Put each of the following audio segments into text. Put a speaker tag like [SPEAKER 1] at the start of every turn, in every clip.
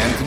[SPEAKER 1] And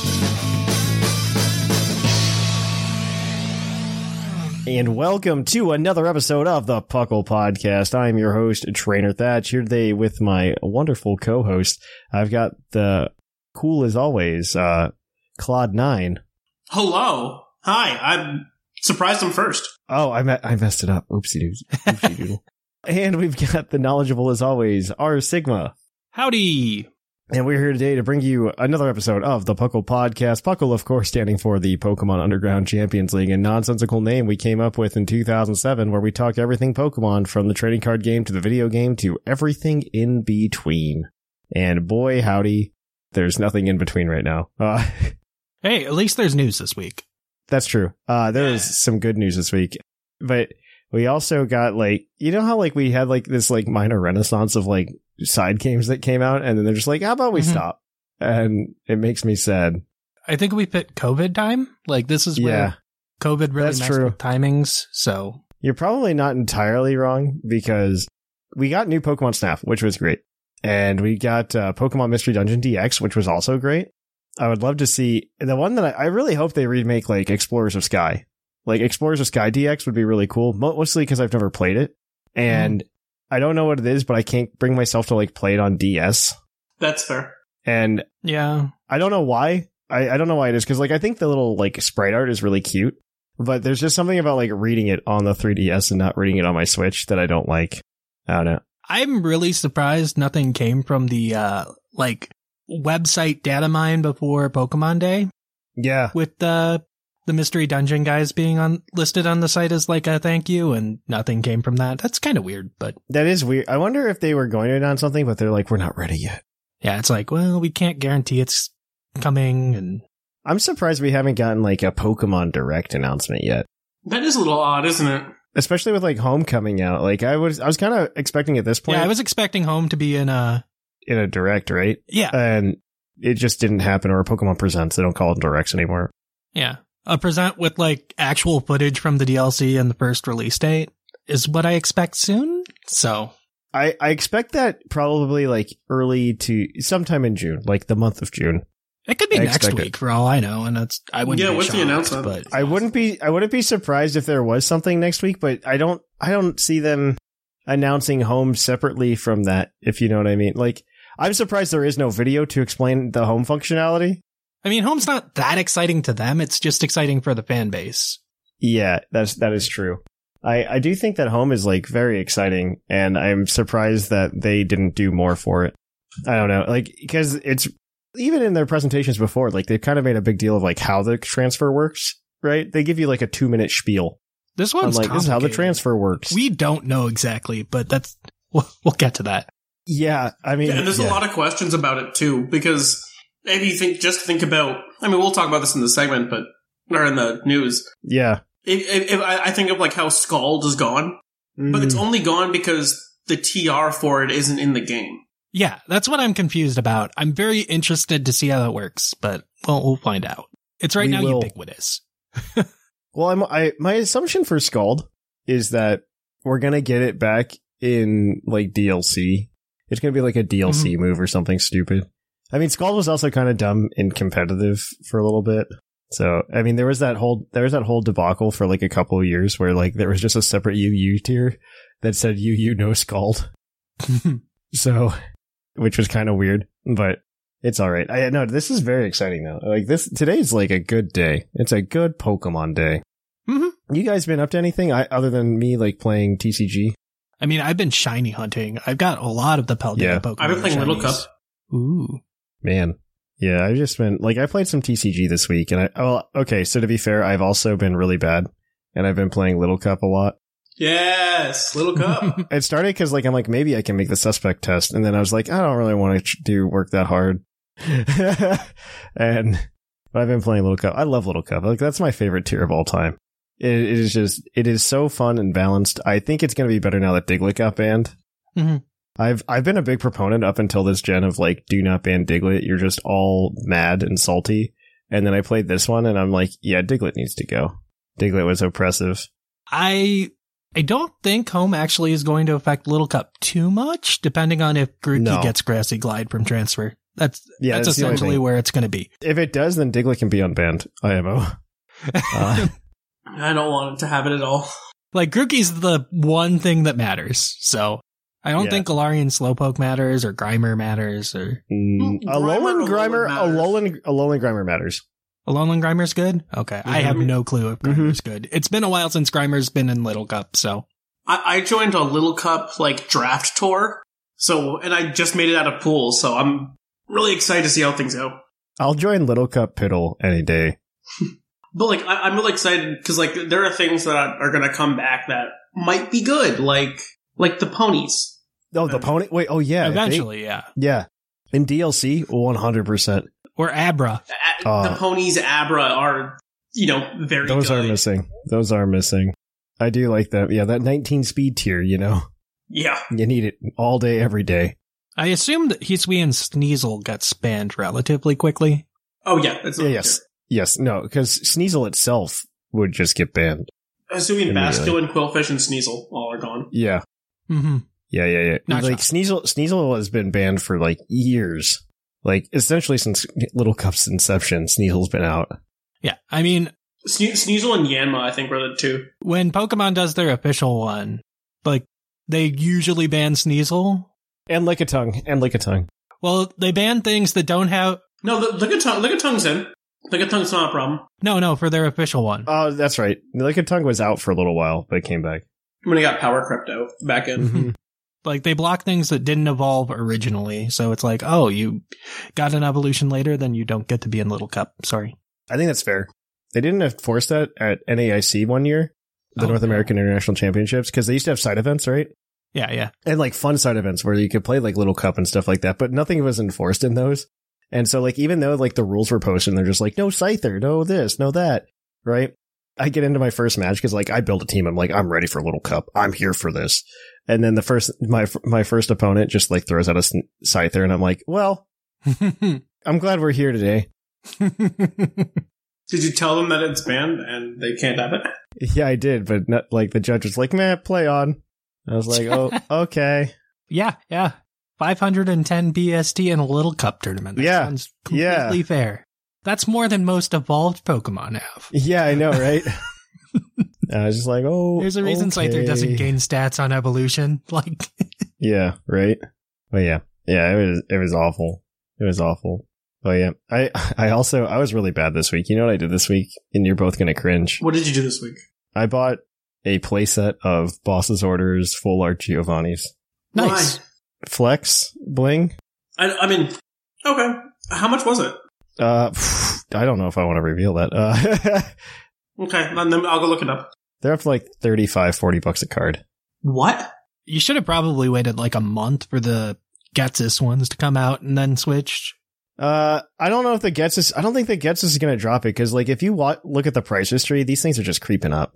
[SPEAKER 2] And welcome to another episode of the Puckle Podcast. I am your host, Trainer Thatch, here today with my wonderful co host. I've got the cool as always, uh, Claude Nine.
[SPEAKER 3] Hello. Hi. I'm surprised I'm first.
[SPEAKER 2] Oh, I, me- I messed it up. Oopsie doos- Oopsie doodle. and we've got the knowledgeable as always, R Sigma.
[SPEAKER 4] Howdy.
[SPEAKER 2] And we're here today to bring you another episode of the Puckle Podcast. Puckle, of course, standing for the Pokemon Underground Champions League, a nonsensical name we came up with in 2007 where we talk everything Pokemon from the trading card game to the video game to everything in between. And boy, howdy, there's nothing in between right now. Uh,
[SPEAKER 4] Hey, at least there's news this week.
[SPEAKER 2] that's true. Uh, there is some good news this week, but we also got like, you know how like we had like this like minor renaissance of like side games that came out and then they're just like, how about we
[SPEAKER 4] Mhm.
[SPEAKER 2] stop? And it makes me sad.
[SPEAKER 4] I think we put COVID time. Like this is where
[SPEAKER 2] Yeah.
[SPEAKER 4] COVID really
[SPEAKER 2] That's
[SPEAKER 4] messed
[SPEAKER 2] true.
[SPEAKER 4] with timings. So
[SPEAKER 2] You're probably not entirely wrong because we got new Pokemon Snap, which was great. And we got uh, Pokemon Mystery Dungeon DX, which was also great. I would love to see the one that I, I really hope they remake, like Explorers of Sky. Like Explorers of Sky DX would be really cool, mo- mostly because I've never played it. And I don't know what it is, but I can't bring myself to like play it on DS.
[SPEAKER 3] That's fair.
[SPEAKER 2] And
[SPEAKER 4] yeah,
[SPEAKER 2] I don't know why. I, I don't know why it is because like I think the little like sprite art is really cute, but there's just something about like reading it on the 3DS and not reading it on my Switch that I don't like. I don't know.
[SPEAKER 4] I'm really surprised nothing came from the uh like website data mine before Pokemon Day
[SPEAKER 2] Yeah,
[SPEAKER 4] with the the mystery dungeon guys being on listed on the site as like a thank you and nothing came from that. That's kind of weird, but
[SPEAKER 2] that is weird. I wonder if they were going to announce something, but they're like, we're not ready yet.
[SPEAKER 4] yeah, it's like, well, we can't guarantee it's coming and
[SPEAKER 2] I'm surprised we haven't gotten like a Pokemon Direct announcement yet,
[SPEAKER 3] That is a little odd, isn't it?
[SPEAKER 2] especially with like Homecoming out. Like I was, I was kind of expecting at this point
[SPEAKER 4] yeah, I was expecting home to be in a
[SPEAKER 2] in a Direct, right?
[SPEAKER 4] yeah,
[SPEAKER 2] And it just didn't happen. Or Pokemon Presents, they don't call them Directs anymore.
[SPEAKER 4] Yeah. A present with like actual footage from the DLC and the first release date is what I expect soon. So,
[SPEAKER 2] I, I expect that probably like early to sometime in June, like the month of June.
[SPEAKER 4] it could be
[SPEAKER 2] I
[SPEAKER 4] next
[SPEAKER 2] expect
[SPEAKER 4] week for all I know and that's I wouldn't
[SPEAKER 3] Yeah,
[SPEAKER 4] be
[SPEAKER 3] what's the
[SPEAKER 4] shocked,
[SPEAKER 3] announcement?
[SPEAKER 4] But
[SPEAKER 2] I wouldn't be I wouldn't be surprised if there was something next week, but I don't I don't see them announcing home separately from that, if you know what I mean. Like I'm surprised there is no video to explain the home functionality.
[SPEAKER 4] I mean, home's not that exciting to them. It's just exciting for the fan base.
[SPEAKER 2] Yeah, that's that is true. I, I do think that home is like very exciting, and I'm surprised that they didn't do more for it. I don't know, like because it's even in their presentations before, like they've kind of made a big deal of like how the transfer works, right? They give you like a two minute spiel.
[SPEAKER 4] This
[SPEAKER 2] on
[SPEAKER 4] one's
[SPEAKER 2] like this is how the
[SPEAKER 4] complicated.
[SPEAKER 2] transfer works.
[SPEAKER 4] We don't know exactly, but that's we'll, we'll get to that.
[SPEAKER 2] yeah, I mean,
[SPEAKER 3] Yeah, and there's
[SPEAKER 2] yeah.
[SPEAKER 3] a lot of questions about it too, because if you think just think about, I mean, we'll talk about this in the segment, but or in the news.
[SPEAKER 2] yeah,
[SPEAKER 3] If, if, if I, I think of like how Scald is gone, but it's
[SPEAKER 2] Mm.
[SPEAKER 3] only gone because the TR for it isn't in the game.
[SPEAKER 4] Yeah, that's what I'm confused about. I'm very interested to see how that works, but we'll, we'll find out. It's right
[SPEAKER 2] We
[SPEAKER 4] now
[SPEAKER 2] will.
[SPEAKER 4] ubiquitous.
[SPEAKER 2] Well, I'm, I my assumption for Scald is that we're gonna get it back in like DLC. It's gonna be like a DLC move or something stupid. I mean, Scald was also kind of dumb and competitive for a little bit. So, I mean, there was that whole there was that whole debacle for like a couple of years where like there was just a separate UU tier that said UU no Scald. So, which was kind of weird, but It's all right. I know this is very exciting though. Like this today's like a good day. It's a good Pokemon day.
[SPEAKER 4] Mhm.
[SPEAKER 2] You guys been up to anything I, other than me like playing TCG?
[SPEAKER 4] I mean, I've been shiny hunting. I've got a lot of the Paldea
[SPEAKER 2] Yeah.
[SPEAKER 4] Pokemon.
[SPEAKER 3] I've been playing Little Cup.
[SPEAKER 4] shinies. Ooh.
[SPEAKER 2] Man. Yeah, I've just been like I played some TCG this week and I well okay, so to be fair, I've also been really bad and I've been playing Little Cup a lot.
[SPEAKER 3] Yes, Little Cup.
[SPEAKER 2] It started because like I'm like maybe I can make the suspect test, and then I was like I don't really want to do work that hard, and but I've been playing Little Cup. I love Little Cup. Like that's my favorite tier of all time. It, it is just it is so fun and balanced. I think it's gonna be better now that Diglett got banned.
[SPEAKER 4] Mhm.
[SPEAKER 2] I've I've been a big proponent up until this gen of like do not ban Diglett. You're just all mad and salty. And then I played this one, and I'm like, yeah, Diglett needs to go. Diglett was oppressive.
[SPEAKER 4] I I don't think home actually is going to affect Little Cup too much, depending on if Grookey
[SPEAKER 2] No.
[SPEAKER 4] gets Grassy Glide from transfer. That's
[SPEAKER 2] Yeah,
[SPEAKER 4] that's,
[SPEAKER 2] that's the only
[SPEAKER 4] essentially
[SPEAKER 2] thing.
[SPEAKER 4] where it's going to be.
[SPEAKER 2] If it does, then Diglett can be unbanned. IMO. Uh,
[SPEAKER 3] I don't want it to have it at all.
[SPEAKER 4] Like Grookey's the one thing that matters. So I don't
[SPEAKER 2] Yeah.
[SPEAKER 4] think Galarian Slowpoke matters or Grimer matters or
[SPEAKER 2] Mm,
[SPEAKER 3] Mm,
[SPEAKER 2] Alolan
[SPEAKER 3] Grimer,
[SPEAKER 2] Grimer,
[SPEAKER 3] Alolan
[SPEAKER 2] Alolan, Alolan Grimer matters.
[SPEAKER 4] Alolan Grimer's good? Okay. I have
[SPEAKER 3] Mhm.
[SPEAKER 4] no clue if
[SPEAKER 2] Mhm.
[SPEAKER 4] Grimer's good. It's been a while since Grimer's been in Little Cup, so
[SPEAKER 3] I, I joined a Little Cup like draft tour, so and I just made it out of pool, so I'm really excited to see how things go.
[SPEAKER 2] I'll join Little Cup Piddle any day.
[SPEAKER 3] But like, I, I'm really excited because like there are things that are going to come back that might be good, like like the ponies.
[SPEAKER 2] Oh, the
[SPEAKER 3] Mm.
[SPEAKER 2] pony. Wait. Oh, yeah. if they-
[SPEAKER 4] eventually, yeah.
[SPEAKER 2] yeah. In DLC, one hundred percent.
[SPEAKER 4] Or Abra.
[SPEAKER 3] A-
[SPEAKER 2] Uh,
[SPEAKER 3] the ponies Abra are you know very
[SPEAKER 2] Those
[SPEAKER 3] good.
[SPEAKER 2] are missing. Those are missing. I do like that. Yeah, that nineteen speed tier. You know,
[SPEAKER 3] Yeah,
[SPEAKER 2] you need it all day, every day.
[SPEAKER 4] I assume that Hisui and Sneasel got spanned relatively quickly.
[SPEAKER 3] Oh yeah, that's
[SPEAKER 2] Yeah, yes, yes. No, because Sneasel itself would just get banned.
[SPEAKER 3] Assuming
[SPEAKER 2] Immediately.
[SPEAKER 3] Basculin, and Quillfish and Sneasel all are gone.
[SPEAKER 2] Yeah,
[SPEAKER 4] Mm-hmm.
[SPEAKER 2] yeah, yeah, yeah.
[SPEAKER 4] Nice
[SPEAKER 2] like
[SPEAKER 4] shot.
[SPEAKER 2] Sneasel, Sneasel has been banned for like years. Like essentially since Little Cup's inception, Sneasel's been out.
[SPEAKER 4] Yeah. I mean,
[SPEAKER 3] Sne- Sneasel and Yanma, I think, were the two.
[SPEAKER 4] when Pokemon does their official one, like they usually ban Sneasel.
[SPEAKER 2] And lick a tongue. And lick a tongue.
[SPEAKER 4] Well, they ban things that don't have
[SPEAKER 3] No, the Ligatung, Ligatung's in. Ligatung's not a problem.
[SPEAKER 4] no, no for their official one.
[SPEAKER 2] Oh, that's right. Lick a tongue was out for a little while, but it came back.
[SPEAKER 3] When he got Power Crypto back in.
[SPEAKER 2] Mm-hmm.
[SPEAKER 4] Like they block things that didn't evolve originally, so it's like, oh, you got an evolution later, then you don't get to be in Little Cup. Sorry.
[SPEAKER 2] I think that's fair. They didn't enforce that at NAIC one year, the
[SPEAKER 4] Oh,
[SPEAKER 2] North
[SPEAKER 4] no.
[SPEAKER 2] American International Championships, because they used to have side events, right?
[SPEAKER 4] Yeah, yeah.
[SPEAKER 2] And like fun side events where you could play like Little Cup and stuff like that, but nothing was enforced in those. And so, like, even though like the rules were posted, and they're just like, no Scyther, no this, no that, right? I get into my first match because like I built a team. I'm like, I'm ready for Little Cup. I'm here for this. And then the first my my first opponent just like throws out a Sn- Scyther, and I'm like, well, I'm glad we're here today.
[SPEAKER 3] Did you tell them that it's banned and they can't have it?
[SPEAKER 2] Yeah, I did, but not, like the judge was like, "Man, play on." I was like, "Oh, okay,
[SPEAKER 4] yeah, yeah. 510 BST in a Little Cup tournament. That
[SPEAKER 2] Yeah,
[SPEAKER 4] Sounds
[SPEAKER 2] yeah.
[SPEAKER 4] completely fair. That's more than most evolved Pokemon have.
[SPEAKER 2] yeah, I know, right?" I was just like, "Oh,
[SPEAKER 4] There's a reason Scyther
[SPEAKER 2] okay."
[SPEAKER 4] doesn't gain stats on evolution. Like,
[SPEAKER 2] Yeah, right. But yeah, yeah, it was it was awful. It was awful. But yeah, I I also I was really bad this week. You know what I did this week? And you're both gonna cringe.
[SPEAKER 3] What did you do this week?
[SPEAKER 2] I bought a playset of Boss's Orders Full Art Giovanni's
[SPEAKER 4] nice.
[SPEAKER 3] Why?
[SPEAKER 2] Flex Bling.
[SPEAKER 3] I, I mean, okay. How much was it?
[SPEAKER 2] Uh, I don't know if I want to reveal that. Uh,
[SPEAKER 3] Okay, then then I'll go look it up.
[SPEAKER 2] they're up to like 35, 40 bucks a card.
[SPEAKER 3] What?
[SPEAKER 4] You should have probably waited like a month for the Getsis ones to come out and then switch.
[SPEAKER 2] Uh, I don't know if the gets I don't think the gets is going to drop it because, like, if you wa- look at the price history, these things are just creeping up.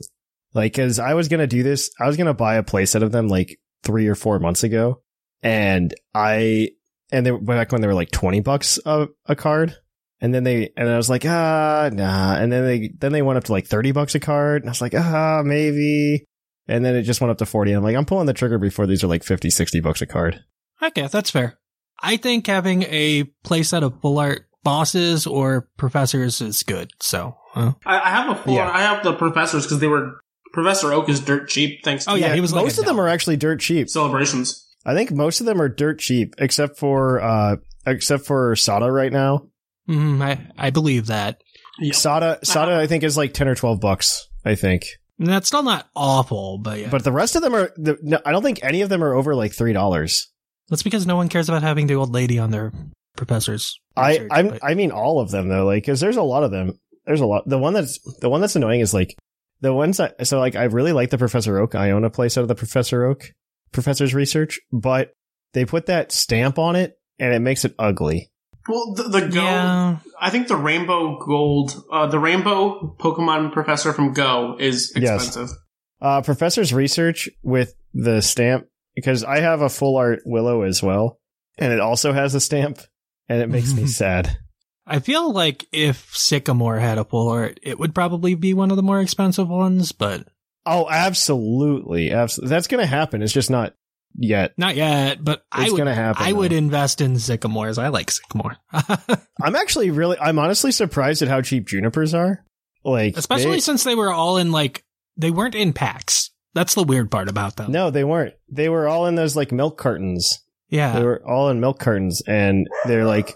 [SPEAKER 2] Like, because I was going to do this, I was going to buy a playset of them like three or four months ago, and I and they were back when they were like twenty bucks a, a card, and then they and I was like, ah, nah, and then they then they went up to like thirty bucks a card, and I was like, ah, maybe, and then it just went up to forty, and I'm like, I'm pulling the trigger before these are like 50, 60 bucks a card.
[SPEAKER 4] Okay, that's fair. I think having a playset of full art bosses or professors is good. So, huh?
[SPEAKER 3] I, I have a full.
[SPEAKER 2] Yeah.
[SPEAKER 3] I have the professors because they were Professor Oak is dirt cheap thanks to
[SPEAKER 4] Oh, yeah, he was like
[SPEAKER 2] most
[SPEAKER 4] a
[SPEAKER 2] of them
[SPEAKER 4] dollar.
[SPEAKER 2] are actually dirt cheap.
[SPEAKER 3] celebrations.
[SPEAKER 2] I think most of them are dirt cheap, except for uh, except for Sada right now.
[SPEAKER 4] Mm, I, I believe that.
[SPEAKER 3] Yep.
[SPEAKER 2] Sada Sada
[SPEAKER 3] Uh-huh.
[SPEAKER 2] I think is like 10 or 12 bucks, I think.
[SPEAKER 4] And that's still not awful, but yeah.
[SPEAKER 2] But the rest of them are the, no, I don't think any of them are over like $3.
[SPEAKER 4] that's because no one cares about having the old lady on their professor's.
[SPEAKER 2] I
[SPEAKER 4] research,
[SPEAKER 2] I'm,
[SPEAKER 4] but-
[SPEAKER 2] I mean all of them though, like because there's a lot of them. There's a lot. The one that's the one that's annoying is like the ones that so like I really like the Professor Oak. I own a place out of the Professor Oak professor's research, but they put that stamp on it and it makes it ugly.
[SPEAKER 3] Well, the, the Go.
[SPEAKER 4] yeah.
[SPEAKER 3] I think the Rainbow Gold, uh, the Rainbow Pokemon Professor from Go is
[SPEAKER 2] Yes.
[SPEAKER 3] expensive.
[SPEAKER 2] Uh, professor's research with the stamp because I have a full art Willow as well, and it also has a stamp, and it makes me sad.
[SPEAKER 4] I feel like if Sycamore had a full art, it would probably be one of the more expensive ones, but
[SPEAKER 2] Oh, absolutely, absolutely. That's gonna happen. It's just not yet.
[SPEAKER 4] not yet. But I
[SPEAKER 2] It's
[SPEAKER 4] would,
[SPEAKER 2] gonna happen,
[SPEAKER 4] I would
[SPEAKER 2] though.
[SPEAKER 4] invest in Sycamores. I like Sycamore,
[SPEAKER 2] I'm actually really, I'm honestly surprised at how cheap junipers are. Like,
[SPEAKER 4] especially
[SPEAKER 2] they-
[SPEAKER 4] since they were all in like they weren't in packs. That's the weird part about them.
[SPEAKER 2] no, they weren't. They were all in those like milk cartons.
[SPEAKER 4] Yeah.
[SPEAKER 2] They were all in milk cartons, and they're like,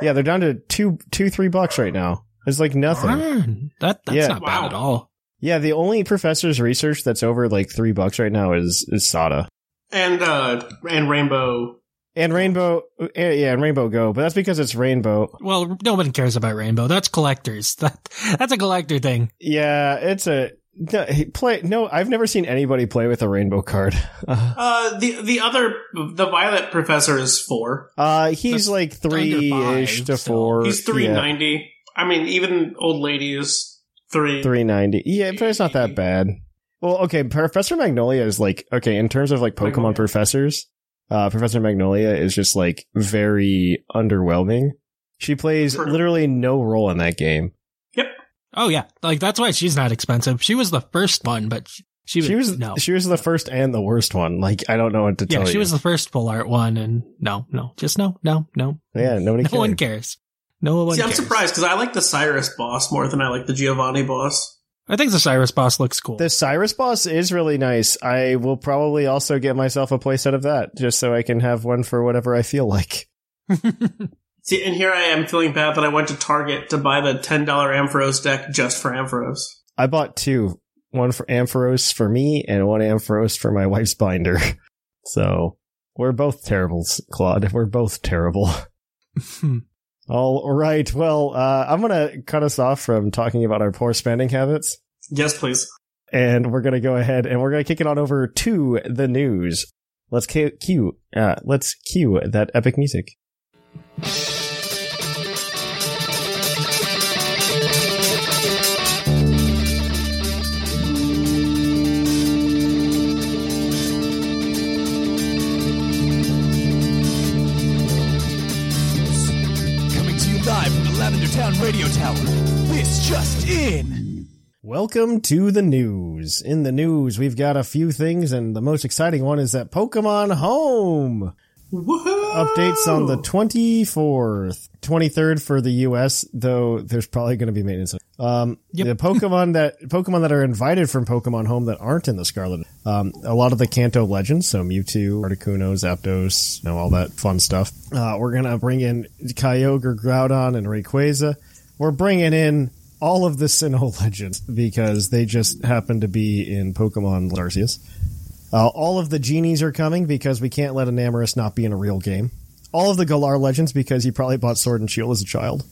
[SPEAKER 2] yeah, they're down to two, two, three bucks right now. It's like nothing.
[SPEAKER 4] Darn. That that's
[SPEAKER 2] Yeah.
[SPEAKER 4] not
[SPEAKER 3] Wow.
[SPEAKER 4] bad at all.
[SPEAKER 2] Yeah, the only professor's research that's over like three bucks right now is is Sada
[SPEAKER 3] And, uh, and Rainbow.
[SPEAKER 2] and Rainbow. eh, Yeah, and Rainbow Go, but that's because it's Rainbow.
[SPEAKER 4] Well, no one cares about Rainbow. That's collectors. That that's a collector thing.
[SPEAKER 2] Yeah, it's a no, he- play. No, I've never seen anybody play with a Rainbow card.
[SPEAKER 3] Uh, the, the other, the Violet Professor is four.
[SPEAKER 2] Uh, he's
[SPEAKER 4] That's
[SPEAKER 2] like three ish
[SPEAKER 4] five,
[SPEAKER 2] to
[SPEAKER 4] so-
[SPEAKER 2] four.
[SPEAKER 3] He's
[SPEAKER 2] yeah.
[SPEAKER 3] 390. I mean, even Old Lady is three.
[SPEAKER 2] 390. Yeah, but it's not that bad. Well, okay, Professor Magnolia is like okay, in terms of like Pokemon
[SPEAKER 3] Magnolia.
[SPEAKER 2] professors, uh Professor Magnolia is just like very underwhelming. She plays
[SPEAKER 3] True.
[SPEAKER 2] literally no role in that game.
[SPEAKER 4] Oh yeah, like that's why she's not expensive. She was the first one, but she, she,
[SPEAKER 2] She was
[SPEAKER 4] no.
[SPEAKER 2] she was the first and the worst one. Like I don't know what to
[SPEAKER 4] yeah,
[SPEAKER 2] tell
[SPEAKER 4] she
[SPEAKER 2] you.
[SPEAKER 4] was the first full art one, and no, no, just no, no, no.
[SPEAKER 2] yeah, nobody
[SPEAKER 4] no
[SPEAKER 2] cared.
[SPEAKER 4] one cares. No one.
[SPEAKER 3] See, I'm
[SPEAKER 4] cares.
[SPEAKER 3] surprised because I like the Cyrus boss more than I like the Giovanni boss.
[SPEAKER 4] I think the Cyrus boss looks cool.
[SPEAKER 2] The Cyrus boss is really nice. I will probably also get myself a playset of that just so I can have one for whatever I feel like.
[SPEAKER 3] See, and here I am feeling bad that I went to Target to buy the $10 Ampharos deck just for Ampharos.
[SPEAKER 2] I bought two. One for Ampharos for me and one Ampharos for my wife's binder. So we're both terribles, Claude. We're both terrible.
[SPEAKER 4] Hmm.
[SPEAKER 2] All right. Well, uh, I'm going to cut us off from talking about our poor spending habits.
[SPEAKER 3] Yes, please.
[SPEAKER 2] And we're going to go ahead and we're going to kick it on over to the news. Let's cu- cue, uh, let's cue that epic music.
[SPEAKER 5] Coming to you live from the Lavender Town Radio Tower. This just in.
[SPEAKER 2] Welcome to the news. In the news, we've got a few things, and the most exciting one is that Pokemon Home
[SPEAKER 3] Woohoo!
[SPEAKER 2] updates on the 24th, 23rd for the US, though there's probably going to be maintenance. Um, the Pokemon that, Pokemon that are invited from Pokemon Home that aren't in the Scarlet, um, a lot of the Kanto legends, so Mewtwo, Articuno, Zapdos, you know, all that fun stuff. Uh, we're going to bring in Kyogre, Groudon, and Rayquaza. We're bringing in all of the Sinnoh legends because they just happen to be in Pokemon Arceus. Uh, all of the genies are coming because we can't let Enamorous not be in a real game. All of the Galar legends because he probably bought Sword and Shield as a child.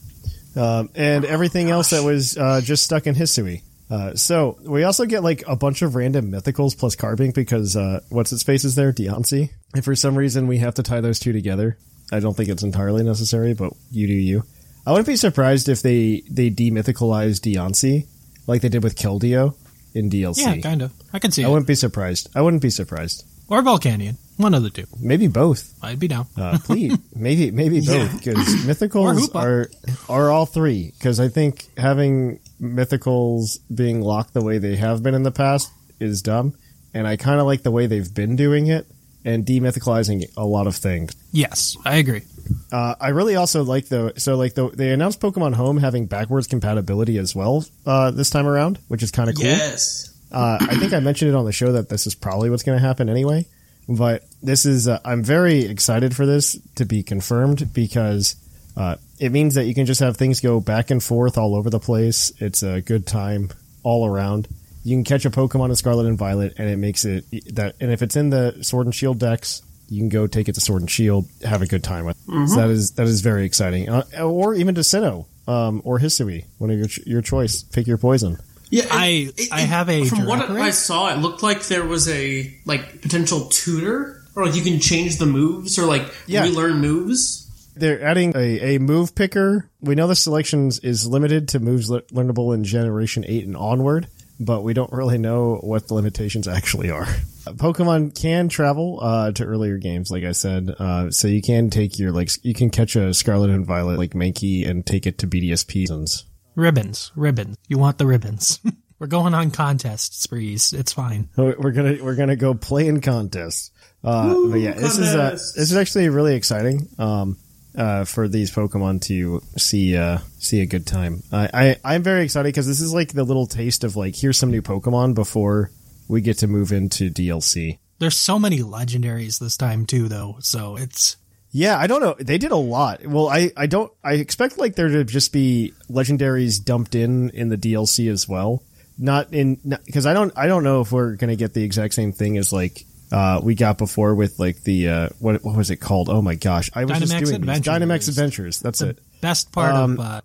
[SPEAKER 2] Um, and everything else that was uh, just stuck in Hisui. Uh, so we also get like a bunch of random mythicals plus Carbink because uh, what's its face is there? Deoncy. And for some reason we have to tie those two together. I don't think it's entirely necessary, but you do you. I wouldn't be surprised if they they demythicalize Deoncy like they did with Keldeo in DLC.
[SPEAKER 4] yeah, kind of. I can see
[SPEAKER 2] I
[SPEAKER 4] it.
[SPEAKER 2] wouldn't be surprised. I wouldn't be surprised.
[SPEAKER 4] or Volcanion, one of the two.
[SPEAKER 2] Maybe both.
[SPEAKER 4] I'd be down.
[SPEAKER 2] Uh, please, maybe maybe both because mythicals
[SPEAKER 4] Hoopa.
[SPEAKER 2] are are all three. Because I think having mythicals being locked the way they have been in the past is dumb, and I kind of like the way they've been doing it and demythicalizing a lot of things.
[SPEAKER 4] yes, I agree.
[SPEAKER 2] Uh, I really also like though. So like the, they announced Pokemon Home having backwards compatibility as well uh, this time around, which is kind of cool.
[SPEAKER 3] Yes.
[SPEAKER 2] Uh, I think I mentioned it on the show that this is probably what's going to happen anyway. But this is, uh, I'm very excited for this to be confirmed because uh, it means that you can just have things go back and forth all over the place. It's a good time all around. You can catch a Pokemon in Scarlet and Violet, and it makes it that. And if it's in the Sword and Shield decks, you can go take it to Sword and Shield, have a good time with. it. So that is that is very exciting, uh, or even to Sinnoh um, or Hisui, one of your your choice. Pick your poison.
[SPEAKER 3] Yeah, and
[SPEAKER 4] I- I have a
[SPEAKER 3] From what
[SPEAKER 4] Dracarys.
[SPEAKER 3] I saw, it looked like there was a like potential tutor, or like you can change the moves, or like
[SPEAKER 2] Yeah.
[SPEAKER 3] relearn moves.
[SPEAKER 2] They're adding a, a move picker. We know the selections is limited to moves le- learnable in Generation 8 and onward, but we don't really know what the limitations actually are. Uh, Pokemon can travel uh, to earlier games, like I said. Uh, so you can take your, like, s- you can catch a Scarlet and Violet, like Mankey, and take it to BDSP. zones.
[SPEAKER 4] Ribbons, ribbons. You want the ribbons. We're going on contest sprees. It's fine.
[SPEAKER 2] We're we're gonna we're gonna go play in contests. Uh, but yeah, this is uh,
[SPEAKER 3] contests.
[SPEAKER 2] this is actually really exciting um, uh, for these Pokemon to see uh, see a good time. I, I I'm very excited because this is like the little taste of like here's some new Pokemon before we get to move into DLC.
[SPEAKER 4] There's so many legendaries this time too, though. So it's
[SPEAKER 2] Yeah, I don't know. They did a lot. Well, I, I don't. I expect like there to just be legendaries dumped in in the DLC as well. Not in because I don't I don't know if we're gonna get the exact same thing as like uh, we got before with like the uh, what what was it called? Oh my gosh, I was
[SPEAKER 4] Dynamax
[SPEAKER 2] just doing these.
[SPEAKER 4] Adventures.
[SPEAKER 2] Dynamax Adventures. That's
[SPEAKER 4] the
[SPEAKER 2] it.
[SPEAKER 4] best part
[SPEAKER 2] Um,
[SPEAKER 4] of. Uh,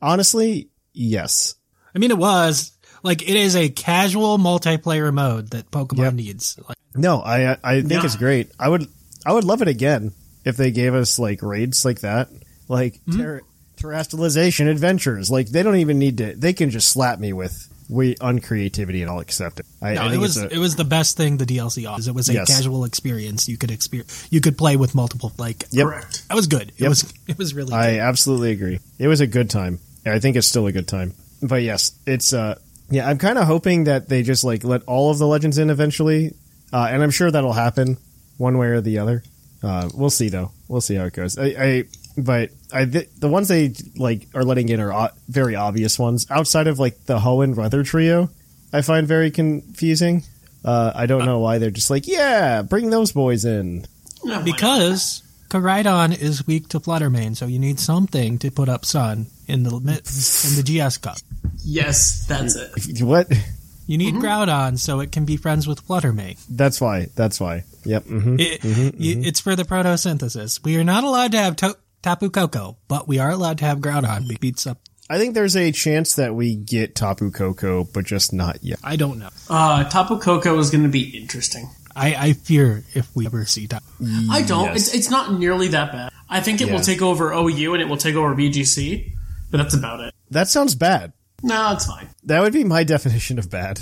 [SPEAKER 2] Honestly, yes.
[SPEAKER 4] I mean, it was like it is a casual multiplayer mode that Pokemon
[SPEAKER 2] Yep.
[SPEAKER 4] needs. Like,
[SPEAKER 2] No, I I think
[SPEAKER 3] Yeah.
[SPEAKER 2] it's great. I would I would love it again if they gave us like raids like that, like
[SPEAKER 4] Hmm.
[SPEAKER 2] ter- terrestrialization adventures. Like they don't even need to. They can just slap me with we uncreativity and I'll accept it. I, I
[SPEAKER 4] no,
[SPEAKER 2] think
[SPEAKER 4] it was
[SPEAKER 2] it's a-
[SPEAKER 4] it was the best thing the DLC offers. It was a
[SPEAKER 2] Yes.
[SPEAKER 4] casual experience you could experience. You could play with multiple. Like,
[SPEAKER 2] Yep.
[SPEAKER 3] Correct.
[SPEAKER 4] that was good. It
[SPEAKER 2] Yep.
[SPEAKER 4] was it was really. good.
[SPEAKER 2] I absolutely agree. It was a good time. And I think it's still a good time. But yes, it's uh yeah, I'm kind of hoping that they just like let all of the legends in eventually. Uh, and I'm sure that'll happen one way or the other. Uh, we'll see though. We'll see how it goes. I, I but I th- the ones they like are letting in are o- very obvious ones outside of like the Hoenn Ruther trio. I find very confusing. Uh, I don't know why they're just like, yeah, bring those boys in.
[SPEAKER 3] No,
[SPEAKER 4] because Koridon is weak to Fluttermane, so you need something to put up Sun in the mi- in the GS Cup.
[SPEAKER 3] yes, that's it.
[SPEAKER 2] What?
[SPEAKER 4] You need Groudon so it can be friends with Fluttermane.
[SPEAKER 2] That's why. That's why. Yep. hmm
[SPEAKER 4] It, y- It's for the photosynthesis. We are not allowed to have to- Tapu Koko, but we are allowed to have Groudon. It beats up.
[SPEAKER 2] I think there's a chance that we get Tapu Koko, but just not yet.
[SPEAKER 4] I don't know.
[SPEAKER 3] Uh, Tapu Koko is going to be interesting.
[SPEAKER 4] I, I fear if we ever see Tapu.
[SPEAKER 3] I don't.
[SPEAKER 2] Yes.
[SPEAKER 3] It's, it's not nearly that bad. I think it
[SPEAKER 2] Yeah.
[SPEAKER 3] will take over OU and it will take over BGC, but that's about it.
[SPEAKER 2] That sounds bad.
[SPEAKER 3] No, it's fine.
[SPEAKER 2] That would be my definition of bad.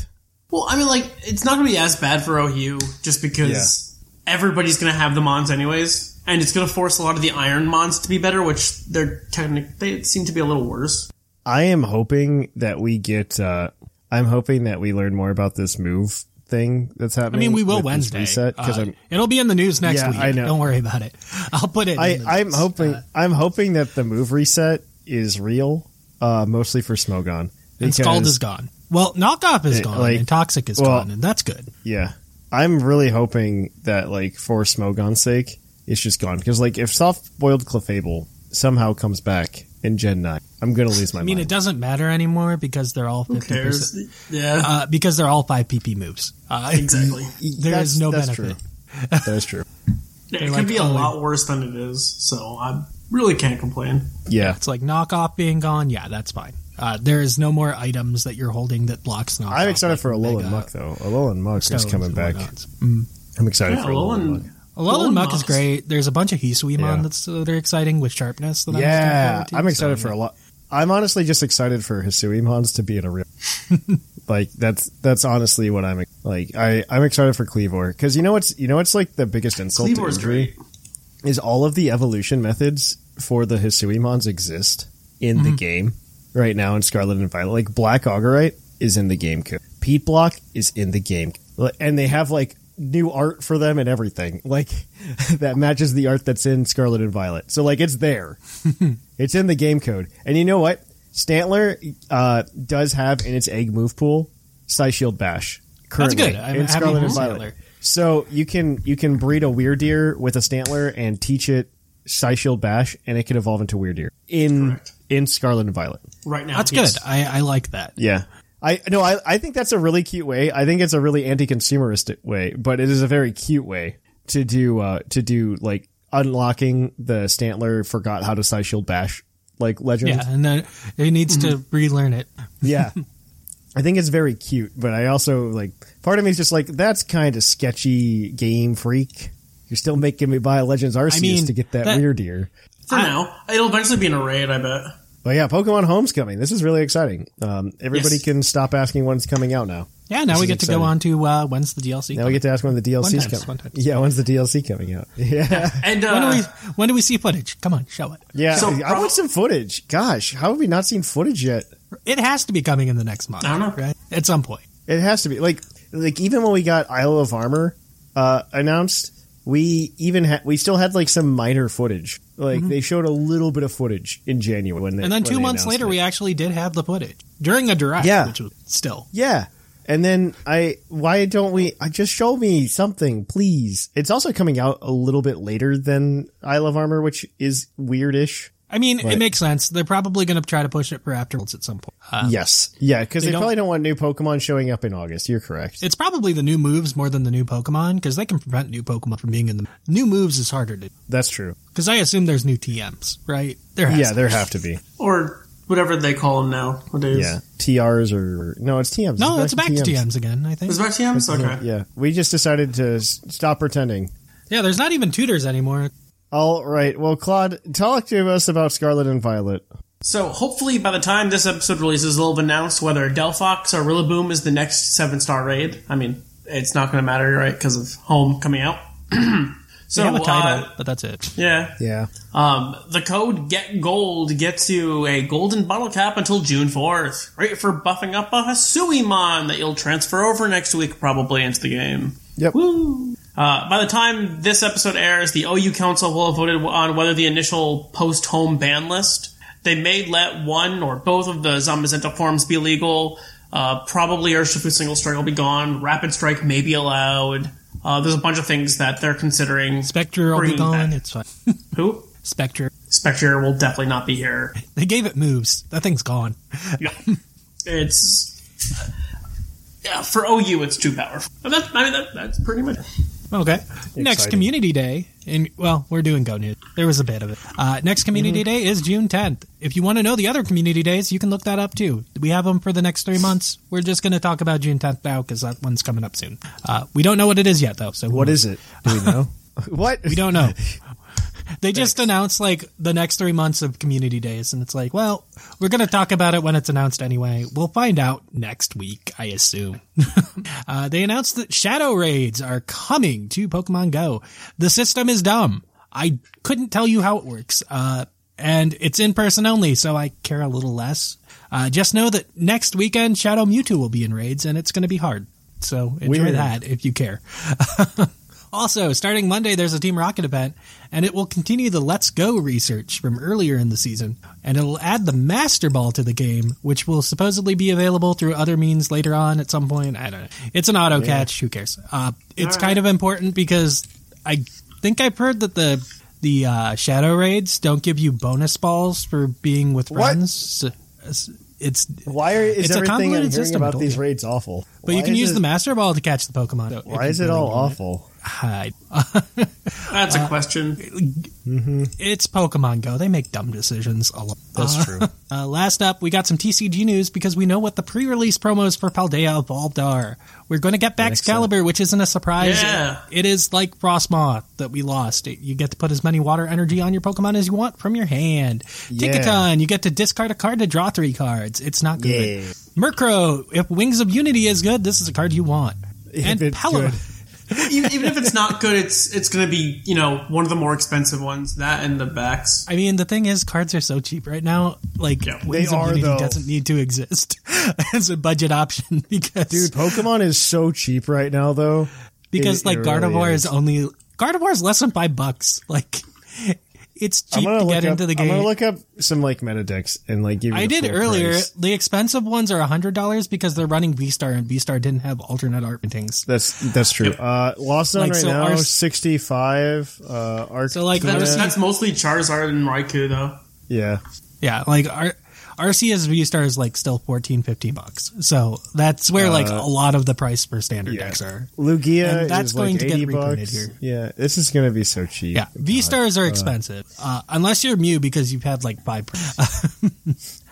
[SPEAKER 3] Well, I mean, like it's not going to be as bad for OU just because everybody's going to have the Mons anyways, and it's going to force a lot of the Iron Mons to be better, which they're technically they seem to be a little worse.
[SPEAKER 2] I am hoping that we get. Uh, I'm hoping that we learn more about this move thing that's
[SPEAKER 4] I
[SPEAKER 2] happening.
[SPEAKER 4] mean, we will
[SPEAKER 2] with this
[SPEAKER 4] Wednesday.
[SPEAKER 2] reset because
[SPEAKER 4] Uh,
[SPEAKER 2] I'm.
[SPEAKER 4] it'll be in the news next
[SPEAKER 2] Yeah,
[SPEAKER 4] week.
[SPEAKER 2] I know.
[SPEAKER 4] Don't worry about it. I'll put it.
[SPEAKER 2] I,
[SPEAKER 4] in the
[SPEAKER 2] I'm
[SPEAKER 4] news.
[SPEAKER 2] hoping. I'm hoping that the move reset is real, uh, mostly for Smogon.
[SPEAKER 4] And Scald
[SPEAKER 2] because-
[SPEAKER 4] is gone. Well, Knockoff is
[SPEAKER 2] It,
[SPEAKER 4] gone,
[SPEAKER 2] like-
[SPEAKER 4] and Toxic is
[SPEAKER 2] well-
[SPEAKER 4] gone, and that's good.
[SPEAKER 2] Yeah. I'm really hoping that, like, for Smogon's sake, it's just gone. Because, like, if soft boiled Clefable somehow comes back in Gen 9, I'm going to lose my
[SPEAKER 4] I mean,
[SPEAKER 2] mind.
[SPEAKER 4] it doesn't matter anymore because they're all
[SPEAKER 3] Who
[SPEAKER 4] fifty
[SPEAKER 3] cares?
[SPEAKER 4] percent.
[SPEAKER 3] Yeah,
[SPEAKER 4] Uh, because they're all five PP moves. Uh,
[SPEAKER 3] exactly.
[SPEAKER 4] There
[SPEAKER 2] That's-
[SPEAKER 4] is no
[SPEAKER 2] that's
[SPEAKER 4] benefit.
[SPEAKER 2] True. that is true.
[SPEAKER 3] Yeah, it
[SPEAKER 4] like,
[SPEAKER 3] could be a
[SPEAKER 4] oh,
[SPEAKER 3] lot worse than it is, so I really can't complain.
[SPEAKER 2] Yeah.
[SPEAKER 4] It's like knockoff being gone. Yeah, that's fine. Uh, there is no more items that you're holding that blocks knockoff.
[SPEAKER 2] I'm excited
[SPEAKER 4] like
[SPEAKER 2] for
[SPEAKER 4] Mega
[SPEAKER 2] Alolan Muck, though. Alolan Muck is
[SPEAKER 4] Stones
[SPEAKER 2] coming
[SPEAKER 4] and
[SPEAKER 2] back.
[SPEAKER 4] whatnots.
[SPEAKER 2] I'm excited
[SPEAKER 3] Yeah,
[SPEAKER 2] for Alolan Muck.
[SPEAKER 3] Alolan-
[SPEAKER 4] Alolan
[SPEAKER 3] Alolan
[SPEAKER 4] Muck is
[SPEAKER 3] Muck's-
[SPEAKER 4] great. There's a bunch of Hisuimon
[SPEAKER 2] Yeah.
[SPEAKER 4] that's that are exciting with sharpness. That
[SPEAKER 2] Yeah.
[SPEAKER 4] I'm,
[SPEAKER 2] I'm excited for a lot. I'm honestly just excited for Hisuimons to be in a real. like that's that's honestly what I'm like. I I'm excited for Cleavor because you know what's you know what's like the biggest insult to
[SPEAKER 3] Cleavor's
[SPEAKER 2] injury.
[SPEAKER 3] great.
[SPEAKER 2] is all of the evolution methods for the Hisuimons exist in the game right now in Scarlet and Violet. Like Black Augurite is in the game code. Pete Block is in the game, Like, and they have like new art for them and everything. Like that matches the art that's in Scarlet and Violet. So like it's there. it's in the game code. And you know what? Stantler uh, does have in its egg move pool Psy Shield Bash.
[SPEAKER 4] That's
[SPEAKER 2] Currently
[SPEAKER 4] good. I'm
[SPEAKER 2] in
[SPEAKER 4] happy
[SPEAKER 2] Scarlet
[SPEAKER 4] for
[SPEAKER 2] and Violet.
[SPEAKER 4] Stantler.
[SPEAKER 2] So you can you can breed a weird deer with a Stantler and teach it Psyshield Bash, and it can evolve into weird deer in in Scarlet and Violet.
[SPEAKER 3] right now.
[SPEAKER 4] That's
[SPEAKER 3] yes.
[SPEAKER 4] good. I, I like that.
[SPEAKER 2] Yeah. I no, I, I think that's a really cute way. I think it's a really anti-consumeristic way, but it is a very cute way to do uh to do like unlocking the Stantler forgot how to side shield bash like legend.
[SPEAKER 4] Yeah, and then it needs to
[SPEAKER 2] Mm-hmm.
[SPEAKER 4] relearn it.
[SPEAKER 2] Yeah. I think it's very cute, but I also like part of me is just like that's kind of sketchy game freak. You're still making me buy Legends Arceus
[SPEAKER 4] mean,
[SPEAKER 2] to get that,
[SPEAKER 4] that-
[SPEAKER 2] weird ear.
[SPEAKER 3] For now, it'll eventually be an array. I bet.
[SPEAKER 2] But yeah, Pokemon Home's coming. This is really exciting. Um, everybody
[SPEAKER 3] Yes.
[SPEAKER 2] can stop asking when it's coming out now.
[SPEAKER 4] Yeah, now we
[SPEAKER 2] is
[SPEAKER 4] get to go
[SPEAKER 2] exciting.
[SPEAKER 4] on to uh, when's the DLC?
[SPEAKER 2] Now we get to ask when the DLC's
[SPEAKER 4] times,
[SPEAKER 2] coming.
[SPEAKER 4] one times.
[SPEAKER 2] Yeah, when's the DLC coming out? Yeah,
[SPEAKER 3] And uh,
[SPEAKER 4] when do we when do we see footage? Come on, show it.
[SPEAKER 2] yeah.
[SPEAKER 3] So
[SPEAKER 2] I
[SPEAKER 3] prob-
[SPEAKER 2] want some footage. Gosh, how have we not seen footage yet?
[SPEAKER 4] It has to be coming in the next month.
[SPEAKER 3] I don't know.
[SPEAKER 4] right? At some point.
[SPEAKER 2] It has to be like like even when we got Isle of Armor uh, announced, we even ha- we still had like some minor footage. Like they showed a little bit of footage in January when they
[SPEAKER 4] Mm-hmm. And then
[SPEAKER 2] when
[SPEAKER 4] two
[SPEAKER 2] they
[SPEAKER 4] months
[SPEAKER 2] announced
[SPEAKER 4] later,
[SPEAKER 2] it.
[SPEAKER 4] we actually did have the footage during a direct,
[SPEAKER 2] Yeah.
[SPEAKER 4] which was still.
[SPEAKER 2] yeah. And then I why don't we I just show me something please? It's also coming out a little bit later than Isle of Armor, which is weirdish.
[SPEAKER 4] I mean,
[SPEAKER 2] Right.
[SPEAKER 4] it makes sense. They're probably going to try to push it for afterwards at some point. Uh,
[SPEAKER 2] yes, yeah, because they,
[SPEAKER 4] they don't-
[SPEAKER 2] probably don't want new Pokemon showing up in August. You're correct.
[SPEAKER 4] It's probably the new moves more than the new Pokemon because they can prevent new Pokemon from being in the new moves is harder to
[SPEAKER 2] That's true.
[SPEAKER 4] because I assume there's new TMs, right? There has
[SPEAKER 2] Yeah,
[SPEAKER 4] to
[SPEAKER 2] there have to be.
[SPEAKER 3] or whatever they call them now. nowadays.
[SPEAKER 2] Yeah, TRs or no, it's TMs.
[SPEAKER 4] No, it's back to
[SPEAKER 2] TMs.
[SPEAKER 4] TMs again. I think.
[SPEAKER 3] Is it back TMs? Okay.
[SPEAKER 2] Yeah, we just decided to s- stop pretending.
[SPEAKER 4] Yeah, there's not even tutors anymore.
[SPEAKER 2] All right. Well, Claude, talk to us about Scarlet and Violet.
[SPEAKER 3] So hopefully by the time this episode releases, they'll have announced whether Delphox or Rillaboom is the next seven star raid. I mean, it's not going to matter, right? Because of Home coming out. so
[SPEAKER 4] They have a title,
[SPEAKER 3] uh,
[SPEAKER 4] but that's it.
[SPEAKER 3] yeah.
[SPEAKER 2] Yeah.
[SPEAKER 3] Um, the code Get Gold gets you a golden bottle cap until June 4th. Great for buffing up a Hasuimon that you'll transfer over next week, probably, into the game.
[SPEAKER 2] Yep.
[SPEAKER 3] Woo! Uh, by the time this episode airs, the OU Council will have voted on whether the initial post home ban list. They may let one or both of the Zamazenta forms be legal. Uh, probably Urshifu Single Strike will be gone. Rapid Strike may be allowed. Uh, there's a bunch of things that they're considering.
[SPEAKER 4] Spectre will be
[SPEAKER 3] Bringing
[SPEAKER 4] gone.
[SPEAKER 3] back-
[SPEAKER 4] It's fine.
[SPEAKER 3] Who?
[SPEAKER 4] Spectre.
[SPEAKER 3] Spectre will definitely not be here.
[SPEAKER 4] They gave it moves. That thing's gone.
[SPEAKER 3] It's yeah for OU, it's too powerful. And that, I mean, that, that's pretty much. it.
[SPEAKER 4] Okay. Next community day, and well, we're doing Go News. There was a bit of it. Uh, next community day is June 10th. If you want to know the other community days, you can look that up too. We have them for the next three months. We're just going to talk about June 10th now because that one's coming up soon. Uh, we don't know what it is yet though. So
[SPEAKER 2] What is it? Do we know? what?
[SPEAKER 4] We don't know. They just announced like the next three months of community days, and it's like, well, we're going to talk about it when it's announced anyway. We'll find out next week, I assume. uh, they announced that shadow raids are coming to Pokemon Go. The system is dumb. I couldn't tell you how it works. Uh, and it's in person only, so I care a little less. Uh, just know that next weekend, Shadow Mewtwo will be in raids, and it's going to be hard. So enjoy
[SPEAKER 2] Weird.
[SPEAKER 4] that if you care. Also, starting Monday, there's a Team Rocket event, and it will continue the Let's Go research from earlier in the season, and it'll add the Master Ball to the game, which will supposedly be available through other means later on at some point. I don't know. It's an auto catch. Who cares? Uh, it's kind of important because I think I've heard that the the uh, Shadow raids don't give you bonus balls for being with
[SPEAKER 2] What?
[SPEAKER 4] friends. So, it's- it's
[SPEAKER 2] Why are, is
[SPEAKER 4] It's a
[SPEAKER 2] everything I'm hearing
[SPEAKER 4] convoluted system, I
[SPEAKER 2] about
[SPEAKER 4] told
[SPEAKER 2] these
[SPEAKER 4] you.
[SPEAKER 2] raids awful?
[SPEAKER 4] but
[SPEAKER 2] Why
[SPEAKER 4] you can
[SPEAKER 2] is
[SPEAKER 4] use
[SPEAKER 2] it-
[SPEAKER 4] the Master Ball to catch the Pokemon. So if
[SPEAKER 2] Why
[SPEAKER 4] you
[SPEAKER 2] is it
[SPEAKER 4] really
[SPEAKER 2] all
[SPEAKER 4] want
[SPEAKER 2] awful?
[SPEAKER 4] hide.
[SPEAKER 3] That's a question.
[SPEAKER 4] It's Pokemon Go. They make dumb decisions a lot.
[SPEAKER 2] That's true.
[SPEAKER 4] Uh, last up, we got some TCG news because we know what the pre-release promos for Paldea Evolved are. We're going to get back Excalibur, which isn't a surprise.
[SPEAKER 3] Yeah.
[SPEAKER 4] It is like Frostmoth that we lost. It- you get to put as many water energy on your Pokemon as you want from your hand.
[SPEAKER 2] Yeah.
[SPEAKER 4] Tickaton, you get to discard a card to draw three cards. It's not good. Murkrow, if Wings of Unity is good, this is a card you want. and
[SPEAKER 2] it's good.
[SPEAKER 4] Pelipper.
[SPEAKER 3] even, even if it's not good, it's it's going to be you know one of the more expensive ones. That and the backs.
[SPEAKER 4] I mean, the thing is, cards are so cheap right now. Like, Wings
[SPEAKER 2] They
[SPEAKER 4] of
[SPEAKER 2] are,
[SPEAKER 4] Unity
[SPEAKER 2] though.
[SPEAKER 4] doesn't need to exist as a budget option because
[SPEAKER 2] Dude, Pokemon is so cheap right now, though.
[SPEAKER 4] because
[SPEAKER 2] it-
[SPEAKER 4] like
[SPEAKER 2] it really
[SPEAKER 4] Gardevoir is
[SPEAKER 2] is.
[SPEAKER 4] only Gardevoir is less than five bucks. Like, It's cheap to get
[SPEAKER 2] look up,
[SPEAKER 4] into the
[SPEAKER 2] I'm
[SPEAKER 4] game.
[SPEAKER 2] gonna look up some like meta decks and like give. You
[SPEAKER 4] I
[SPEAKER 2] the
[SPEAKER 4] did
[SPEAKER 2] full
[SPEAKER 4] earlier.
[SPEAKER 2] price.
[SPEAKER 4] The expensive ones are hundred dollars because they're running V Star and V Star didn't have alternate art paintings.
[SPEAKER 2] That's that's true. Uh, Lost Zone
[SPEAKER 4] Like,
[SPEAKER 2] right
[SPEAKER 4] so
[SPEAKER 2] now
[SPEAKER 4] ours-
[SPEAKER 2] sixty five. Uh, Arc-
[SPEAKER 4] So, like,
[SPEAKER 3] That's,
[SPEAKER 4] Yeah.
[SPEAKER 3] that's mostly Charizard and Raikou, though.
[SPEAKER 2] yeah,
[SPEAKER 4] Yeah, like our RCS V Star is like still 14, 15 bucks. So that's where like
[SPEAKER 2] Uh,
[SPEAKER 4] a lot of the price for standard decks are.
[SPEAKER 2] Lugia
[SPEAKER 4] And that's
[SPEAKER 2] is
[SPEAKER 4] going
[SPEAKER 2] like
[SPEAKER 4] to get
[SPEAKER 2] eighty
[SPEAKER 4] reprinted
[SPEAKER 2] bucks.
[SPEAKER 4] here.
[SPEAKER 2] Yeah, this is gonna be so cheap.
[SPEAKER 4] Yeah, V Stars are expensive uh, unless you're Mew because you've had like five.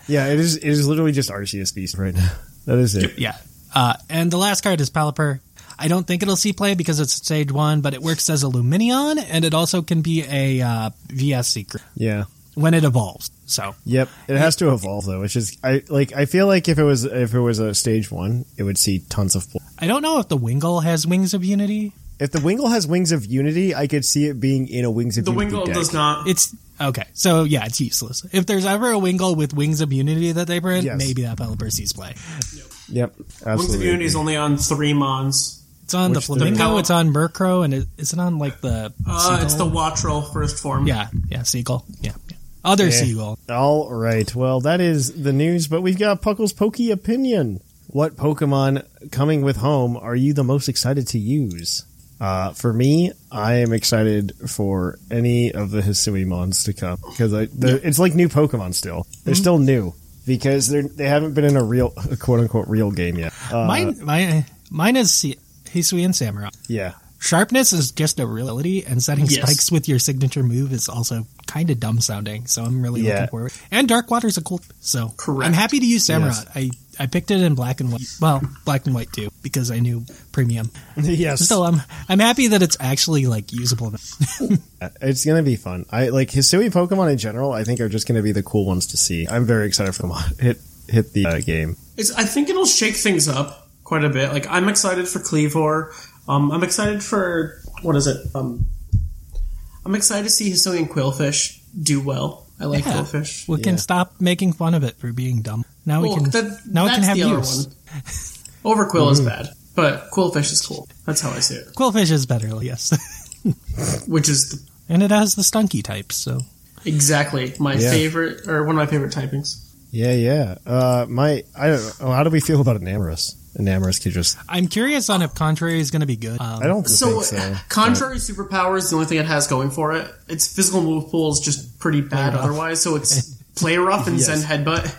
[SPEAKER 2] yeah. It is. It is literally just Arceus Beast right now. That is it.
[SPEAKER 4] Yeah. Uh, and the last card is Pelipper. I don't think it'll see play because it's stage one, but it works as a Luminion, and it also can be a uh, VS Secret
[SPEAKER 2] Yeah.
[SPEAKER 4] when it evolves. So
[SPEAKER 2] Yep. It has to evolve though, which is I like. I feel like if it was if it was a stage one, it would see tons of play.
[SPEAKER 4] I don't know if the Wingull has Wings of Unity.
[SPEAKER 2] If the Wingle has Wings of Unity, I could see it being in a Wings of
[SPEAKER 3] The
[SPEAKER 2] Unity
[SPEAKER 3] Wingull
[SPEAKER 2] deck.
[SPEAKER 3] does not.
[SPEAKER 4] It's okay. So yeah, it's useless. If there's ever a Wingull with Wings of Unity that they print,
[SPEAKER 2] Yes.
[SPEAKER 4] maybe that Pelipper sees play.
[SPEAKER 2] Yep. Absolutely.
[SPEAKER 3] Wings of Unity is only on three Mons.
[SPEAKER 4] It's on
[SPEAKER 2] Which
[SPEAKER 4] the
[SPEAKER 2] there is.
[SPEAKER 4] Flamingo. It's on Murkrow, and it, is it on like the?
[SPEAKER 3] Uh, it's the
[SPEAKER 4] Seagull?
[SPEAKER 3] Watrel first form.
[SPEAKER 4] yeah yeah seagull yeah, yeah. other seagull.
[SPEAKER 2] All right. Well, that is the news, but we've got Puckle's Pokey Opinion. What Pokemon coming with home are you the most excited to use? Uh, for me, I am excited for any of the Hisuimons to come because I, they're- it's like new Pokemon still. They're still new because they're, they haven't been in a real, quote unquote, real game yet. Uh,
[SPEAKER 4] mine my mine is Se- Hisui and Samurai.
[SPEAKER 2] yeah.
[SPEAKER 4] Sharpness is just a real ability, and setting
[SPEAKER 3] Yes.
[SPEAKER 4] spikes with your signature move is also kind of dumb sounding. So I'm really
[SPEAKER 2] Yeah.
[SPEAKER 4] looking forward. And Dark Water's a cool. So
[SPEAKER 3] Correct.
[SPEAKER 4] I'm happy to use Samurai. I I picked it in black and white. Well, black and white too because I knew premium.
[SPEAKER 2] yes.
[SPEAKER 4] Still, I'm I'm happy that it's actually like usable.
[SPEAKER 2] It's gonna be fun. I like Hisui Pokemon in general. I think are just gonna be the cool ones to see. I'm very excited for them to hit hit the uh, game.
[SPEAKER 3] It's, I think it'll shake things up quite a bit. Like I'm excited for Cleavor. Um, I'm excited for what is it? Um, I'm excited to see Hisuian Quillfish do well. I like
[SPEAKER 4] Yeah.
[SPEAKER 3] Quillfish.
[SPEAKER 4] We can stop making fun of it for being dumb. Now we
[SPEAKER 3] Well,
[SPEAKER 4] can
[SPEAKER 3] that-
[SPEAKER 4] now we
[SPEAKER 3] that's
[SPEAKER 4] can have
[SPEAKER 3] the other
[SPEAKER 4] use. Mm-hmm.
[SPEAKER 3] one. Over Quill is bad, but Quillfish is cool. That's how I see it.
[SPEAKER 4] Quillfish is better, yes,
[SPEAKER 3] Which is the,
[SPEAKER 4] and it has the stunky type. So
[SPEAKER 3] exactly my
[SPEAKER 2] Yeah.
[SPEAKER 3] favorite or one of my favorite typings.
[SPEAKER 2] Yeah, yeah. Uh, my, I don't. know. How do we feel about Enamorous? Enamorous could just.
[SPEAKER 4] I'm curious on if Contrary is going to be good. Um,
[SPEAKER 2] I don't
[SPEAKER 3] So,
[SPEAKER 2] think so. uh,
[SPEAKER 3] contrary superpower is the only thing it has going for it. Its physical move pool is just pretty bad otherwise. So it's play rough and send headbutt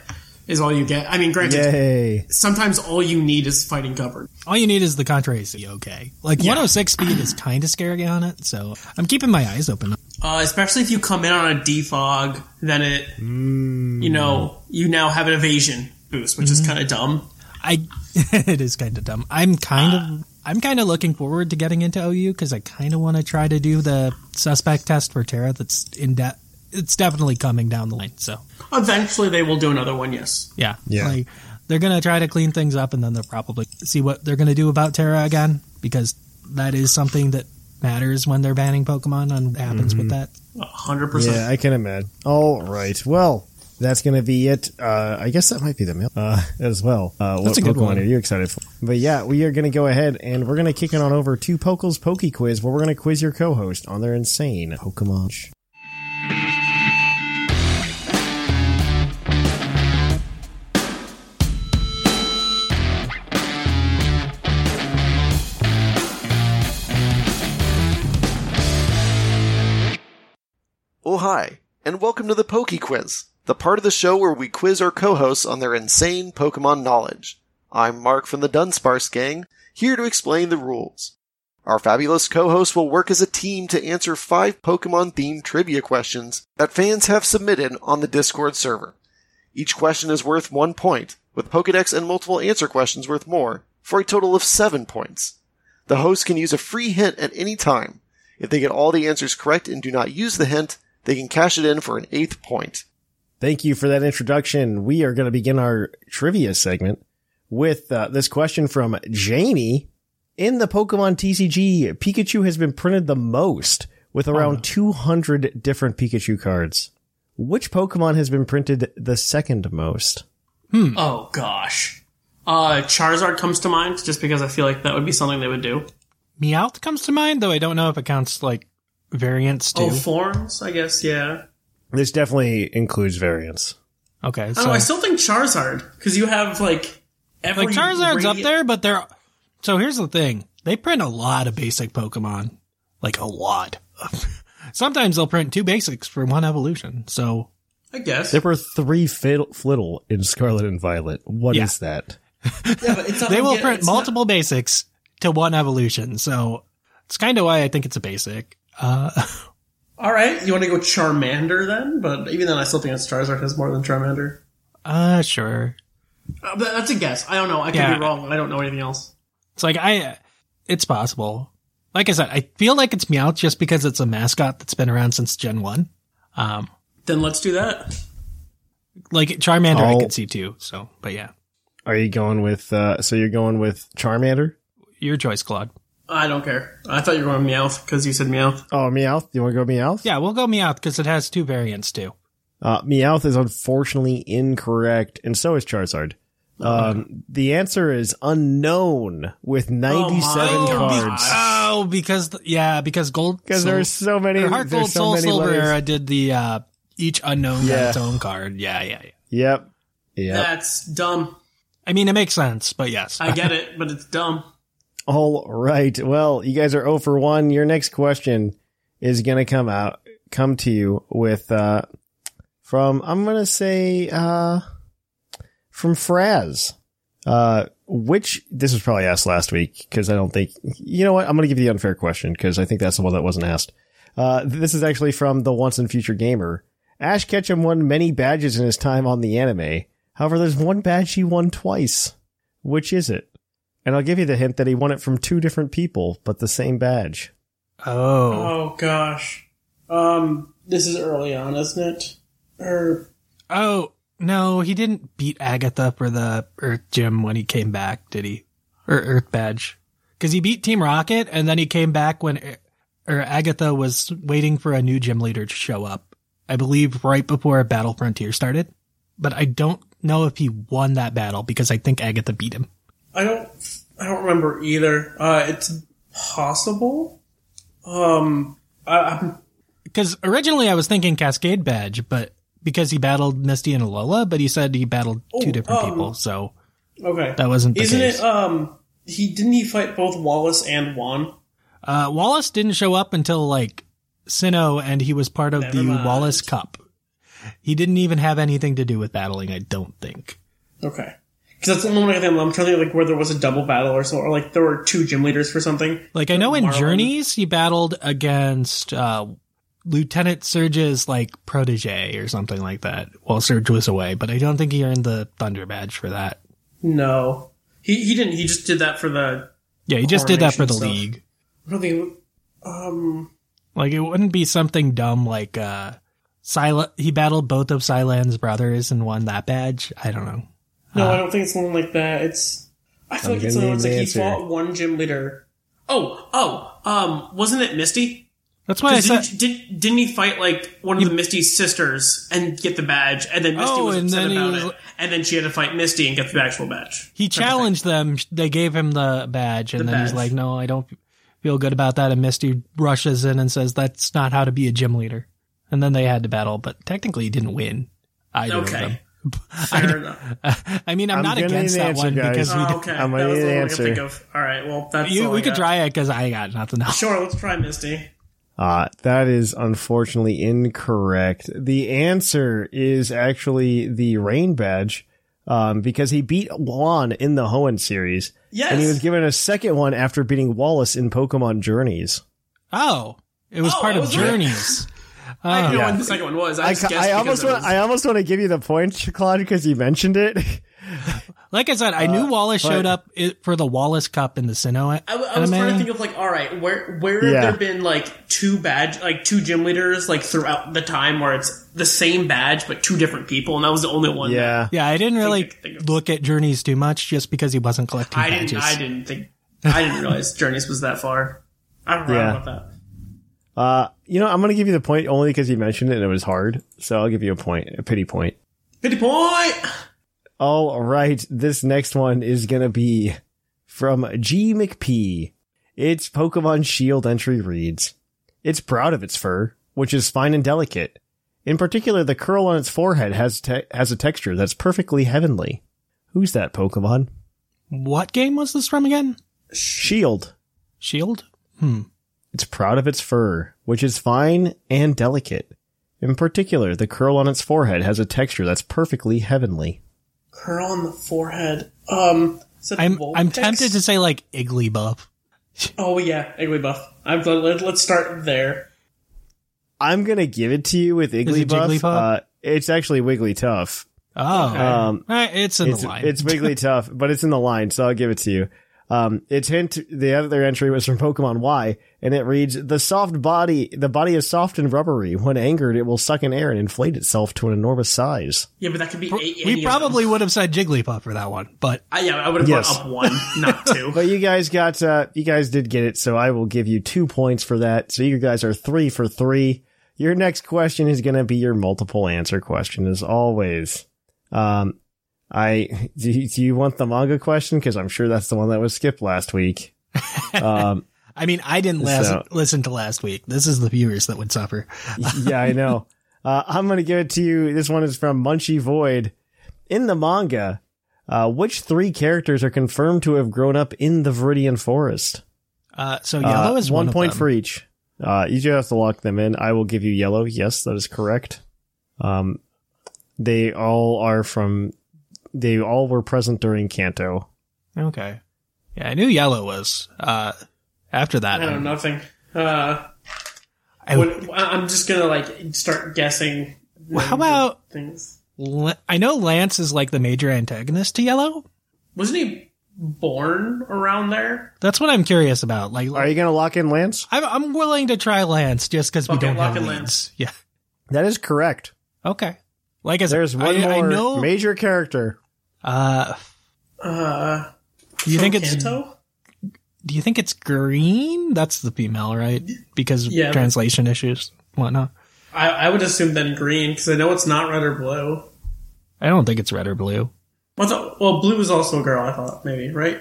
[SPEAKER 3] is all you get. I mean, granted,
[SPEAKER 2] Yay!
[SPEAKER 3] sometimes all you need is fighting covered.
[SPEAKER 4] All you need is the Contrary to be okay. Like 106 speed is kind of scary on it, so I'm keeping my eyes open.
[SPEAKER 3] Uh, especially if you come in on a defog, then it,
[SPEAKER 4] Mm.
[SPEAKER 3] you know, you now have an evasion boost, which
[SPEAKER 4] Mm-hmm.
[SPEAKER 3] is kind of dumb.
[SPEAKER 4] I it is kind of dumb. I'm kind of I'm kind of looking forward to getting into OU because I kind of want to try to do the suspect test for Terra. That's in depth. It's definitely coming down the line. So
[SPEAKER 3] Eventually, they will do another one. Yes,
[SPEAKER 4] Yeah.
[SPEAKER 2] Yeah.
[SPEAKER 4] Like, they're going to try to clean things up and then they'll probably see what they're going to do about Terra again because that is something that matters when they're banning Pokemon and what happens with that.
[SPEAKER 3] hundred percent.
[SPEAKER 2] Yeah, I can imagine. All right. Well, that's gonna be it. Uh, I guess that might be the mail uh, as well. Uh, what
[SPEAKER 4] That's a good
[SPEAKER 2] Pokemon
[SPEAKER 4] one.
[SPEAKER 2] are you excited for? But yeah, we are gonna go ahead and we're gonna kick it on over to Pokel's Poke Quiz, where we're gonna quiz your co-host on their insane Pokemon.
[SPEAKER 6] Oh, hi, and welcome to the Poke Quiz, the part of the show where we quiz our co hosts on their insane Pokemon knowledge. I'm Mark from the Dunsparce Gang, here to explain the rules. Our fabulous co hosts will work as a team to answer five Pokemon themed trivia questions that fans have submitted on the Discord server. Each question is worth one point, with Pokedex and multiple answer questions worth more, for a total of seven points. The host can use a free hint at any time. If they get all the answers correct and do not use the hint, they can cash it in for an eighth point.
[SPEAKER 2] Thank you for that introduction. We are going to begin our trivia segment with uh, this question from Jamie. In the Pokemon TCG, Pikachu has been printed the most with around 200 different Pikachu cards. Which Pokemon has been printed the second most? Hmm.
[SPEAKER 3] Oh gosh, uh, Charizard comes to mind just because I feel like that would be something they would do.
[SPEAKER 4] Meowth comes to mind, though I don't know if it counts like variants too?
[SPEAKER 3] Oh, forms, I guess. Yeah.
[SPEAKER 2] This definitely includes variants.
[SPEAKER 4] okay,
[SPEAKER 3] Oh, I don't
[SPEAKER 4] so
[SPEAKER 3] know. I still think Charizard because you have like every
[SPEAKER 4] like Charizard's up
[SPEAKER 3] radi-
[SPEAKER 4] there, but they're so here's the thing: they print a lot of basic Pokemon, like a lot. Sometimes they'll print two basics for one evolution. So
[SPEAKER 3] I guess.
[SPEAKER 2] There were three fiddle, Flittle in Scarlet and Violet. What is
[SPEAKER 4] Yeah.
[SPEAKER 2] that?
[SPEAKER 3] Oh, Yeah, but it's not
[SPEAKER 4] they
[SPEAKER 3] like
[SPEAKER 4] will
[SPEAKER 3] it-
[SPEAKER 4] print
[SPEAKER 3] it's not-
[SPEAKER 4] multiple basics to one evolution. So it's kind of why I think it's a basic. Uh,
[SPEAKER 3] All right, you want to go Charmander then? But even then, I still think it's Charizard has more than Charmander.
[SPEAKER 4] uh, sure.
[SPEAKER 3] Uh, but that's a guess. I don't know. I could
[SPEAKER 4] Yeah.
[SPEAKER 3] be wrong. I don't know anything else.
[SPEAKER 4] It's like I, it's possible. Like I said, I feel like it's Meowth just because it's a mascot that's been around since Gen One. Um,
[SPEAKER 3] Then let's do that.
[SPEAKER 4] like Charmander, I
[SPEAKER 2] Oh.
[SPEAKER 4] could see too. So, but yeah,
[SPEAKER 2] Are you going with? Uh, so you're going with Charmander?
[SPEAKER 4] your choice, Claude.
[SPEAKER 3] I don't care. I thought you were going Meowth because you said Meowth.
[SPEAKER 2] Oh, Meowth. You want to go Meowth?
[SPEAKER 4] Yeah, we'll go Meowth because it has two variants too.
[SPEAKER 2] Uh, Meowth is unfortunately incorrect, and so is Charizard. Um, the answer is unknown with 97
[SPEAKER 3] Oh my God.
[SPEAKER 2] cards.
[SPEAKER 4] Oh, because th- yeah, because gold
[SPEAKER 2] Because
[SPEAKER 4] Soul-
[SPEAKER 2] there's so many.
[SPEAKER 4] or Heart
[SPEAKER 2] there's
[SPEAKER 4] Gold
[SPEAKER 2] so
[SPEAKER 4] Soul
[SPEAKER 2] many
[SPEAKER 4] Silver
[SPEAKER 2] letters.
[SPEAKER 4] era did the uh, each unknown got
[SPEAKER 2] Yeah.
[SPEAKER 4] its own card. Yeah, yeah, yeah.
[SPEAKER 2] Yep. Yep.
[SPEAKER 3] That's dumb.
[SPEAKER 4] I mean, it makes sense, but yes,
[SPEAKER 3] I get it, but it's dumb.
[SPEAKER 2] All right. Well, you guys are 0 for 1. Your next question is going to come out, come to you with, uh, from, I'm going to say, uh, from Fraz. Uh, which, this was probably asked last week because I don't think, you know what? I'm going to give you the unfair question because I think that's the one that wasn't asked. Uh, this is actually from the once and future gamer. Ash Ketchum won many badges in his time on the anime. However, there's one badge he won twice. Which is it? And I'll give you the hint that he won it from two different people, but the same badge.
[SPEAKER 4] Oh,
[SPEAKER 3] Oh gosh. Um, this is early on, isn't it? Or
[SPEAKER 4] oh no, he didn't beat Agatha for the Earth Gym when he came back, did he? Or Earth Badge? Because he beat Team Rocket, and then he came back when Er- or Agatha was waiting for a new gym leader to show up. I believe right before Battle Frontier started, but I don't know if he won that battle because I think Agatha beat him.
[SPEAKER 3] I don't. I don't remember either. Uh, it's possible. Um, I, I'm
[SPEAKER 4] Because originally I was thinking Cascade Badge, but because he battled Misty and Alola, but he said he battled two
[SPEAKER 3] Oh,
[SPEAKER 4] different
[SPEAKER 3] um,
[SPEAKER 4] people, so
[SPEAKER 3] okay.
[SPEAKER 4] that wasn't the
[SPEAKER 3] Isn't
[SPEAKER 4] case.
[SPEAKER 3] it? Um, he didn't he fight both Wallace and Juan.
[SPEAKER 4] Uh, Wallace didn't show up until like Sinnoh, and he was part of
[SPEAKER 3] Never
[SPEAKER 4] the
[SPEAKER 3] mind.
[SPEAKER 4] Wallace Cup. He didn't even have anything to do with battling, I don't think.
[SPEAKER 3] Okay, because that's the only one I think. I'm trying to think like where there was a double battle or so, or like there were two gym leaders for something.
[SPEAKER 4] Like I know in
[SPEAKER 3] Marlin.
[SPEAKER 4] Journeys he battled against uh, Lieutenant Surge's like protege or something like that while Surge was away, but I don't think he earned the Thunder Badge for that.
[SPEAKER 3] No, he he didn't. He just did that for the.
[SPEAKER 4] Yeah, he just did that for the
[SPEAKER 3] Coronation stuff.
[SPEAKER 4] league.
[SPEAKER 3] I don't think. Um,
[SPEAKER 4] Like it wouldn't be something dumb like uh Sila he battled both of Silan's brothers and won that badge. I don't know.
[SPEAKER 3] no, I don't think it's something like that. It's. I feel
[SPEAKER 2] Uh, I'm
[SPEAKER 3] like it's
[SPEAKER 2] gonna
[SPEAKER 3] something that's
[SPEAKER 2] need
[SPEAKER 3] like
[SPEAKER 2] an
[SPEAKER 3] he
[SPEAKER 2] answer.
[SPEAKER 3] fought one gym leader. Oh, oh, um, wasn't it Misty?
[SPEAKER 4] That's why I
[SPEAKER 3] 'Cause
[SPEAKER 4] said
[SPEAKER 3] didn't, did, didn't he fight like one of the Misty's sisters and get the badge, and then Misty
[SPEAKER 4] Oh,
[SPEAKER 3] was
[SPEAKER 4] and
[SPEAKER 3] upset
[SPEAKER 4] then he
[SPEAKER 3] about
[SPEAKER 4] was
[SPEAKER 3] it,
[SPEAKER 4] like-
[SPEAKER 3] and then she had to fight Misty and get the actual badge.
[SPEAKER 4] He challenged them. They gave him the badge, and
[SPEAKER 3] The
[SPEAKER 4] then he's
[SPEAKER 3] badge.
[SPEAKER 4] like, "No, I don't feel good about that." And Misty rushes in and says, "That's not how to be a gym leader." And then they had to battle, but technically, he didn't win either of them.
[SPEAKER 3] Okay, fair enough.
[SPEAKER 4] I mean, I'm,
[SPEAKER 2] I'm
[SPEAKER 4] not
[SPEAKER 2] gonna need
[SPEAKER 4] against
[SPEAKER 2] an
[SPEAKER 4] that
[SPEAKER 2] answer,
[SPEAKER 4] one
[SPEAKER 2] guys.
[SPEAKER 4] because we,
[SPEAKER 3] Oh, okay,
[SPEAKER 2] I'm
[SPEAKER 3] that
[SPEAKER 2] gonna
[SPEAKER 3] was
[SPEAKER 2] need
[SPEAKER 3] the
[SPEAKER 2] an
[SPEAKER 3] one I could think
[SPEAKER 2] answer.
[SPEAKER 3] of. All right, well, that's
[SPEAKER 4] you,
[SPEAKER 3] all
[SPEAKER 4] we
[SPEAKER 3] I
[SPEAKER 4] could
[SPEAKER 3] got.
[SPEAKER 4] try it because I got nothing else.
[SPEAKER 3] Sure, let's try Misty.
[SPEAKER 2] Uh, that is unfortunately incorrect. The answer is actually the rain badge, um, because he beat Juan in the Hoenn series.
[SPEAKER 3] Yes,
[SPEAKER 2] And he was given a second one after beating Wallace in Pokemon Journeys.
[SPEAKER 4] Oh, it was
[SPEAKER 3] Oh,
[SPEAKER 4] part
[SPEAKER 3] that
[SPEAKER 4] of
[SPEAKER 3] was right.
[SPEAKER 4] Journeys.
[SPEAKER 3] I
[SPEAKER 4] Oh.
[SPEAKER 3] didn't know
[SPEAKER 2] Yeah.
[SPEAKER 3] what the second one was. I,
[SPEAKER 2] I,
[SPEAKER 3] just
[SPEAKER 2] ca-
[SPEAKER 3] guessed
[SPEAKER 2] I almost
[SPEAKER 3] because it
[SPEAKER 2] want, I almost want to give you the point, Claude, because you mentioned it.
[SPEAKER 4] Like I said, I knew Wallace
[SPEAKER 2] Uh, but-
[SPEAKER 4] showed up i- for the Wallace Cup in the Sinnoh.
[SPEAKER 3] was- I, I was trying to
[SPEAKER 4] anime.
[SPEAKER 3] think of like, all right, where where
[SPEAKER 2] Yeah.
[SPEAKER 3] have there been like two badge, like two gym leaders, like throughout the time where it's the same badge but two different people, and that was the only one. that-
[SPEAKER 2] yeah.
[SPEAKER 4] Yeah, I didn't really
[SPEAKER 3] I could think of-
[SPEAKER 4] look at Journeys too much just because he wasn't collecting
[SPEAKER 3] I
[SPEAKER 4] badges.
[SPEAKER 3] didn't. I didn't think. I didn't realize Journeys was that far. I don't know
[SPEAKER 2] Yeah.
[SPEAKER 3] about that.
[SPEAKER 2] Uh, you know, I'm going to give you the point only because you mentioned it and it was hard. So I'll give you a point, a pity point.
[SPEAKER 3] Pity point.
[SPEAKER 2] All right, this next one is gonna be from G McP. Its Pokemon Shield entry reads, It's proud of its fur, which is fine and delicate. In particular, the curl on its forehead has te- has a texture that's perfectly heavenly. Who's that Pokemon?
[SPEAKER 4] What game was this from again?
[SPEAKER 2] Shield.
[SPEAKER 4] Shield? Hmm.
[SPEAKER 2] It's proud of its fur, which is fine and delicate. In particular, the curl on its forehead has a texture that's perfectly heavenly.
[SPEAKER 3] Curl on the forehead. Um, is it
[SPEAKER 4] I'm I'm
[SPEAKER 3] Vulpix?
[SPEAKER 4] tempted to say like Igglybuff.
[SPEAKER 3] Oh yeah, Igglybuff. I'm glad. Let, let's start there.
[SPEAKER 2] I'm gonna give it to you with
[SPEAKER 4] Is it
[SPEAKER 2] Igglybuff.
[SPEAKER 4] Jigglypuff?
[SPEAKER 2] Uh, it's actually Wigglytuff.
[SPEAKER 4] Oh,
[SPEAKER 2] Um,
[SPEAKER 4] Eh, it's in
[SPEAKER 2] it's,
[SPEAKER 4] the line.
[SPEAKER 2] It's Wigglytuff, but it's in the line, so I'll give it to you. Um, its hint, the other entry was from Pokemon Y, and it reads, the soft body, the body is soft and rubbery. When angered, it will suck in air and inflate itself to an enormous size.
[SPEAKER 3] Yeah, but that could be. eight,
[SPEAKER 4] we probably would have said Jigglypuff for that one, but
[SPEAKER 3] I, yeah, I would have
[SPEAKER 2] Yes.
[SPEAKER 3] gone up one, not two.
[SPEAKER 2] But you guys got, uh, you guys did get it, so I will give you two points for that. So you guys are three for three. Your next question is going to be your multiple answer question, as always. Um, I, do you, do you want the manga question? Cause I'm sure that's the one that was skipped last week. Um,
[SPEAKER 4] I mean, I didn't last,
[SPEAKER 2] So-
[SPEAKER 4] listen to last week. This is the viewers that would suffer.
[SPEAKER 2] yeah, I know. Uh, I'm going to give it to you. This one is from Munchie Void. In the manga, uh, which three characters are confirmed to have grown up in the Viridian Forest?
[SPEAKER 4] Uh, so yellow
[SPEAKER 2] Uh,
[SPEAKER 4] is
[SPEAKER 2] one
[SPEAKER 4] one, of
[SPEAKER 2] point
[SPEAKER 4] them.
[SPEAKER 2] for each. Uh, you just have to lock them in. I will give you yellow. Yes, that is correct. Um, they all are from. They all were present during Kanto.
[SPEAKER 4] Okay. Yeah, I knew yellow was. Uh, after that,
[SPEAKER 3] I
[SPEAKER 4] I,
[SPEAKER 3] don't know nothing. Uh,
[SPEAKER 4] Um, I-
[SPEAKER 3] what- I- I'm just gonna like start guessing.
[SPEAKER 4] Well, how about
[SPEAKER 3] things?
[SPEAKER 4] La- I know Lance is like the major antagonist to yellow.
[SPEAKER 3] Wasn't he born around there?
[SPEAKER 4] That's what I'm curious about. Like,
[SPEAKER 2] Are you going to lock in Lance?
[SPEAKER 4] I'm, I'm willing to try Lance just because we
[SPEAKER 3] Okay,
[SPEAKER 4] don't
[SPEAKER 3] lock
[SPEAKER 4] have
[SPEAKER 3] in
[SPEAKER 4] Lance. Yeah.
[SPEAKER 2] That is correct.
[SPEAKER 4] Okay. Like I said,
[SPEAKER 2] There's one
[SPEAKER 4] I,
[SPEAKER 2] more
[SPEAKER 4] I know.
[SPEAKER 2] major character.
[SPEAKER 4] uh,
[SPEAKER 3] Uh,
[SPEAKER 4] do you
[SPEAKER 3] from
[SPEAKER 4] think it's
[SPEAKER 3] Kanto?
[SPEAKER 4] do you think it's green? That's the female, right? Because of
[SPEAKER 3] Yeah.
[SPEAKER 4] translation issues, whatnot.
[SPEAKER 3] I, I would assume then green because I know it's not red or blue.
[SPEAKER 4] I don't think it's red or blue.
[SPEAKER 3] Well, I thought- well, blue is also a girl. I thought maybe right.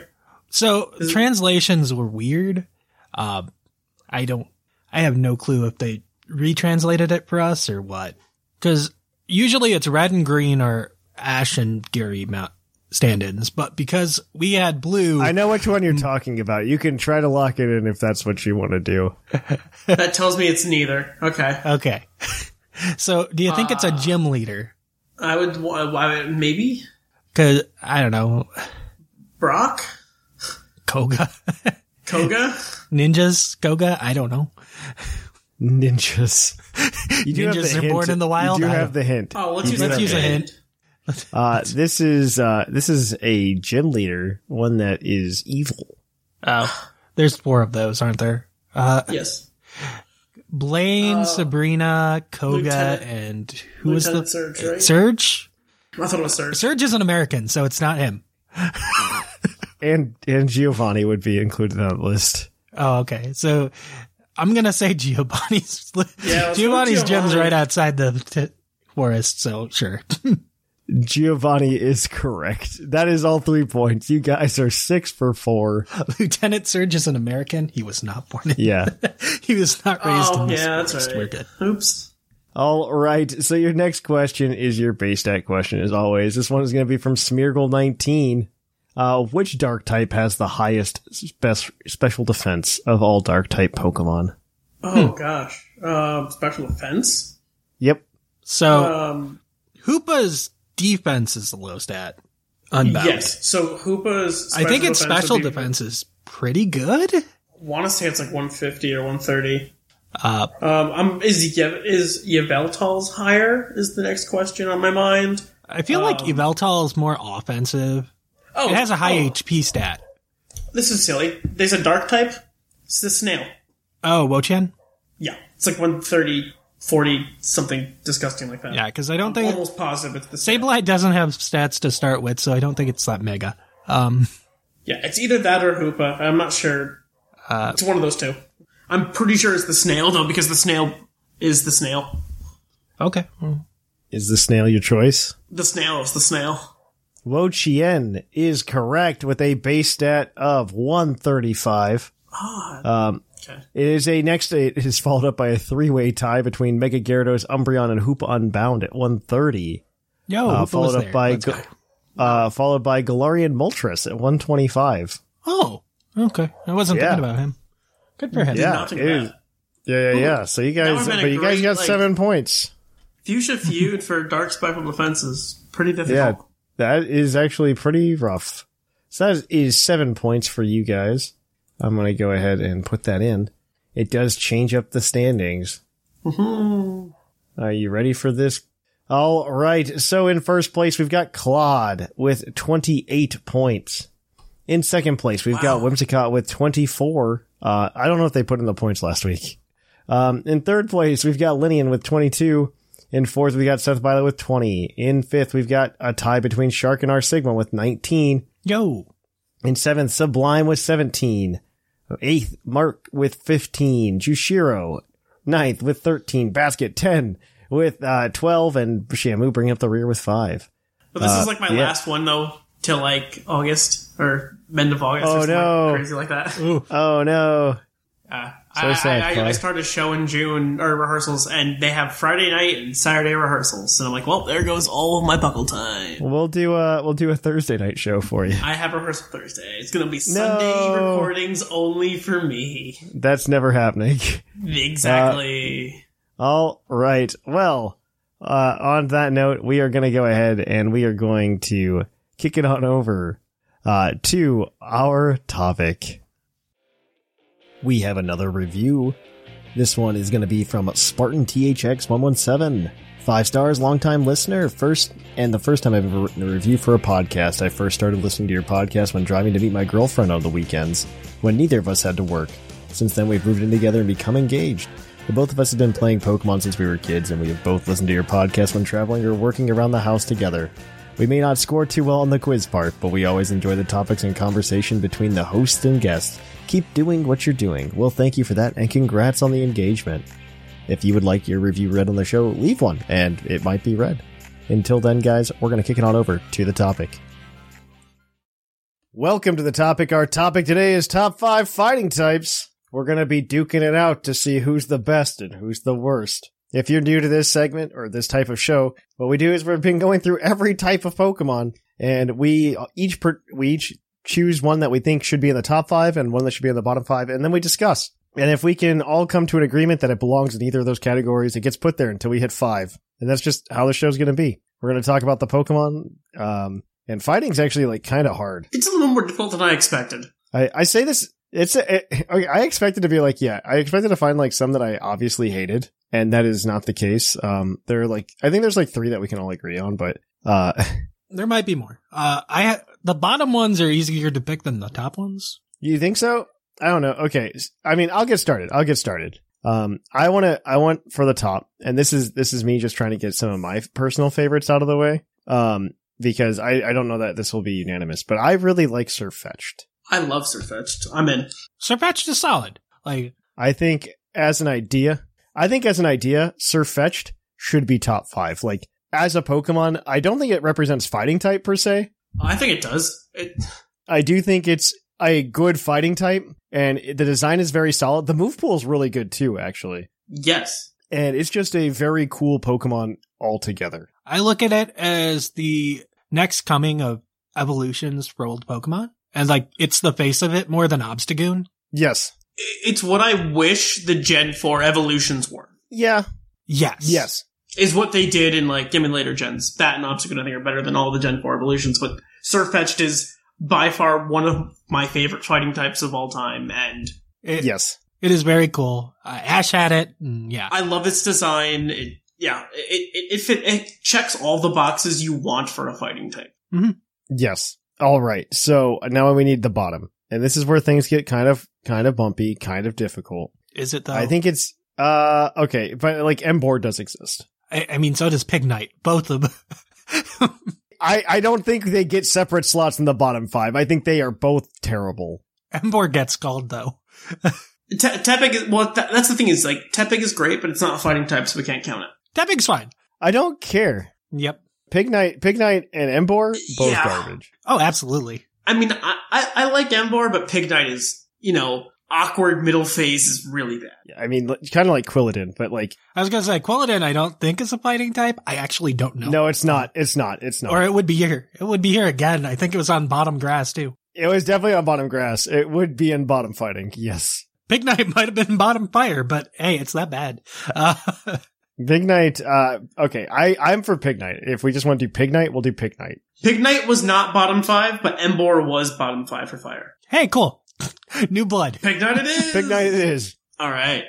[SPEAKER 4] So translations were weird. Um, I don't. I have no clue if they retranslated it for us or what. Because usually it's red and green or ash and Gary Mount stand-ins, but because we had blue,
[SPEAKER 2] I know which one you're talking about. You can try to lock it in if that's what you want to do.
[SPEAKER 3] that tells me it's neither. Okay,
[SPEAKER 4] Okay. so do you think it's a gym leader?
[SPEAKER 3] I would wa- why maybe
[SPEAKER 4] Because I don't know,
[SPEAKER 3] Brock
[SPEAKER 4] Koga,
[SPEAKER 3] Koga.
[SPEAKER 4] ninjas, Koga. I don't know.
[SPEAKER 2] Ninjas. You
[SPEAKER 4] Ninjas are born in the wild?
[SPEAKER 2] You do
[SPEAKER 4] I
[SPEAKER 2] have
[SPEAKER 4] don't-
[SPEAKER 2] the hint.
[SPEAKER 3] Oh, let's use,
[SPEAKER 4] do
[SPEAKER 3] let's
[SPEAKER 4] have
[SPEAKER 3] use a
[SPEAKER 4] a
[SPEAKER 3] hint.
[SPEAKER 2] Uh, this is uh, this is a gym leader, one that is evil.
[SPEAKER 4] Oh, there's four of those, aren't there? Uh,
[SPEAKER 3] Yes,
[SPEAKER 4] Blaine, Sabrina, Koga,
[SPEAKER 3] Oh. Lieutenant-
[SPEAKER 4] and who was the
[SPEAKER 3] Lieutenant Surge, right?
[SPEAKER 4] Surge?
[SPEAKER 3] I thought it was Surge.
[SPEAKER 4] Surge is an American, so it's not him.
[SPEAKER 2] And and Giovanni would be included on that list.
[SPEAKER 4] Oh, okay. So I'm gonna say Giovanni's.
[SPEAKER 3] Yeah, let's go
[SPEAKER 4] Giovanni's gym's
[SPEAKER 3] Giovanni.
[SPEAKER 4] right outside the t- forest, so sure.
[SPEAKER 2] Giovanni is correct. That is all three points. You guys are six for four.
[SPEAKER 4] Lieutenant Surge is an American. He was not born. In-
[SPEAKER 2] Yeah.
[SPEAKER 4] he was not raised
[SPEAKER 3] Oh,
[SPEAKER 4] in this
[SPEAKER 3] yeah, that's
[SPEAKER 4] forest.
[SPEAKER 3] right.
[SPEAKER 4] We're good.
[SPEAKER 3] Oops.
[SPEAKER 2] all right. So your next question is your base stat question, as always. This one is going to be from Smeargle nineteen. Uh, which dark type has the highest spe- special defense of all dark type Pokemon?
[SPEAKER 3] Oh
[SPEAKER 4] Hmm.
[SPEAKER 3] gosh. Um, special offense.
[SPEAKER 2] Yep.
[SPEAKER 4] So
[SPEAKER 3] Um,
[SPEAKER 4] Hoopa's defense is the low stat. Unbound.
[SPEAKER 3] yes. So Hoopa's.
[SPEAKER 4] I think its special
[SPEAKER 3] would be-
[SPEAKER 4] defense is pretty good.
[SPEAKER 3] want to say it's like 150 or 130.
[SPEAKER 4] Uh,
[SPEAKER 3] Um, I'm, is Ye- is Yveltal's higher? Is the next question on my mind?
[SPEAKER 4] I feel like Yveltal is more offensive.
[SPEAKER 3] Oh,
[SPEAKER 4] It has a high
[SPEAKER 3] Um, oh,
[SPEAKER 4] HP stat.
[SPEAKER 3] This is silly. There's a dark type. It's the snail.
[SPEAKER 4] Oh, Wochan?
[SPEAKER 3] Yeah, it's like 130, 40, something disgusting like that.
[SPEAKER 4] Yeah, because I don't
[SPEAKER 3] I'm
[SPEAKER 4] think
[SPEAKER 3] almost positive it's the same.
[SPEAKER 4] Sableye doesn't have stats to start with, so I don't think it's that mega. Um,
[SPEAKER 3] Yeah, it's either that or Hoopa. I'm not sure.
[SPEAKER 2] Uh,
[SPEAKER 3] it's one of those two. I'm pretty sure it's the snail though, because the snail is the snail.
[SPEAKER 4] okay. Well,
[SPEAKER 2] Is the snail your choice?
[SPEAKER 3] The snail is the snail.
[SPEAKER 2] Wo Chien is correct with a base stat of 135. Um,
[SPEAKER 3] Ah. Okay.
[SPEAKER 2] It is a next. It is followed up by a three-way tie between Mega Gyarados, Umbreon, and Hoop Unbound at 1:30.
[SPEAKER 4] Yo,
[SPEAKER 2] uh,
[SPEAKER 4] Hoopa was
[SPEAKER 2] followed up
[SPEAKER 4] there.
[SPEAKER 2] by
[SPEAKER 4] Let's
[SPEAKER 2] Ga-
[SPEAKER 4] go.
[SPEAKER 2] uh, followed by Galarian Moltres at 125.
[SPEAKER 4] Oh, okay. I wasn't
[SPEAKER 2] Yeah.
[SPEAKER 4] thinking about him. Good for him.
[SPEAKER 2] Yeah,
[SPEAKER 3] Not too
[SPEAKER 2] it is-
[SPEAKER 3] bad.
[SPEAKER 2] yeah, yeah, yeah. So you guys,
[SPEAKER 3] would've been a
[SPEAKER 2] but you guys
[SPEAKER 3] great,
[SPEAKER 2] got
[SPEAKER 3] like-
[SPEAKER 2] seven points.
[SPEAKER 3] Fuchsia feud for dark speckled offenses. Pretty
[SPEAKER 2] Yeah,
[SPEAKER 3] difficult.
[SPEAKER 2] that is actually pretty rough. So that is seven points for you guys. I'm gonna go ahead and put that in. It does change up the standings.
[SPEAKER 3] Mhm.
[SPEAKER 2] Are you ready for this? All right. So in first place, we've got Claude with 28 points. In second place, we've got Whimsicott with 24. Uh, I don't know if they put in the points last week. Um, in third place, we've got Linian with 22. In fourth, we got Seth Violet with 20. In fifth, we've got a tie between Shark and R Sigma with 19.
[SPEAKER 4] Yo,
[SPEAKER 2] In seventh, Sublime with 17. Eighth, Mark with 15. Jushiro, ninth with 13. Basket, 10 with uh, 12. And Shamu bringing up the rear with 5.
[SPEAKER 3] But this
[SPEAKER 2] Uh,
[SPEAKER 3] is like my
[SPEAKER 2] yeah.
[SPEAKER 3] last one though, till like August or end of August.
[SPEAKER 2] Oh,
[SPEAKER 3] or something
[SPEAKER 2] no.
[SPEAKER 3] Like crazy like that.
[SPEAKER 2] Oh, no.
[SPEAKER 3] Uh,
[SPEAKER 2] So
[SPEAKER 3] I,
[SPEAKER 2] sad,
[SPEAKER 3] I, I, I
[SPEAKER 2] Clay.
[SPEAKER 3] start a show in June or rehearsals, and they have Friday night and Saturday rehearsals, and I'm like, well, there goes all of my buckle time.
[SPEAKER 2] We'll do a, we'll do a Thursday night show for you.
[SPEAKER 3] I have rehearsal Thursday. It's gonna be Sunday recordings only for me.
[SPEAKER 2] That's never happening.
[SPEAKER 3] Exactly.
[SPEAKER 2] All right. Well, uh, on that note, we are going to go ahead and we are going to kick it on over uh, to our topic. We have another review. This one is going to be from Spartan THX 117. Five stars, longtime listener, first and the first time I've ever written a review for a podcast. I first started listening to your podcast when driving to meet my girlfriend on the weekends, when neither of us had to work. Since then, we've moved in together and become engaged. The both of us have been playing Pokemon since we were kids, and we have both listened to your podcast when traveling or working around the house together. We may not score too well on the quiz part, but we always enjoy the topics and conversation between the host and guests. Keep doing what you're doing. Well, thank you for that, and congrats on the engagement. If you would like your review read on the show, leave one, and it might be read. Until then, guys, we're going to kick it on over to the topic. Welcome to the topic. Our topic today is top five fighting types. We're going to be duking it out to see who's the best and who's the worst. If you're new to this segment or this type of show, what we do is we've been going through every type of Pokemon, and we each per- we each choose one that we think should be in the top five and one that should be in the bottom five, and then we discuss. And if we can all come to an agreement that it belongs in either of those categories, it gets put there until we hit five, and that's just how the show's going to be. We're going to talk about the Pokemon, um, and fighting's actually like kind of hard.
[SPEAKER 3] It's a little more difficult than I expected.
[SPEAKER 2] I, I say this. It's a, it, okay, I expected to be like yeah. I expected to find like some that I obviously hated, and that is not the case. Um, there are like I think there's like three that we can all agree on, but uh,
[SPEAKER 4] there might be more. Uh, I ha- the bottom ones are easier to pick than the top ones.
[SPEAKER 2] you think so? I don't know. Okay, s- I mean I'll get started. I'll get started. Um, I want to. I want for the top, and this is this is me just trying to get some of my personal favorites out of the way. Um, because I I don't know that this will be unanimous, but I really like Surfetched.
[SPEAKER 3] I love Sir Fetched. I'm in.
[SPEAKER 4] Surfetched is solid. Like
[SPEAKER 2] I think as an idea, I think as an idea, Surfetched should be top five. Like as a Pokemon, I don't think it represents fighting type per se.
[SPEAKER 3] I think it does. It,
[SPEAKER 2] I do think it's a good fighting type, and it- the design is very solid. The move pool is really good too, actually,
[SPEAKER 3] yes.
[SPEAKER 2] and it's just a very cool Pokemon altogether.
[SPEAKER 4] I look at it as the next coming of evolutions for old Pokemon, and like it's the face of it more than Obstagoon.
[SPEAKER 2] Yes.
[SPEAKER 3] It's what I wish the Gen 4 evolutions were.
[SPEAKER 2] Yeah.
[SPEAKER 4] Yes,
[SPEAKER 2] Yes.
[SPEAKER 3] is what they did in like give me later gens. That and Obstagoon I think are better than all the Gen 4 evolutions, but Surfetched is by far one of my favorite fighting types of all time, and
[SPEAKER 4] It-
[SPEAKER 2] Yes.
[SPEAKER 4] it is very cool. Uh, Ash had it. And yeah,
[SPEAKER 3] I love its design. It, yeah, it it, it, fit, it checks all the boxes you want for a fighting type.
[SPEAKER 2] Yes. All right. So now we need the bottom, and this is where things get kind of kind of bumpy, kind of difficult.
[SPEAKER 4] is it though?
[SPEAKER 2] I think it's uh okay, but like Embor does exist.
[SPEAKER 4] I, I mean, so does Pignite. Both of them.
[SPEAKER 2] I I don't think they get separate slots in the bottom five. I think they are both terrible.
[SPEAKER 4] Embor gets called though.
[SPEAKER 3] Te- Tepig is well. That, that's the thing is like Tepig is great, but it's not a fighting type, so we can't count it.
[SPEAKER 4] Tapping's fine.
[SPEAKER 2] I don't care.
[SPEAKER 4] Yep.
[SPEAKER 2] Pig Knight, Pig Knight, and Embor both
[SPEAKER 3] Yeah.
[SPEAKER 2] garbage.
[SPEAKER 4] Oh, absolutely.
[SPEAKER 3] I mean, I I, I like Embor, but Pignite is you know awkward middle phase is really bad.
[SPEAKER 2] I mean, kind of like Quilladin, but like,
[SPEAKER 4] I was gonna say Quilladin. I don't think is a fighting type. I actually don't know.
[SPEAKER 2] no. it's not. It's not. It's not.
[SPEAKER 4] Or it would be here. It would be here again. I think it was on bottom grass too.
[SPEAKER 2] it was definitely on bottom grass. It would be in bottom fighting. Yes.
[SPEAKER 4] Big Knight might have been bottom fire, but hey, it's that bad. Uh,
[SPEAKER 2] Pig Knight. Uh, okay. I, I'm for Pig Knight. If we just want to do Pig Knight, we'll do Pig Knight.
[SPEAKER 3] Pig Knight was not bottom five, but Embor was bottom five for fire.
[SPEAKER 4] hey, cool. New blood.
[SPEAKER 3] Pig Knight it is.
[SPEAKER 2] Pig Knight it is.
[SPEAKER 3] All right.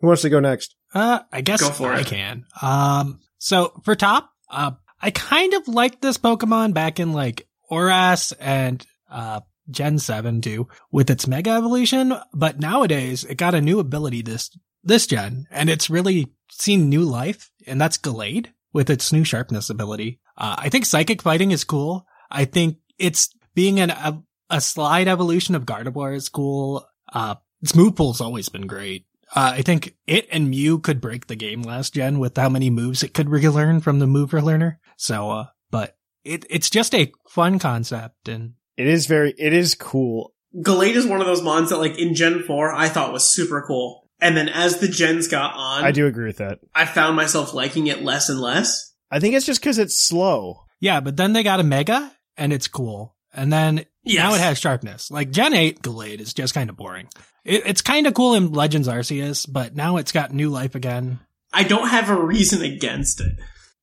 [SPEAKER 2] Who wants to go next?
[SPEAKER 4] Uh, I guess
[SPEAKER 3] Go for
[SPEAKER 4] I
[SPEAKER 3] it.
[SPEAKER 4] can. Um, so for top, uh, I kind of liked this Pokemon back in like Oras and, uh, Gen 7 too with its mega evolution, but nowadays it got a new ability this, this gen and it's really seen new life and that's Gallade with its new sharpness ability. Uh, I think psychic fighting is cool. I think it's being an, a, a slide evolution of Gardevoir is cool. Uh, its move pool's always been great. Uh, I think it and Mew could break the game last gen with how many moves it could relearn from the mover learner. So, uh, but it, it's just a fun concept and
[SPEAKER 2] It is very, it is cool.
[SPEAKER 3] Gallade is one of those mons that, like, in Gen 4, I thought was super cool. And then as the gens got on,
[SPEAKER 2] I do agree with that.
[SPEAKER 3] I found myself liking it less and less.
[SPEAKER 2] I think it's just because it's slow.
[SPEAKER 4] yeah, but then they got a mega and it's cool. And then
[SPEAKER 3] Yes.
[SPEAKER 4] now it has sharpness. Like Gen 8 Gallade is just kind of boring. It, it's kind of cool in Legends Arceus, but now it's got new life again.
[SPEAKER 3] I don't have a reason against it,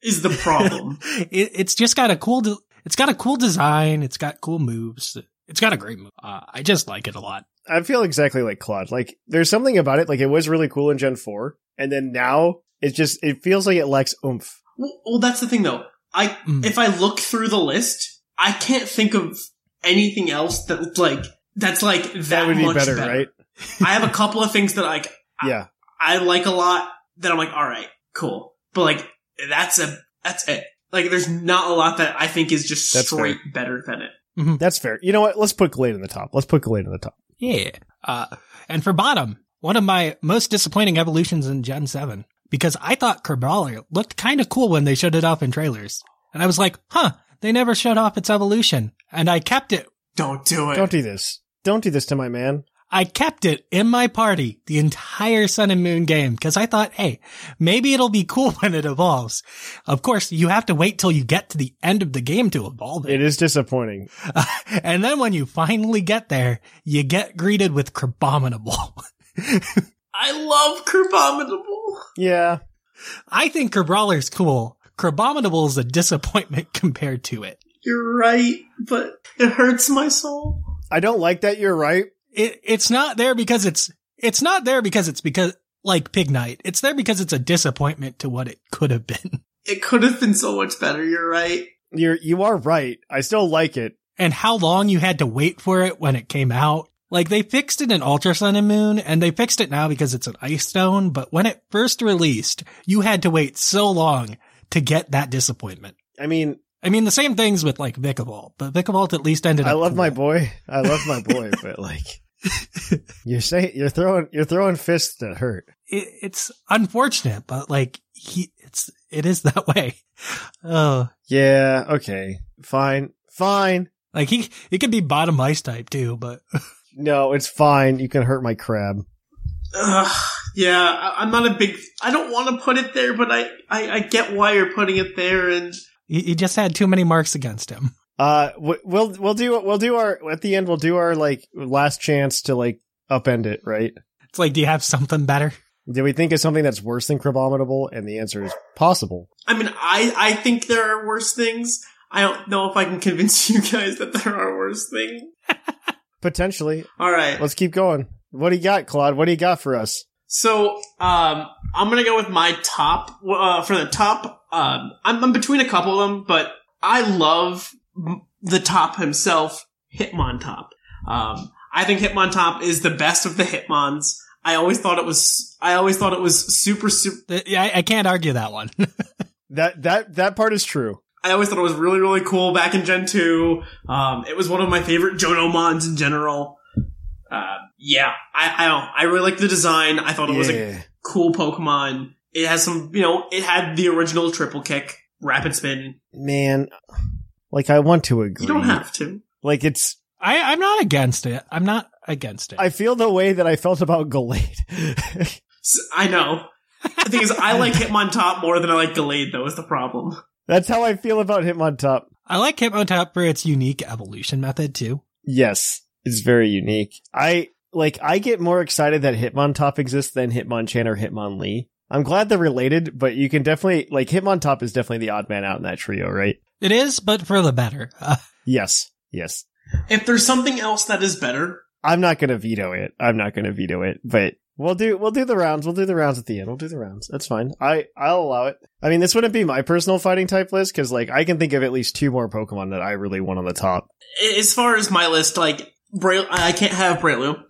[SPEAKER 3] is the problem.
[SPEAKER 4] it, it's just got a cool, de- it's got a cool design. It's got cool moves. It's got a great move. Uh, I just like it a lot.
[SPEAKER 2] I feel exactly like Claude. Like there's something about it. Like it was really cool in Gen 4. And then now it's just, it feels like it lacks oomph.
[SPEAKER 3] Well, well, that's the thing though. I
[SPEAKER 4] Mm.
[SPEAKER 3] if I look through the list, I can't think of anything else that like that's like that,
[SPEAKER 2] That would be
[SPEAKER 3] much
[SPEAKER 2] better, right?
[SPEAKER 3] I have a couple of things that like
[SPEAKER 2] Yeah.
[SPEAKER 3] I like a lot that I'm like, all right, cool, but like that's a that's it. Like there's not a lot that I think is just
[SPEAKER 2] That's
[SPEAKER 3] straight better than it.
[SPEAKER 2] That's fair. You know what? Let's put Glade in the top. Let's put Glade in the top.
[SPEAKER 4] Yeah. Uh, and for bottom, one of my most disappointing evolutions in Gen 7, because I thought Kerbalar looked kind of cool when they showed it off in trailers. And I was like, huh, they never showed off its evolution. And I kept it.
[SPEAKER 3] Don't do it.
[SPEAKER 2] Don't do this. Don't do this to my man.
[SPEAKER 4] I kept it in my party the entire Sun and Moon game because I thought, hey, maybe it'll be cool when it evolves. Of course, you have to wait till you get to the end of the game to evolve
[SPEAKER 2] It is disappointing.
[SPEAKER 4] and then when you finally get there, you get greeted with Kerbominable.
[SPEAKER 3] I love Kerbominable.
[SPEAKER 2] Yeah.
[SPEAKER 4] I think Kerbrawler's cool. Kerbominable is a disappointment compared to it.
[SPEAKER 3] You're right, but it hurts my soul.
[SPEAKER 2] I don't like that. You're right.
[SPEAKER 4] it. It's not there because it's it's not there because it's because like Pig Knight. It's there because it's a disappointment to what it could have been
[SPEAKER 3] It could have been so much better. You're right.
[SPEAKER 2] You're, you are right. I still like it.
[SPEAKER 4] and how long you had to wait for it when it came out. Like they fixed it in Ultra Sun and Moon and they fixed it now because it's an ice stone, but when it first released, you had to wait so long to get that disappointment.
[SPEAKER 2] I mean,
[SPEAKER 4] I mean the same things with like Vikavolt, but Vikavolt at least ended
[SPEAKER 2] I
[SPEAKER 4] up
[SPEAKER 2] love
[SPEAKER 4] cool.
[SPEAKER 2] my boy. I love my boy, but like you're saying, you're throwing, you're throwing fists that hurt.
[SPEAKER 4] it, it's unfortunate, but like he, it's it is that way. Oh,
[SPEAKER 2] Yeah. Okay. Fine. Fine.
[SPEAKER 4] like he he could be bottom ice type too, but
[SPEAKER 2] No, it's fine. You can hurt my crab.
[SPEAKER 3] Ugh, yeah, I, I'm not a big. I don't want to put it there, but I, I I get why you're putting it there, and
[SPEAKER 4] he, he just had too many marks against him.
[SPEAKER 2] Uh, w- we'll we'll do we'll do our at the end we'll do our like last chance to like upend it. Right?
[SPEAKER 4] It's like, do you have something better?
[SPEAKER 2] Did we think of something that's worse than crabominable? And the answer is possible.
[SPEAKER 3] I mean, I I think there are worse things. I don't know if I can convince you guys that there are worse things.
[SPEAKER 2] Potentially.
[SPEAKER 3] All right,
[SPEAKER 2] Let's keep going. What do you got, Claude? What do you got for us?
[SPEAKER 3] so um, I'm gonna go with my top uh, for the top. Um, I'm, I'm between a couple of them, but I love m- the top himself, Hitmon Top. Um, I think Hitmon Top is the best of the Hitmons. I always thought it was. I always thought it was super super.
[SPEAKER 4] Th- yeah, I, I can't argue that one.
[SPEAKER 2] That that that part is true.
[SPEAKER 3] I always thought it was really, really cool back in Gen 2. Um, it was one of my favorite Jonomons in general. Uh, yeah, I, I don't. I really like the design. I thought it was a
[SPEAKER 2] Yeah.
[SPEAKER 3] cool Pokemon. It has some, you know, it had the original triple kick, rapid spin.
[SPEAKER 2] Man, like I want to agree.
[SPEAKER 3] You don't have to.
[SPEAKER 2] Like it's
[SPEAKER 4] I I'm not against it. I'm not. against it.
[SPEAKER 2] I feel the way that I felt about Gallade.
[SPEAKER 3] S- I know. The thing is, I like Hitmontop more than I like Gallade, though, is the problem.
[SPEAKER 2] That's how I feel about Hitmontop.
[SPEAKER 4] I like Hitmontop for its unique evolution method too.
[SPEAKER 2] Yes, it's very unique. I like. I get more excited that Hitmontop exists than Hitmonchan or Hitmonlee. I'm glad they're related, but you can definitely like Hitmontop is definitely the odd man out in that trio, right?
[SPEAKER 4] It is, but for the better. Uh,
[SPEAKER 2] Yes, yes.
[SPEAKER 3] If there's something else that is better,
[SPEAKER 2] I'm not gonna veto it. I'm not gonna veto it, but we'll do we'll do the rounds. We'll do the rounds at the end. We'll do the rounds. That's fine. I I'll allow it. I mean, this wouldn't be my personal fighting type list because like I can think of at least two more Pokemon that I really want on the top.
[SPEAKER 3] I- as far as my list, like, Braille, I I can't have Breloom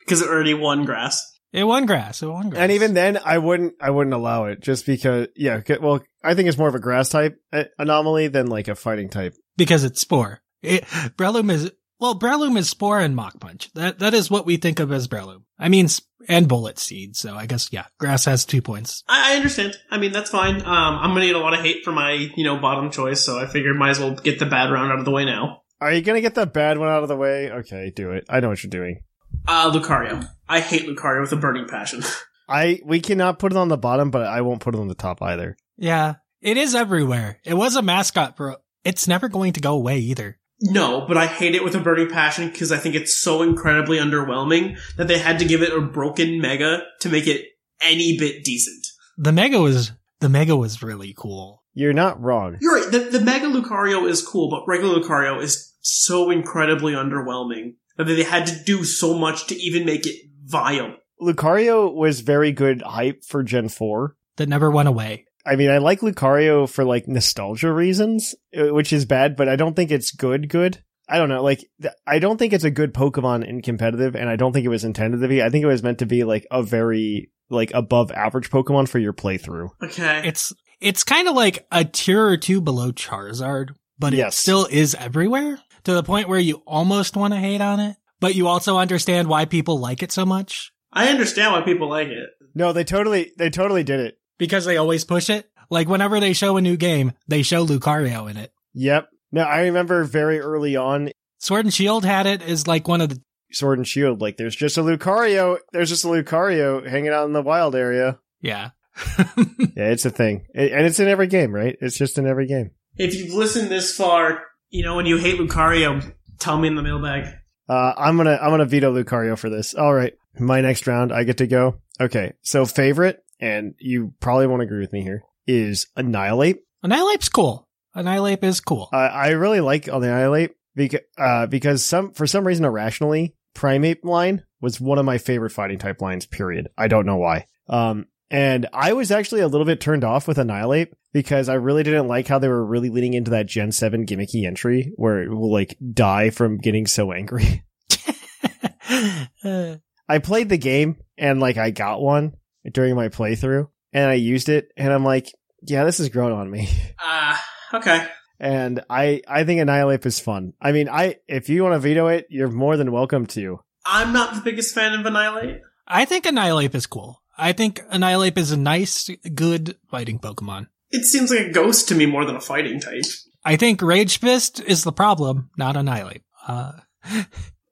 [SPEAKER 3] because it already won grass.
[SPEAKER 4] it won grass. It won grass.
[SPEAKER 2] And even then, I wouldn't I wouldn't allow it just because yeah. c- Well, I think it's more of a grass type uh, anomaly than like a fighting type.
[SPEAKER 4] because it's spore. It, Breloom is well, Breloom is spore and mock punch. That that is what we think of as Breloom. I mean, sp- and bullet seed. So I guess yeah, grass has two points.
[SPEAKER 3] I, I understand. I mean, that's fine. Um, I'm gonna get a lot of hate for my, you know, bottom choice, so I figured might as well get the bad round out of the way now.
[SPEAKER 2] Are you gonna get the bad one out of the way? Okay, do it. I know what you're doing.
[SPEAKER 3] Uh, Lucario. I hate Lucario with a burning passion.
[SPEAKER 2] I we cannot put it on the bottom, but I won't put it on the top either.
[SPEAKER 4] Yeah, it is everywhere. It was a mascot for. It's never going to go away either.
[SPEAKER 3] No, but I hate it with a burning passion because I think it's so incredibly underwhelming that they had to give it a broken mega to make it any bit decent.
[SPEAKER 4] The mega was the mega was really cool.
[SPEAKER 2] You're not wrong.
[SPEAKER 3] You're right, the, the mega Lucario is cool, but regular Lucario is so incredibly underwhelming that they had to do so much to even make it vile.
[SPEAKER 2] Lucario was very good hype for Gen 4.
[SPEAKER 4] That never went away.
[SPEAKER 2] I mean, I like Lucario for like nostalgia reasons, uh, which is bad, but I don't think it's good, good. I don't know. Like, th- I don't think it's a good Pokemon in competitive, and I don't think it was intended to be. I think it was meant to be like a very, like, above average Pokemon for your playthrough.
[SPEAKER 3] Okay.
[SPEAKER 4] It's it's kind of like a tier or two below Charizard, but it
[SPEAKER 2] Yes.
[SPEAKER 4] still is everywhere to the point where you almost want to hate on it, but you also understand why people like it so much
[SPEAKER 3] I understand why people like it.
[SPEAKER 2] No, they totally, they totally did it.
[SPEAKER 4] because they always push it. Like whenever they show a new game, they show Lucario in it.
[SPEAKER 2] Yep. No, I remember very early on
[SPEAKER 4] Sword and Shield had it as like one of the
[SPEAKER 2] Sword and Shield, like, there's just a Lucario, there's just a Lucario hanging out in the wild area.
[SPEAKER 4] yeah.
[SPEAKER 2] yeah, it's a thing. It, and it's in every game, right? It's just in every game.
[SPEAKER 3] If you've listened this far, you know, and you hate Lucario, tell me in the mailbag.
[SPEAKER 2] Uh, I'm gonna I'm gonna veto Lucario for this. All right, my next round, I get to go. Okay, so favorite, and you probably won't agree with me here, is Annihilate.
[SPEAKER 4] Annihilate's cool. Annihilate is cool.
[SPEAKER 2] I I really like Annihilate because uh, because some for some reason irrationally, Primate line was one of my favorite fighting type lines. Period. I don't know why. Um, and I was actually a little bit turned off with Annihilate because I really didn't like how they were really leaning into that Gen Seven gimmicky entry where it will like die from getting so angry.
[SPEAKER 4] Uh,
[SPEAKER 2] I played the game and like I got one during my playthrough and I used it and I'm like, yeah, this has grown on me.
[SPEAKER 3] Ah, okay.
[SPEAKER 2] And I I think Annihilate is fun. I mean, I if you want to veto it, you're more than welcome to.
[SPEAKER 3] I'm not the biggest fan of Annihilate.
[SPEAKER 4] I think Annihilate is cool. I think Annihilate is a nice, good fighting Pokemon.
[SPEAKER 3] It seems like a ghost to me more than a fighting type.
[SPEAKER 4] I think Rage Fist is the problem, not Annihilate. Uh,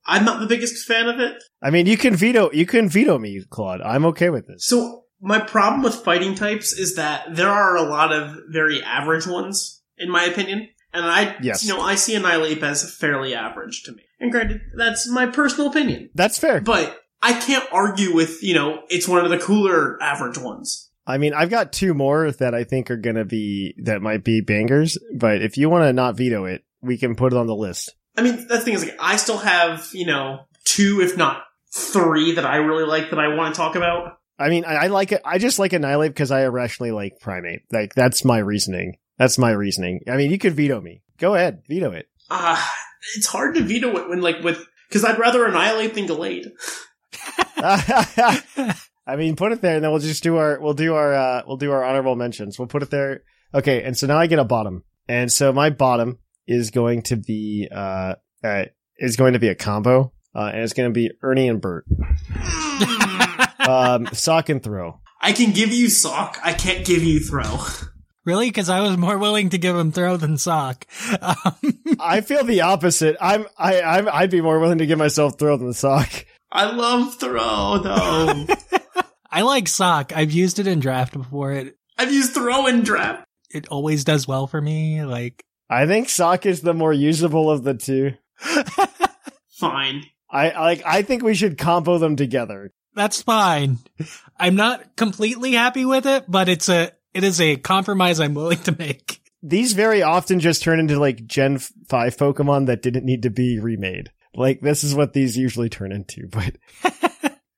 [SPEAKER 3] I'm not the biggest fan of it.
[SPEAKER 2] I mean, you can veto you can veto me, Claude. I'm okay with this.
[SPEAKER 3] So, my problem with fighting types is that there are a lot of very average ones, in my opinion. And I,
[SPEAKER 2] Yes.
[SPEAKER 3] you know, I see Annihilate as fairly average to me. And granted, that's my personal opinion.
[SPEAKER 2] That's fair.
[SPEAKER 3] But I can't argue with, you know, it's one of the cooler average ones.
[SPEAKER 2] I mean, I've got two more that I think are going to be that might be bangers, but if you want to not veto it, we can put it on the list.
[SPEAKER 3] I mean, that's the thing is, like, I still have, you know, two, if not three, that I really like that I want to talk about.
[SPEAKER 2] I mean, I, I like it. I just like Annihilate because I irrationally like Primate. Like, that's my reasoning. That's my reasoning. I mean, you could veto me. Go ahead, veto it.
[SPEAKER 3] Uh, it's hard to veto it when, like, with, because I'd rather annihilate than Gallade.
[SPEAKER 2] I mean, put it there, and then we'll just do our we'll do our uh, we'll do our honorable mentions. We'll put it there. Okay, and so now I get a bottom, and so my bottom is going to be uh, uh is going to be a combo, uh, and it's going to be Ernie and Bert, um, sock and throw.
[SPEAKER 3] I can give you sock, I can't give you throw.
[SPEAKER 4] Really? Because I was more willing to give him throw than sock. Um,
[SPEAKER 2] I feel the opposite. I'm I I'm, I'd be more willing to give myself throw than sock.
[SPEAKER 3] I love throw though.
[SPEAKER 4] I like sock. I've used it in draft before. It
[SPEAKER 3] I've used throw in draft.
[SPEAKER 4] it always does well for me. Like
[SPEAKER 2] I think sock is the more usable of the two.
[SPEAKER 3] Fine.
[SPEAKER 2] I I- like. I think we should combo them together.
[SPEAKER 4] that's fine. I'm not completely happy with it, but it's a it is a compromise I'm willing to make.
[SPEAKER 2] These very often just turn into like Gen Five Pokemon that didn't need to be remade. Like this is what these usually turn into, but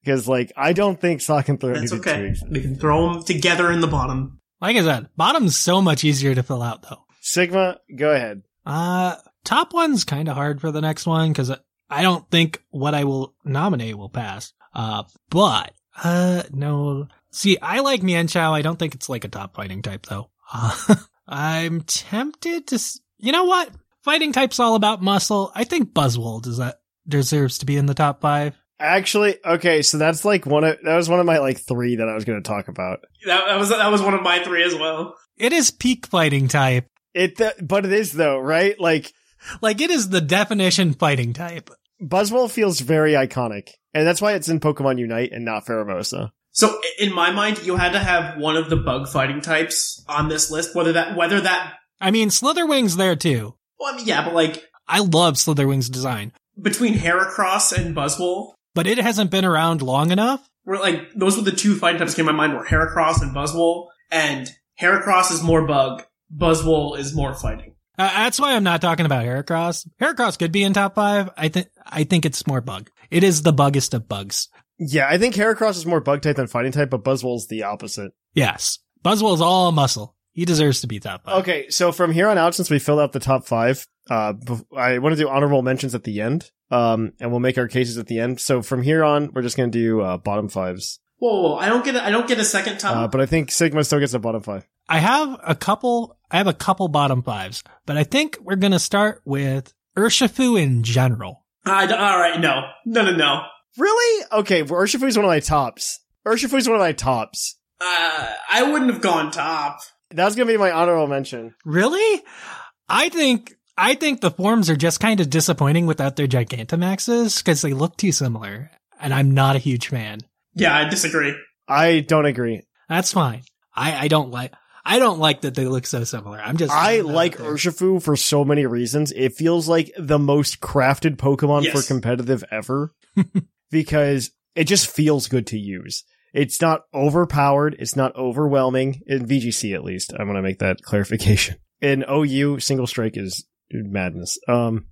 [SPEAKER 2] because like I don't think Sock and Throw
[SPEAKER 3] That's
[SPEAKER 2] needed to
[SPEAKER 3] okay.
[SPEAKER 2] exist.
[SPEAKER 3] We can throw them together in the bottom.
[SPEAKER 4] Like I said, bottom's so much easier to fill out though.
[SPEAKER 2] Sigma, go ahead.
[SPEAKER 4] Uh, top one's kind of hard for the next one because I don't think what I will nominate will pass. Uh, but, uh, no. See, I like Mian Chao. I don't think it's like a top fighting type though. Uh, I'm tempted to, s- you know what? Fighting type's all about muscle. I think Buzzwold is that deserves to be in the top five.
[SPEAKER 2] Actually, okay, so that's like one of that was one of my like three that I was going to talk about.
[SPEAKER 3] That, that was that was one of my three as well.
[SPEAKER 4] It is peak fighting type.
[SPEAKER 2] It, th- but it is though, right? Like
[SPEAKER 4] Like it is the definition fighting type.
[SPEAKER 2] Buzzwell feels very iconic, and that's why it's in Pokemon Unite and not Faramosa.
[SPEAKER 3] So i- in my mind, you had to have one of the bug fighting types on this list. Whether that whether that
[SPEAKER 4] I mean, Slitherwing's there too.
[SPEAKER 3] well, I mean, yeah, but like
[SPEAKER 4] I love Slitherwing's design,
[SPEAKER 3] between Heracross and Buzzwole,
[SPEAKER 4] but it hasn't been around long enough.
[SPEAKER 3] were like those were the two fighting types that came to my mind were Heracross and Buzzwole, and Heracross is more bug, Buzzwole is more fighting.
[SPEAKER 4] Uh, that's why I'm not talking about Heracross. Heracross could be in top five. I think I think it's more bug. It is the buggest of bugs.
[SPEAKER 2] Yeah, I think Heracross is more bug type than fighting type, but Buzzwell's the opposite.
[SPEAKER 4] Yes, Buzzwell's all muscle. He deserves to be top five.
[SPEAKER 2] Okay, so from here on out, since we filled out the top five, uh, bef- I want to do honorable mentions at the end, um, and we'll make our cases at the end. So from here on, we're just going to do uh, bottom fives.
[SPEAKER 3] Whoa, whoa, whoa, I don't get a, I don't get a second top.
[SPEAKER 2] Uh, but I think Sigma still gets a bottom five.
[SPEAKER 4] I have a couple. I have a couple bottom fives, but I think we're gonna start with Urshifu in general.
[SPEAKER 3] I d- all right, no, no, no, no.
[SPEAKER 2] Really? Okay, well, Urshifu's one of my tops. Urshifu's one of my tops.
[SPEAKER 3] Uh, I wouldn't have gone top.
[SPEAKER 2] That's going to be my honorable mention.
[SPEAKER 4] Really? I think I think the forms are just kind of disappointing without their Gigantamaxes because they look too similar, and I'm not a huge fan.
[SPEAKER 3] Yeah, I disagree.
[SPEAKER 2] I don't agree.
[SPEAKER 4] That's fine. I, I don't like I don't like that they look so similar. I'm just
[SPEAKER 2] I like
[SPEAKER 4] Urshifu.
[SPEAKER 2] Urshifu for so many reasons. It feels like the most crafted Pokemon
[SPEAKER 3] Yes.
[SPEAKER 2] for competitive ever because it just feels good to use. It's not overpowered. It's not overwhelming in VGC at least. I want to make that clarification. In OU, single strike is madness. Um,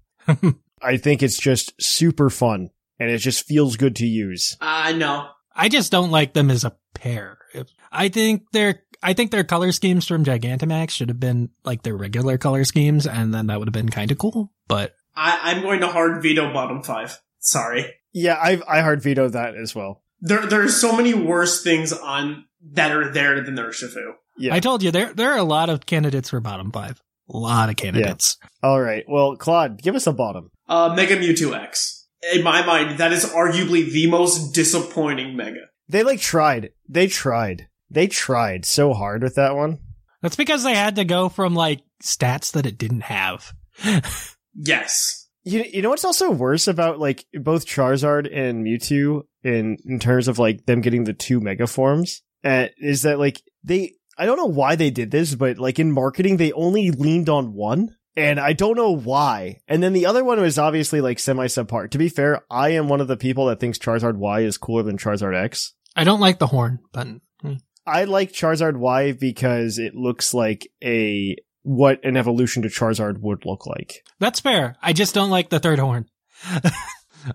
[SPEAKER 2] I think it's just super fun and it just feels good to use.
[SPEAKER 3] Uh, no.
[SPEAKER 4] I just don't like them as a pair. If- I think their I think their color schemes from Gigantamax should have been like their regular color schemes, and then that would have been kind of cool. But
[SPEAKER 3] I, I'm going to hard veto bottom five. Sorry.
[SPEAKER 2] Yeah, I I hard veto that as well.
[SPEAKER 3] There, there are so many worse things on that are there than there are Shifu.
[SPEAKER 2] Yeah.
[SPEAKER 4] I told you there there are a lot of candidates for bottom five. A lot of candidates.
[SPEAKER 2] All right. Well, Claude, give us a bottom.
[SPEAKER 3] Uh, Mega Mewtwo X. In my mind, that is arguably the most disappointing Mega.
[SPEAKER 2] They like tried. They tried. They tried so hard with that one.
[SPEAKER 4] That's because they had to go from like stats that it didn't have.
[SPEAKER 3] Yes.
[SPEAKER 2] You, you know what's also worse about like both Charizard and Mewtwo in in terms of like them getting the two mega forms uh, is that like they I don't know why they did this but like in marketing they only leaned on one and I don't know why and then the other one was obviously like semi subpar. To be fair, I am one of the people that thinks Charizard Y is cooler than Charizard X.
[SPEAKER 4] I don't like the horn button. Hmm.
[SPEAKER 2] I like Charizard Y because it looks like a what an evolution to Charizard would look like.
[SPEAKER 4] That's fair. I just don't like the third horn.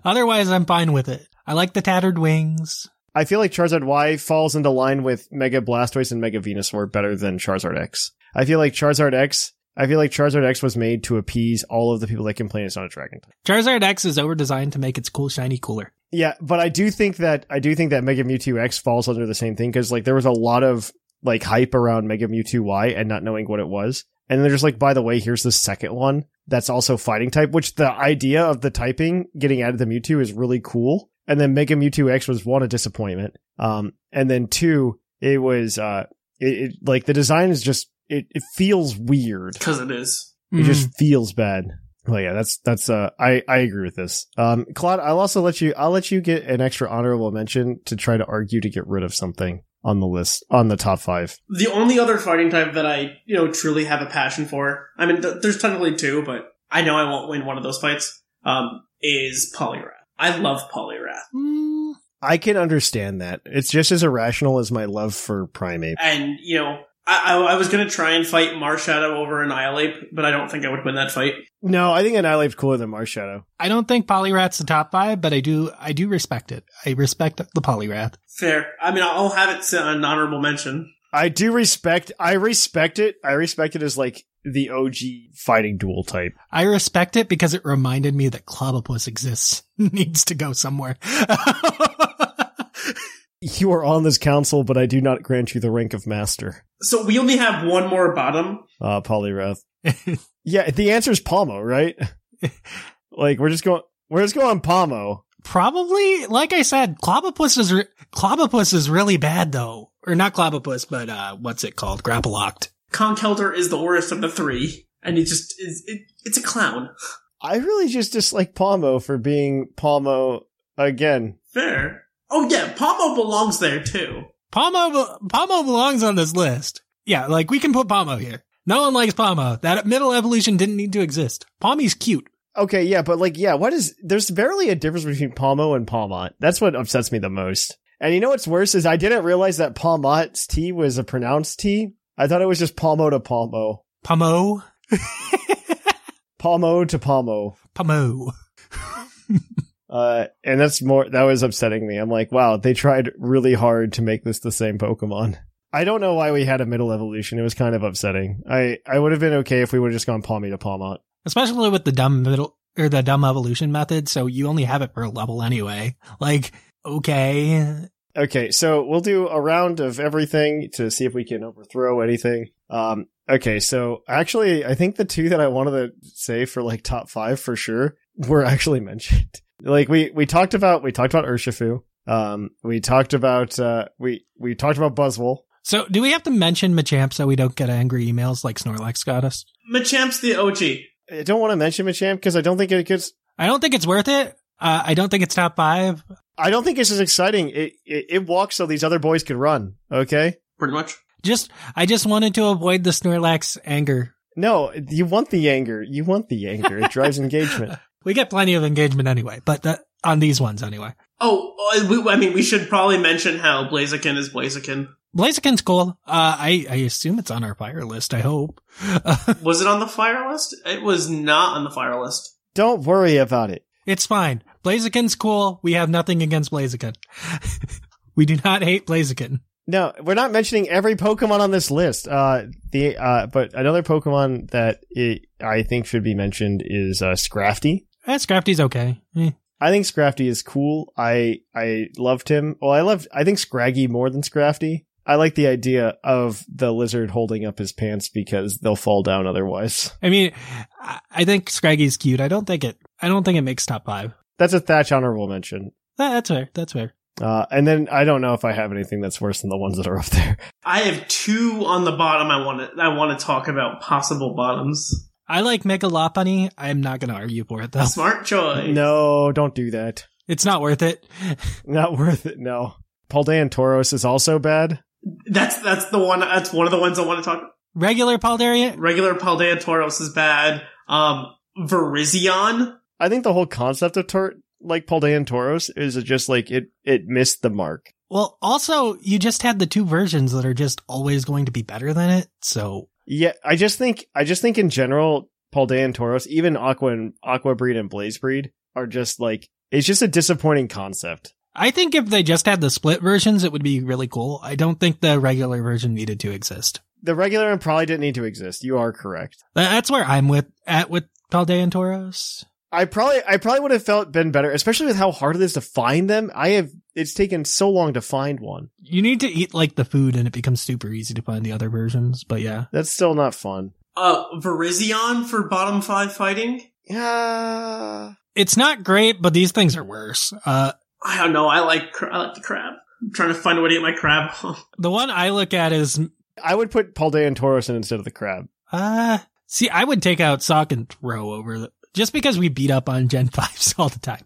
[SPEAKER 4] Otherwise, I'm fine with it. I like the tattered wings.
[SPEAKER 2] I feel like Charizard Y falls into line with Mega Blastoise and Mega Venusaur better than Charizard X. I feel like Charizard X. I feel like Charizard X was made to appease all of the people that complain it's not a dragon type.
[SPEAKER 4] Charizard X is overdesigned to make its cool shiny cooler.
[SPEAKER 2] Yeah, but I do think that I do think that Mega Mewtwo X falls under the same thing because like there was a lot of like hype around Mega Mewtwo Y and not knowing what it was, and they're just like, by the way, here's the second one that's also fighting type. Which the idea of the typing getting added to Mewtwo is really cool. And then Mega Mewtwo X was one a disappointment, um, and then two it was uh, it, it like the design is just it, it feels weird.
[SPEAKER 3] because it is.
[SPEAKER 2] It just feels bad. Well, yeah, that's that's uh, I I agree with this. Um, Claude, I'll also let you I'll let you get an extra honorable mention to try to argue to get rid of something on the list on the top five.
[SPEAKER 3] The only other fighting type that I, you know, truly have a passion for, I mean, th- there's technically two, but I know I won't win one of those fights, um, is Polyrath. I love Polyrath.
[SPEAKER 2] I can understand that. It's just as irrational as my love for primate.
[SPEAKER 3] And, you know, I, I, I was going to try and fight Marshadow over Annihilate, but I don't think I would win that fight.
[SPEAKER 2] No, I think Annihilate's cooler than Marshadow.
[SPEAKER 4] I don't think Polyrath's the top five, but I do I do respect it. I respect the Polyrath.
[SPEAKER 3] Fair. I mean, I'll have it sit on an honorable mention.
[SPEAKER 2] I do respect. I respect it. I respect it as like the OG fighting duel type.
[SPEAKER 4] I respect it because it reminded me that Clobopus exists, needs to go somewhere.
[SPEAKER 2] You are on this council, but I do not grant you the rank of master.
[SPEAKER 3] So we only have one more bottom.
[SPEAKER 2] Uh, Polyrath. yeah, the answer is Palmo, right? like we're just going. We're just going Palmo.
[SPEAKER 4] Probably, like I said, Clobopus is re- Clobopus is really bad though, or not Clobopus, but uh, what's it called? Grappalocked.
[SPEAKER 3] Conkelder is the worst of the three, and he just is. It, it's a clown.
[SPEAKER 2] I really just dislike Palmo for being Palmo again.
[SPEAKER 3] Fair. Oh yeah, Pomo belongs there too.
[SPEAKER 4] Pomo, be- Pomo belongs on this list. Yeah, like we can put Pomo here. No one likes Pomo. That middle evolution didn't need to exist. Pommi's cute.
[SPEAKER 2] Okay, yeah, but like, yeah, what is there's barely a difference between Palmo and Palmot. That's what upsets me the most. And you know what's worse is I didn't realize that Palmot's T was a pronounced T. I thought it was just Palmo to Palmo,
[SPEAKER 4] Pomo,
[SPEAKER 2] Palmo to Palmo.
[SPEAKER 4] Pomo.
[SPEAKER 2] Uh, and that's more that was upsetting me. I'm like, wow, they tried really hard to make this the same Pokemon. I don't know why we had a middle evolution. It was kind of upsetting. I I would have been okay if we would have just gone Palmy to Palmot.
[SPEAKER 4] Especially with the dumb middle or the dumb evolution method, so you only have it for a level anyway. Like, okay.
[SPEAKER 2] Okay, so we'll do a round of everything to see if we can overthrow anything. Um, okay, so actually, I think the two that I wanted to say for like top five for sure were actually mentioned. Like we we talked about we talked about Urshifu. Um, we talked about uh, we we talked about Buzzwole.
[SPEAKER 4] So do we have to mention Machamp so we don't get angry emails like Snorlax got us?
[SPEAKER 3] Machamp's the OG.
[SPEAKER 2] I don't want to mention Machamp because I don't think it gets.
[SPEAKER 4] I don't think it's worth it. Uh, I don't think it's top five.
[SPEAKER 2] I don't think it's as exciting. It, it it walks so these other boys could run. Okay.
[SPEAKER 3] Pretty much.
[SPEAKER 4] Just, I just wanted to avoid the Snorlax anger.
[SPEAKER 2] No, you want the anger. You want the anger. It drives engagement.
[SPEAKER 4] We get plenty of engagement anyway, but that, on these ones anyway.
[SPEAKER 3] Oh, uh, we, I mean, we should probably mention how Blaziken is Blaziken.
[SPEAKER 4] Blaziken's cool. Uh, I, I assume it's on our fire list. I hope. Uh,
[SPEAKER 3] Was it on the fire list? It was not on the fire list.
[SPEAKER 2] Don't worry about it.
[SPEAKER 4] It's fine. Blaziken's cool. We have nothing against Blaziken. we do not hate Blaziken.
[SPEAKER 2] No, we're not mentioning every Pokemon on this list. Uh, the uh, but another Pokemon that it, I think should be mentioned is uh, Scrafty.
[SPEAKER 4] Eh, Scrafty's okay. Eh.
[SPEAKER 2] I think Scrafty is cool. I I loved him. Well, I loved. I think Scraggy more than Scrafty. I like the idea of the lizard holding up his pants because they'll fall down otherwise.
[SPEAKER 4] I mean, I, I think Scraggy's cute. I don't think it. I don't think it makes top five.
[SPEAKER 2] That's a Thatch honorable mention.
[SPEAKER 4] That, that's fair. That's fair.
[SPEAKER 2] Uh, and then I don't know if I have anything that's worse than the ones that are up there.
[SPEAKER 3] I have two on the bottom. I want to. I want to talk about possible bottoms.
[SPEAKER 4] I like Megalopony. I'm not going to argue for it though.
[SPEAKER 3] Smart choice.
[SPEAKER 2] No, don't do that.
[SPEAKER 4] It's not worth it.
[SPEAKER 2] Not worth it. No. Paldean Tauros is also bad.
[SPEAKER 3] That's that's the one. That's one of the ones I want to talk.
[SPEAKER 4] Regular Paldaria.
[SPEAKER 3] Regular Paldea Tauros is bad. Um, Virizion.
[SPEAKER 2] I think the whole concept of Tor- like Paldean Tauros is just like it it missed the mark.
[SPEAKER 4] Well, also you just had the two versions that are just always going to be better than it. So
[SPEAKER 2] Yeah, I just think I just think in general Paldean Tauros, even Aqua and Aqua Breed and Blaze Breed are just like it's just a disappointing concept.
[SPEAKER 4] I think if they just had the split versions, it would be really cool. I don't think the regular version needed to exist.
[SPEAKER 2] The regular one probably didn't need to exist. You are correct.
[SPEAKER 4] Tha- That's where I'm with at with Paldean Tauros.
[SPEAKER 2] I probably I probably would have felt been better, especially with how hard it is to find them. I have it's taken so long to find one.
[SPEAKER 4] You need to eat like the food, and it becomes super easy to find the other versions. But yeah,
[SPEAKER 2] That's still not fun.
[SPEAKER 3] Uh, Virizion for bottom five fighting.
[SPEAKER 2] Yeah.
[SPEAKER 4] it's not great, but these things are worse. Uh,
[SPEAKER 3] I don't know. I like cra- I like the crab. I'm trying to find a way to get my crab.
[SPEAKER 4] the one I look at is
[SPEAKER 2] I would put Paul and Tauros in instead of the crab.
[SPEAKER 4] Uh, see, I would take out Sock and Throw over the, just because we beat up on Gen 5s all the time.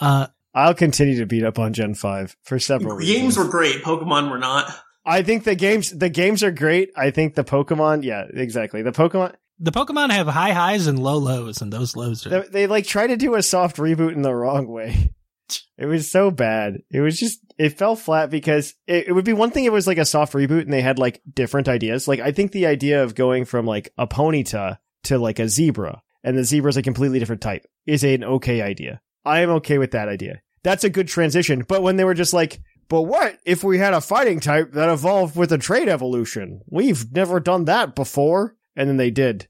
[SPEAKER 4] Uh,
[SPEAKER 2] I'll continue to beat up on Gen Five for several
[SPEAKER 3] Games
[SPEAKER 2] reasons.
[SPEAKER 3] were great. Pokemon were not.
[SPEAKER 2] I think the games the games are great. I think the Pokemon, yeah, exactly. The Pokemon
[SPEAKER 4] the Pokemon have high highs and low lows, and those lows are.
[SPEAKER 2] they, they like try to do a soft reboot in the wrong way. It was so bad. It was just it fell flat because it, it would be one thing if it was like a soft reboot and they had like different ideas. Like I think the idea of going from like a ponyta to like a zebra and the zebra's a completely different type is an okay idea. I am okay with that idea. That's a good transition. But when they were just like, but what if we had a fighting type that evolved with a trait evolution? We've never done that before. And then they did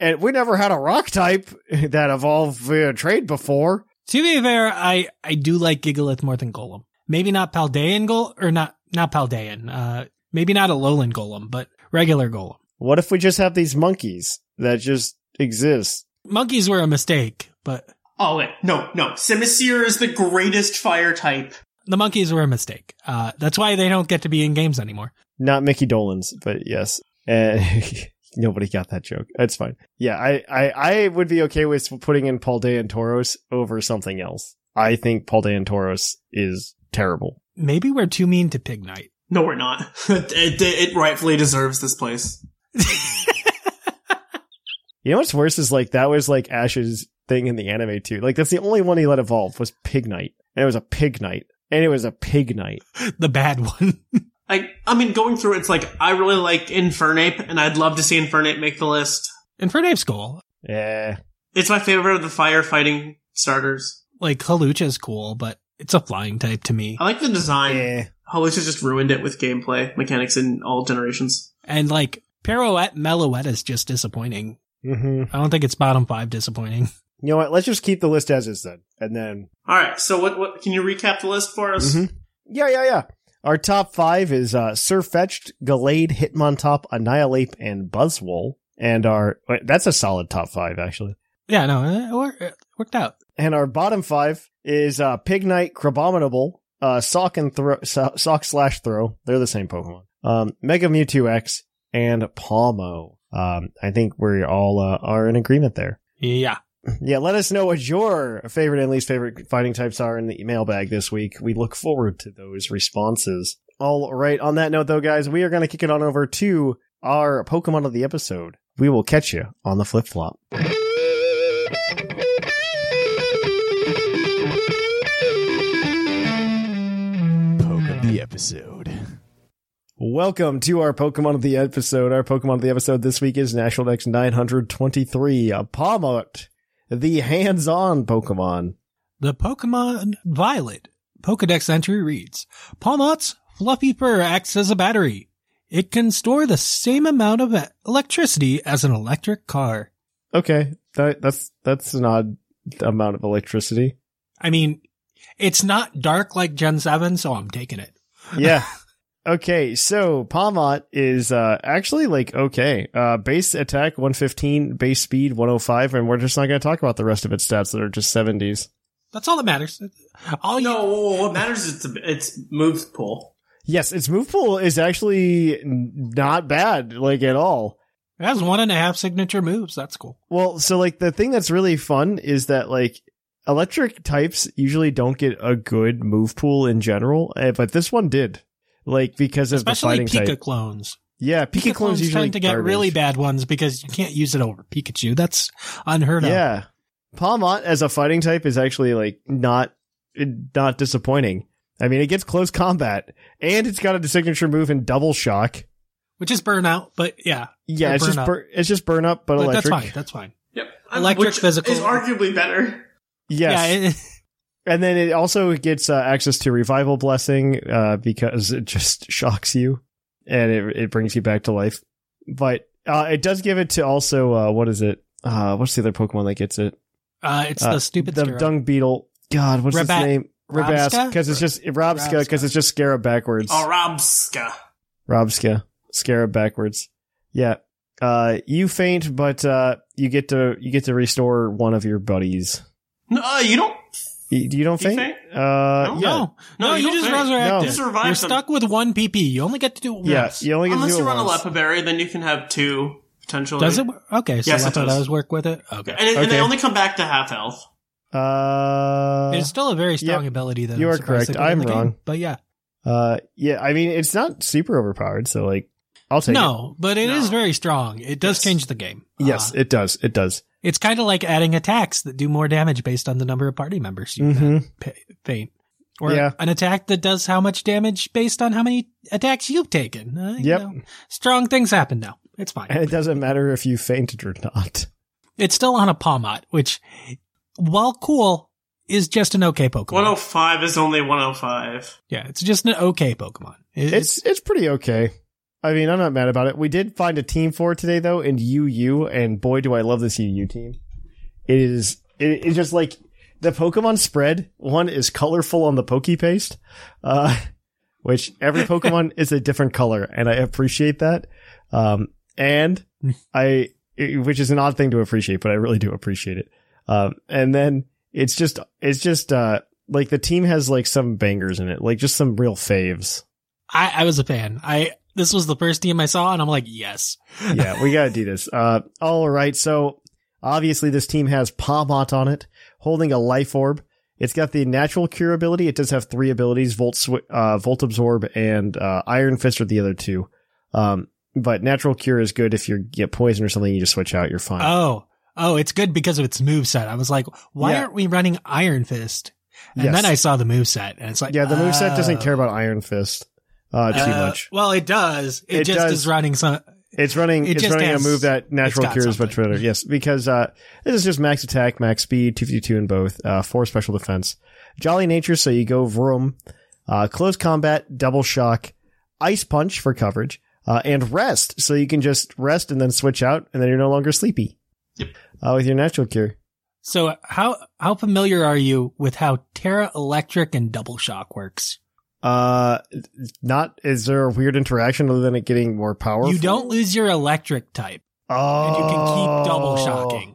[SPEAKER 2] and we never had a rock type that evolved via trade before.
[SPEAKER 4] To be fair, I I do like Gigalith more than Golem. Maybe not Paldean Golem, or not not Paldean. Uh, maybe not a lowland Golem, but regular Golem.
[SPEAKER 2] What if we just have these monkeys that just exist?
[SPEAKER 4] Monkeys were a mistake, but
[SPEAKER 3] Oh wait, no, no. Simisear is the greatest fire type.
[SPEAKER 4] the monkeys were a mistake. Uh, that's why they don't get to be in games anymore.
[SPEAKER 2] Not Mickey Dolan's, but yes. And nobody got that joke. That's fine. Yeah, I, I, I would be okay with putting in Paul Day and Toros over something else. I think Paul Day and Toros is terrible.
[SPEAKER 4] Maybe we're too mean to Pignite.
[SPEAKER 3] No, we're not. it, it, it rightfully deserves this place.
[SPEAKER 2] You know what's worse is like that was like Ash's thing in the anime too. Like that's the only one he let evolve was Pig Knight. And it was a Pig Knight. And it was a Pig Knight.
[SPEAKER 4] The bad one.
[SPEAKER 3] I, I mean, going through it, it's like I really like Infernape, and I'd love to see Infernape make the list.
[SPEAKER 4] Infernape's cool.
[SPEAKER 2] Yeah.
[SPEAKER 3] It's my favorite of the firefighting starters.
[SPEAKER 4] Like Kalucha's cool, but it's a flying type to me.
[SPEAKER 3] I like the design.
[SPEAKER 2] Yeah.
[SPEAKER 3] Holosha just ruined it with gameplay mechanics in all generations.
[SPEAKER 4] And like Pirouette Melouette is just disappointing.
[SPEAKER 2] Mm-hmm.
[SPEAKER 4] I don't think it's bottom five disappointing.
[SPEAKER 2] You know what? Let's just keep the list as is then. And then,
[SPEAKER 3] All right, so what? What can you recap the list for us?
[SPEAKER 4] Mm-hmm.
[SPEAKER 2] yeah, yeah, yeah. Our top five is uh, Surfetched, Gallade, Hitmontop, Annihilate, and Buzzwole. And our, wait, that's a solid top five, actually.
[SPEAKER 4] Yeah, no, it wor- it worked out.
[SPEAKER 2] And our bottom five is uh, Pig Knight, Crabominable, uh, Sock and Throw, so- Sock slash Throw. They're the same Pokemon. Um, Mega Mewtwo X and Palmo. Um, I think we all uh, are in agreement there.
[SPEAKER 4] Yeah.
[SPEAKER 2] Yeah, let us know what your favorite and least favorite fighting types are in the mailbag this week. We look forward to those responses. All right, on that note, though, guys, we are going to kick it on over to our Pokemon of the episode. We will catch you on the flip flop.
[SPEAKER 5] Poke of the episode.
[SPEAKER 2] Welcome to our Pokemon of the episode. Our Pokemon of the episode this week is National Dex 923, a Palmot, the hands on Pokemon.
[SPEAKER 4] The Pokemon Violet Pokedex entry reads, Palmot's fluffy fur acts as a battery. It can store the same amount of e- electricity as an electric car.
[SPEAKER 2] Okay, that, that's that's an odd amount of electricity.
[SPEAKER 4] I mean, it's not dark like Gen 7, so I'm taking it.
[SPEAKER 2] yeah. Okay, so Palmot is uh, actually like okay. Uh, base attack 115, base speed 105, and we're just not going to talk about the rest of its stats that are just 70s.
[SPEAKER 4] That's all that matters. All you,
[SPEAKER 3] No, what matters is it's, it's moves pool.
[SPEAKER 2] Yes, its move pool is actually n- not bad, like at all.
[SPEAKER 4] it has one and a half signature moves. That's cool.
[SPEAKER 2] Well, so like the thing that's really fun is that like electric types usually don't get a good move pool in general, eh, but this one did, like because of
[SPEAKER 4] Especially
[SPEAKER 2] the fighting
[SPEAKER 4] Pika
[SPEAKER 2] type.
[SPEAKER 4] clones.
[SPEAKER 2] Yeah, Pika,
[SPEAKER 4] Pika
[SPEAKER 2] clones
[SPEAKER 4] clones
[SPEAKER 2] usually
[SPEAKER 4] tend to get
[SPEAKER 2] garbage.
[SPEAKER 4] really bad ones because you can't use it over Pikachu. That's unheard of.
[SPEAKER 2] Yeah. Palmot as a fighting type is actually like not eh, not disappointing. I mean, it gets close combat and it's got a signature move in double shock.
[SPEAKER 4] Which is burnout, but yeah.
[SPEAKER 2] Yeah,
[SPEAKER 4] Or
[SPEAKER 2] it's
[SPEAKER 4] burn
[SPEAKER 2] just
[SPEAKER 4] up.
[SPEAKER 2] burn, it's just burn up but,
[SPEAKER 4] But
[SPEAKER 2] electric.
[SPEAKER 4] that's fine. That's fine.
[SPEAKER 3] Yep,
[SPEAKER 4] Electric,
[SPEAKER 3] Which
[SPEAKER 4] physical.
[SPEAKER 3] is arguably better.
[SPEAKER 2] Yes.
[SPEAKER 4] Yeah. It,
[SPEAKER 2] and then it also gets uh, access to revival blessing uh, because it just shocks you and it it brings you back to life. But uh, it does give it to also uh, what is it? Uh, what's the other Pokemon that gets it?
[SPEAKER 4] uh, it's
[SPEAKER 2] Uh,
[SPEAKER 4] the stupid
[SPEAKER 2] the
[SPEAKER 4] steroid.
[SPEAKER 2] dung beetle. God, what's his
[SPEAKER 4] Rabat-
[SPEAKER 2] name? Rabaska,
[SPEAKER 4] Robska?
[SPEAKER 2] because it's just Robska, because it's just Scarab backwards.
[SPEAKER 3] Arabska.
[SPEAKER 2] Robska, Scarab backwards. Yeah. Uh, you faint, but uh, you get to you get to restore one of your buddies.
[SPEAKER 3] No, uh, you don't
[SPEAKER 2] You you don't
[SPEAKER 3] Do you
[SPEAKER 2] think?
[SPEAKER 3] think?
[SPEAKER 2] Uh, yeah.
[SPEAKER 3] No.
[SPEAKER 4] No, no,
[SPEAKER 3] No, you
[SPEAKER 4] you,
[SPEAKER 3] don't
[SPEAKER 4] just
[SPEAKER 3] think.
[SPEAKER 2] No.
[SPEAKER 4] resurrect
[SPEAKER 2] You
[SPEAKER 4] it.
[SPEAKER 3] survive
[SPEAKER 4] You're
[SPEAKER 3] them.
[SPEAKER 4] stuck with one PP. You only get to do it once.
[SPEAKER 2] Yeah, you only get
[SPEAKER 3] Unless
[SPEAKER 2] to do
[SPEAKER 3] you
[SPEAKER 2] it
[SPEAKER 3] run
[SPEAKER 2] once.
[SPEAKER 3] a Lepiberry, then you can have two potentially.
[SPEAKER 4] Does it? wor- Okay, so
[SPEAKER 3] Yes, it
[SPEAKER 4] that's how
[SPEAKER 3] does.
[SPEAKER 4] does work with it. Okay,
[SPEAKER 3] And, and
[SPEAKER 2] Okay.
[SPEAKER 3] they only come back to half health.
[SPEAKER 2] Uh,
[SPEAKER 4] it's still a very strong
[SPEAKER 2] yep.
[SPEAKER 4] ability. That
[SPEAKER 2] You
[SPEAKER 4] I'm
[SPEAKER 2] are
[SPEAKER 4] surprised they
[SPEAKER 2] correct.
[SPEAKER 4] put in
[SPEAKER 2] I'm
[SPEAKER 4] the game.
[SPEAKER 2] wrong.
[SPEAKER 4] but yeah,
[SPEAKER 2] uh, yeah. I mean, it's not super overpowered, so like, I'll take it.
[SPEAKER 4] no, but it is
[SPEAKER 3] No.
[SPEAKER 4] very strong. It does change the game.
[SPEAKER 2] Yes,
[SPEAKER 4] Uh,
[SPEAKER 2] it does. It does.
[SPEAKER 4] it's kind of like adding attacks that do more damage based on the number of party members you
[SPEAKER 2] hmm
[SPEAKER 4] pa- paint. Or
[SPEAKER 2] Yeah.
[SPEAKER 4] an attack that does how much damage based on how many attacks you've taken. Uh, you
[SPEAKER 2] Yep.
[SPEAKER 4] know, strong things happen now. It's fine.
[SPEAKER 2] And it doesn't matter if you fainted or not.
[SPEAKER 4] It's still on a Palmot, which, while cool, is just an okay Pokemon.
[SPEAKER 3] 105 is only 105.
[SPEAKER 4] yeah, it's just an okay Pokemon. It-
[SPEAKER 2] It's it's pretty okay. I mean, I'm not mad about it. We did find a team for today though, and UU, and boy, do I love this UU team. It is it, it's just like the Pokemon spread. One is colorful on the Poke Paste, uh, which every Pokemon is a different color, and I appreciate that. Um, and I, it- which is an odd thing to appreciate, but I really do appreciate it. Um, and then it's just it's just uh like the team has like some bangers in it, like just some real faves.
[SPEAKER 4] I, I was a fan. I this was the first team I saw, and I'm like, yes,
[SPEAKER 2] yeah, we gotta do this. Uh, all right. So obviously, this team has Pomot on it, holding a life orb. It's got the natural cure ability. It does have three abilities: Volt, Swi- uh, Volt Absorb, and uh, Iron Fist are the other two. Um, but natural cure is good if you get poisoned or something. You just switch out. You're fine.
[SPEAKER 4] oh, oh, it's good because of its move set. I was like, why
[SPEAKER 2] Yeah.
[SPEAKER 4] aren't we running Iron Fist? And
[SPEAKER 2] Yes.
[SPEAKER 4] then I saw the move set, and it's like,
[SPEAKER 2] yeah, the moveset doesn't
[SPEAKER 4] oh.
[SPEAKER 2] care about Iron Fist uh, too
[SPEAKER 4] Uh,
[SPEAKER 2] much.
[SPEAKER 4] Well, it does. It,
[SPEAKER 2] It
[SPEAKER 4] just
[SPEAKER 2] does.
[SPEAKER 4] is running some.
[SPEAKER 2] It's running.
[SPEAKER 4] It
[SPEAKER 2] it's
[SPEAKER 4] just
[SPEAKER 2] running
[SPEAKER 4] has-
[SPEAKER 2] a move that natural
[SPEAKER 4] it's got
[SPEAKER 2] cure is much
[SPEAKER 4] something.
[SPEAKER 2] better. Yes, because uh, this is just max attack, max speed, two fifty two in both, uh, four special defense, jolly nature. So you go vroom, uh, close combat, double shock, ice punch for coverage, uh, and rest. So you can just rest and then switch out, and then you're no longer sleepy. Yep. Uh, with your natural cure.
[SPEAKER 4] So how how familiar are you with how Terra Electric and Double Shock works?
[SPEAKER 2] Uh, not is there a weird interaction other than it getting more powerful?
[SPEAKER 4] You don't lose your electric type,
[SPEAKER 2] Oh,
[SPEAKER 4] and you can keep double shocking.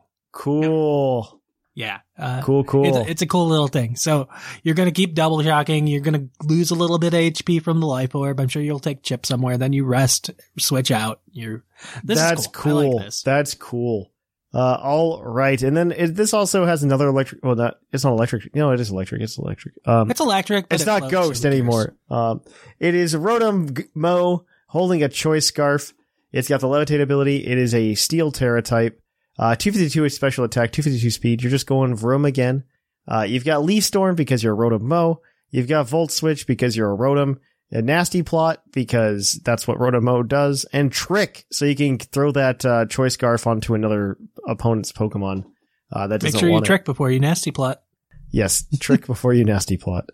[SPEAKER 2] Cool,
[SPEAKER 4] Yeah. Uh,
[SPEAKER 2] cool, cool.
[SPEAKER 4] It's, it's a cool little thing. So you're going to keep double shocking. You're going to lose a little bit of HP from the life orb. I'm sure you'll take chip somewhere. Then you rest, switch out. You're this
[SPEAKER 2] That's
[SPEAKER 4] is cool. I like this.
[SPEAKER 2] That's cool. Uh, all right, and then it, this also has another electric. Well, not it's not electric. No, it is electric. It's electric. Um,
[SPEAKER 4] it's electric. But
[SPEAKER 2] it's
[SPEAKER 4] it
[SPEAKER 2] not
[SPEAKER 4] floats, so
[SPEAKER 2] ghost
[SPEAKER 4] who cares?
[SPEAKER 2] anymore. Um, it is Rotom G- Mo holding a choice scarf. It's got the levitate ability. It is a steel Terra type. Uh, 252 is special attack, 252 speed. You're just going vroom again. Uh, you've got Leaf Storm because you're a Rotom Mo. You've got Volt Switch because you're a Rotom. A nasty plot because that's what Rotom Mo does. And Trick, so you can throw that uh, choice scarf onto another opponent's Pokemon. Uh, that
[SPEAKER 4] Make
[SPEAKER 2] doesn't
[SPEAKER 4] sure you
[SPEAKER 2] want it.
[SPEAKER 4] trick before you nasty plot.
[SPEAKER 2] Yes, trick before you nasty plot.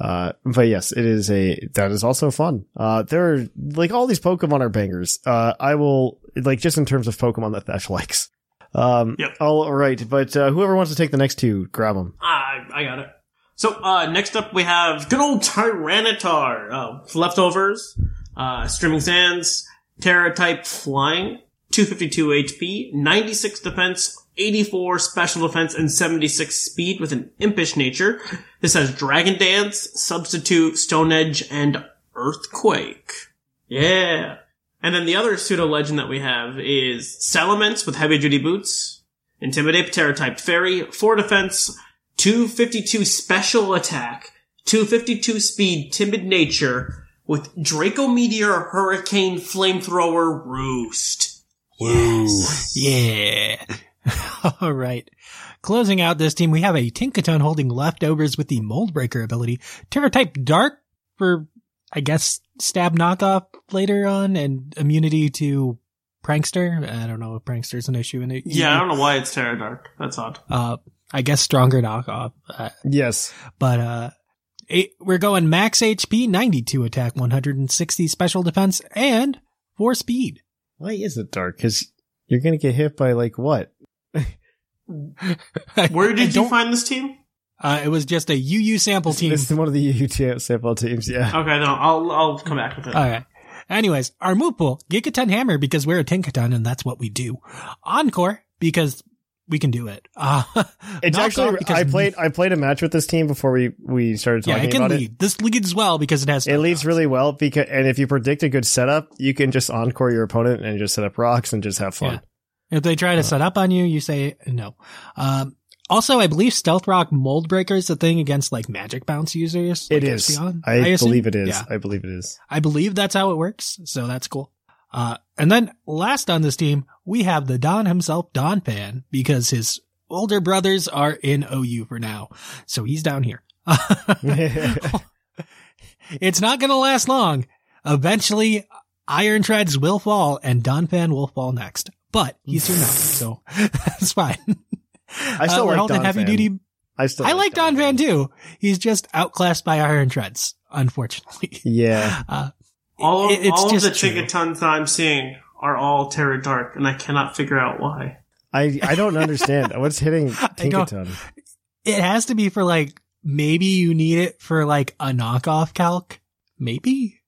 [SPEAKER 2] Uh, but yes, it is a that is also fun. Uh, there are like all these Pokemon are bangers. Uh, I will like just in terms of Pokemon that Thatch likes. Um,
[SPEAKER 3] Yep.
[SPEAKER 2] all right, but uh, whoever wants to take the next two, grab them.
[SPEAKER 3] Ah, I, I got it. So uh, next up we have good old Tyranitar. Oh, leftovers. Uh, Streaming Sands. Terra type flying. 252 HP. 96 defense. 84 special defense and 76 speed with an impish nature. This has Dragon Dance, Substitute, Stone Edge, and Earthquake. Yeah. And then the other pseudo legend that we have is Salamence with heavy duty boots, Intimidate, Terra type Fairy, 4 defense, 252 special attack, 252 speed, timid nature, with Draco Meteor, Hurricane, Flamethrower, Roost. Yes.
[SPEAKER 4] Yeah. All right. Closing out this team, we have a Tinkaton holding leftovers with the Mold Breaker ability. Terra type Dark for, I guess, stab knockoff later on and immunity to Prankster. I don't know if Prankster's an issue in it.
[SPEAKER 3] Yeah, I don't know why it's Terra Dark. That's odd.
[SPEAKER 4] Uh, I guess stronger knockoff. Uh,
[SPEAKER 2] Yes,
[SPEAKER 4] but uh eight, we're going max HP, 92 attack, 160 special defense, and 4 speed.
[SPEAKER 2] why is it dark? Because you're gonna get hit by like what?
[SPEAKER 3] Where
[SPEAKER 4] I
[SPEAKER 3] did you
[SPEAKER 4] don't-
[SPEAKER 3] find this team?
[SPEAKER 4] Uh, it was just a UU sample team.
[SPEAKER 2] This is one of the UU sample teams.
[SPEAKER 4] Uh,
[SPEAKER 2] Yeah,
[SPEAKER 3] Okay, no, I'll I'll come back with it.
[SPEAKER 4] All right. Anyways, our move pool, Gigaton Hammer, because we're a Tinkaton and that's what we do. Encore, because we can do it. Uh,
[SPEAKER 2] It's
[SPEAKER 4] knock off
[SPEAKER 2] actually
[SPEAKER 4] because-
[SPEAKER 2] I played I played a match with this team before we we started
[SPEAKER 4] Yeah,
[SPEAKER 2] talking
[SPEAKER 4] it can
[SPEAKER 2] about
[SPEAKER 4] lead. This leads well because it has.
[SPEAKER 2] it. It leads
[SPEAKER 4] knockoffs.
[SPEAKER 2] really well because and if you predict a good setup, you can just encore your opponent and just set up rocks and just have fun.
[SPEAKER 4] Yeah. If they try to set up on you, you say no. Um, also, I believe Stealth Rock Mold Breaker is a thing against like Magic Bounce users.
[SPEAKER 2] It
[SPEAKER 4] like
[SPEAKER 2] is.
[SPEAKER 4] Espeon,
[SPEAKER 2] I,
[SPEAKER 4] assume.
[SPEAKER 2] believe it is.
[SPEAKER 4] Yeah.
[SPEAKER 2] I believe it is.
[SPEAKER 4] I believe that's how it works. So that's cool. Uh, and then last on this team, we have the Don himself, Don Pan, because his older brothers are in OU for now. So he's down here. it's not going to last long. Eventually, Iron Treads will fall and Don Pan will fall next. But he's here now, so that's fine. Uh,
[SPEAKER 2] I still
[SPEAKER 4] we're
[SPEAKER 2] like
[SPEAKER 4] holding
[SPEAKER 2] Don
[SPEAKER 4] heavy
[SPEAKER 2] Fan.
[SPEAKER 4] duty
[SPEAKER 2] I still
[SPEAKER 4] I like Don Van too. He's just outclassed by Iron Treads, unfortunately.
[SPEAKER 2] Yeah.
[SPEAKER 4] Uh,
[SPEAKER 3] All of,
[SPEAKER 4] it- it's
[SPEAKER 3] all of
[SPEAKER 4] just
[SPEAKER 3] the
[SPEAKER 4] true.
[SPEAKER 3] Chickatons I'm seeing are all Terra Dark, and I cannot figure out why.
[SPEAKER 2] I I don't understand what's hitting
[SPEAKER 4] don't-
[SPEAKER 2] Tinkerton.
[SPEAKER 4] It has to be for like maybe you need it for like a knockoff calc, maybe.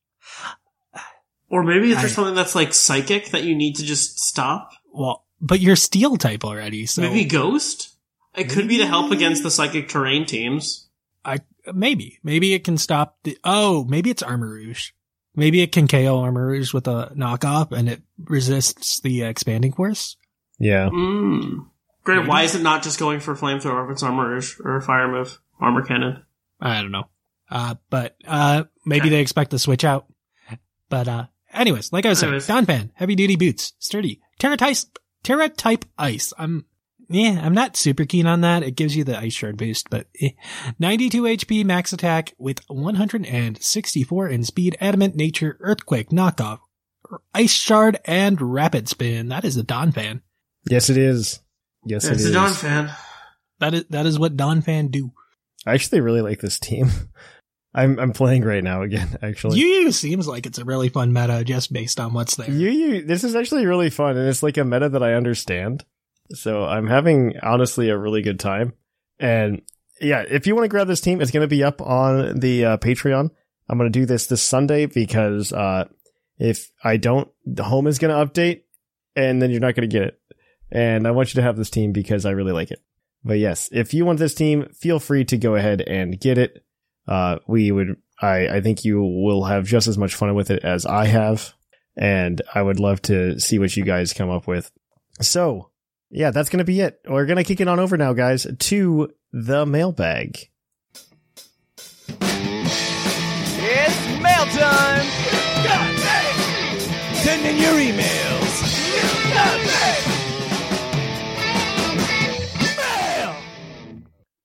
[SPEAKER 3] Or maybe is there
[SPEAKER 4] I-
[SPEAKER 3] something that's like psychic that you need to just stop?
[SPEAKER 4] Well, but you're steel type already, so Mm.
[SPEAKER 3] maybe Ghost? It could be to help against the psychic terrain teams.
[SPEAKER 4] I maybe maybe it can stop the. Oh, maybe it's Armor Rouge. Maybe it can KO Armor Rouge with a knockoff, and it resists the uh, expanding force.
[SPEAKER 2] Yeah.
[SPEAKER 3] Mm. Great. Why is it not just going for flamethrower if it's armor or, or fire move? Armor cannon.
[SPEAKER 4] I don't know. Uh, but uh, maybe they expect the switch out. But uh, anyways, like I was saying,
[SPEAKER 3] Anyways.
[SPEAKER 4] Don Pan, heavy duty boots, sturdy, Terra type, Terra type ice. I'm yeah, I'm not super keen on that. It gives you the ice shard boost, but eh. 92 HP max attack with 164 in speed, adamant nature, earthquake, knockoff, ice shard, and rapid spin. That is the Don Fan.
[SPEAKER 2] Yes, it is. Yes, it
[SPEAKER 3] It's
[SPEAKER 2] is.
[SPEAKER 3] a Don fan.
[SPEAKER 4] That is that is what Don Fan do.
[SPEAKER 2] I actually really like this team. I'm I'm playing right now again. Actually,
[SPEAKER 4] UU seems like it's a really fun meta just based on what's there.
[SPEAKER 2] You, you, this is actually really fun, and it's like a meta that I understand. So I'm having honestly a really good time. And yeah, if you want to grab this team, it's going to be up on the uh, Patreon. I'm going to do this this Sunday because uh, if I don't, the home is going to update, and then you're not going to get it. And I want you to have this team because I really like it. But yes, if you want this team, feel free to go ahead and get it. Uh, we would, I, I think you will have just as much fun with it as I have and I would love to see what you guys come up with. So, yeah, that's going to be it. We're going to kick it on over now, guys, to the mailbag.
[SPEAKER 5] It's mail time. Send in your emails.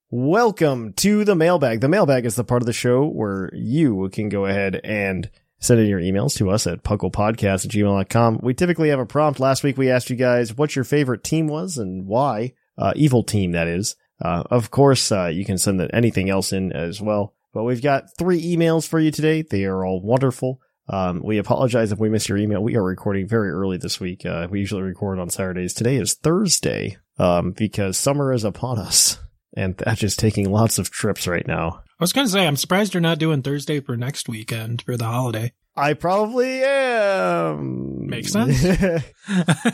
[SPEAKER 2] Welcome to the mailbag. The mailbag is the part of the show where you can go ahead and send in your emails to us at pucklepodcast at gmail.com. We typically have a prompt. Last week we asked you guys what your favorite team was and why. Uh, evil team, that is. Uh, of course, uh, you can send that- anything else in as well. But we've got three emails for you today. They are all wonderful. Um, we apologize if we missed your email. We are recording very early this week. Uh, we usually record on Saturdays. Today is Thursday, um, because summer is upon us and Thatch is taking lots of trips right now.
[SPEAKER 4] I was gonna say, I'm surprised you're not doing Thursday for next weekend for the holiday.
[SPEAKER 2] I probably am.
[SPEAKER 4] Makes sense.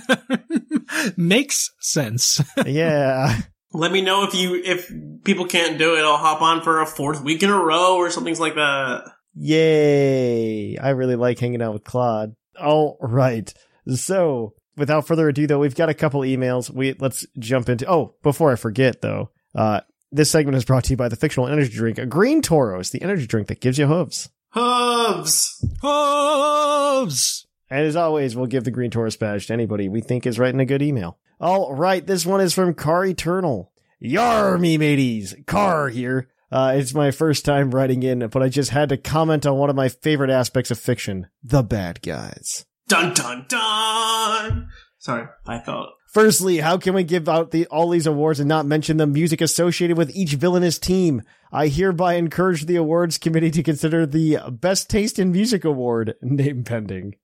[SPEAKER 4] Makes sense.
[SPEAKER 2] yeah.
[SPEAKER 3] Let me know if you if people can't do it. I'll hop on for a fourth week in a row or something like that.
[SPEAKER 2] Yay. I really like hanging out with Claude. All right. So, without further ado though, we've got a couple emails. We let's jump into Oh, before I forget though. Uh this segment is brought to you by the fictional energy drink, a green Toros, the energy drink that gives you hooves.
[SPEAKER 3] Hooves.
[SPEAKER 4] Hooves!
[SPEAKER 2] And as always, we'll give the Green Taurus badge to anybody we think is writing a good email. All right, this one is from Car Eternal. Yar, me mateys, Car here. Uh, it's my first time writing in, but I just had to comment on one of my favorite aspects of fiction: the bad guys.
[SPEAKER 3] Dun dun dun. Sorry, I felt.
[SPEAKER 2] Firstly, how can we give out the, all these awards and not mention the music associated with each villainous team? I hereby encourage the awards committee to consider the Best Taste in Music Award, name pending.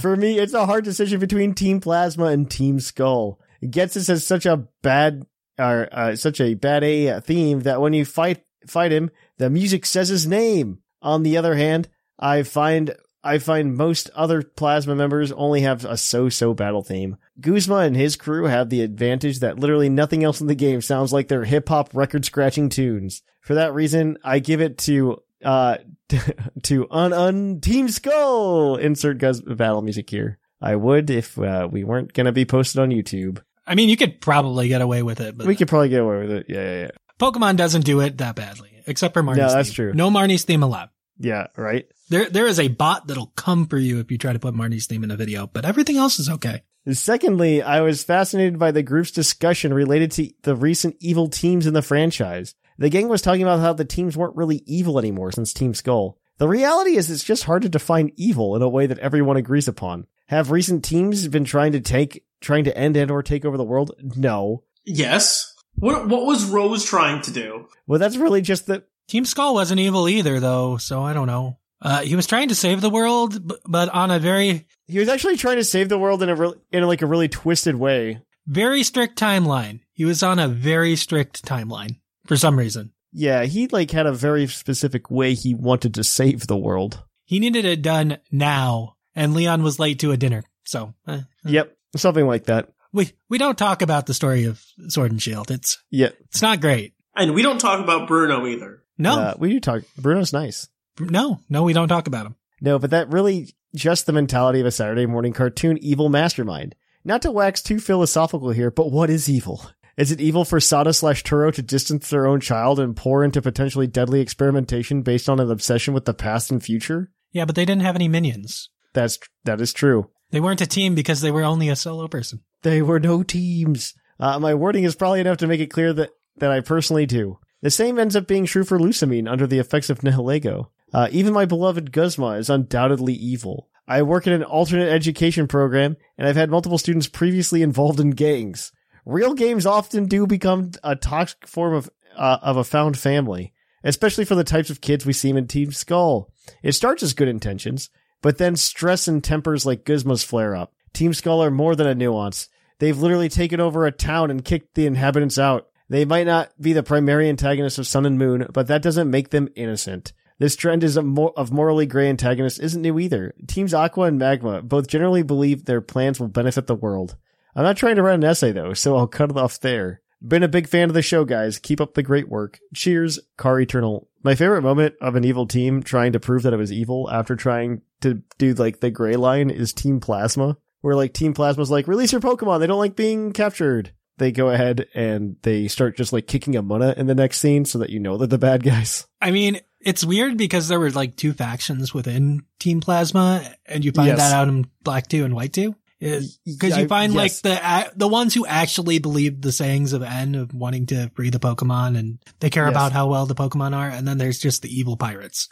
[SPEAKER 2] For me, it's a hard decision between Team Plasma and Team Skull. Getsus has such a bad, or uh, such a bad A theme that when you fight fight him, the music says his name. On the other hand, I find I find most other plasma members only have a so-so battle theme. Guzma and his crew have the advantage that literally nothing else in the game sounds like their hip hop record scratching tunes. For that reason, I give it to uh to un un Team Skull. Insert Guzma battle music here. I would if uh, we weren't gonna be posted on YouTube.
[SPEAKER 4] I mean, you could probably get away with it, but
[SPEAKER 2] We could probably get away with it. Yeah, yeah, yeah.
[SPEAKER 4] Pokemon doesn't do it that badly, except for Marnie's.
[SPEAKER 2] No, that's
[SPEAKER 4] theme.
[SPEAKER 2] true.
[SPEAKER 4] No Marnie's theme allowed.
[SPEAKER 2] Yeah, right.
[SPEAKER 4] There, there is a bot that'll come for you if you try to put Marnie's theme in a video, but everything else is okay.
[SPEAKER 2] Secondly, I was fascinated by the group's discussion related to the recent evil teams in the franchise. The gang was talking about how the teams weren't really evil anymore since Team Skull. The reality is it's just hard to define evil in a way that everyone agrees upon. Have recent teams been trying to take trying to end and or take over the world? No.
[SPEAKER 3] Yes. What what was Rose trying to do?
[SPEAKER 2] Well, that's really just the
[SPEAKER 4] Team Skull wasn't evil either, though, so I don't know. Uh, he was trying to save the world, b- but on a very,
[SPEAKER 2] he was actually trying to save the world in a real in like a really twisted way.
[SPEAKER 4] very strict timeline. He was on a very strict timeline for some reason.
[SPEAKER 2] Yeah, he like had a very specific way he wanted to save the world.
[SPEAKER 4] He needed it done now, and Leon was late to a dinner. So eh.
[SPEAKER 2] Yep, something like that.
[SPEAKER 4] we we don't talk about the story of Sword and Shield. It's
[SPEAKER 2] Yeah,
[SPEAKER 4] it's not great.
[SPEAKER 3] And we don't talk about Bruno either.
[SPEAKER 4] No,
[SPEAKER 2] Uh, we do talk. Bruno's nice.
[SPEAKER 4] no, no, we don't talk about him.
[SPEAKER 2] No, but that really just the mentality of a Saturday morning cartoon evil mastermind. Not to wax too philosophical here, but what is evil? Is it evil for Sada slash Turo to distance their own child and pour into potentially deadly experimentation based on an obsession with the past and future?
[SPEAKER 4] Yeah, but they didn't have any minions.
[SPEAKER 2] That's that is true.
[SPEAKER 4] They weren't a team because they were only a solo person.
[SPEAKER 2] They were no teams. Uh, my wording is probably enough to make it clear that, that I personally do. The same ends up being true for Lucamine under the effects of Nihilego. Uh, even my beloved Guzma is undoubtedly evil. I work in an alternate education program, and I've had multiple students previously involved in gangs. Real games often do become a toxic form of uh, of a found family, especially for the types of kids we see in Team Skull. It starts as good intentions, but then stress and tempers like Guzma's flare up. Team Skull are more than a nuance. They've literally taken over a town and kicked the inhabitants out. They might not be the primary antagonists of Sun and Moon, but that doesn't make them innocent. This trend is a mor- of morally gray antagonists isn't new either. Teams Aqua and Magma both generally believe their plans will benefit the world. I'm not trying to write an essay though, so I'll cut it off there. Been a big fan of the show, guys. Keep up the great work. Cheers, Car Eternal. My favorite moment of an evil team trying to prove that it was evil after trying to do like the gray line is Team Plasma, where like Team Plasma's like, release your Pokemon. They don't like being captured. They go ahead and they start just like kicking a Muna in the next scene so that you know they're the bad guys.
[SPEAKER 4] I mean, it's weird because there were like two factions within Team Plasma, and you find
[SPEAKER 2] Yes.
[SPEAKER 4] that out in Black Two and White Two. Because
[SPEAKER 2] I-
[SPEAKER 4] you find like
[SPEAKER 2] yes.
[SPEAKER 4] the a the ones who actually believe the sayings of N of wanting to free the Pokemon, and they care
[SPEAKER 2] Yes.
[SPEAKER 4] about how well the Pokemon are, and then there's just the evil pirates.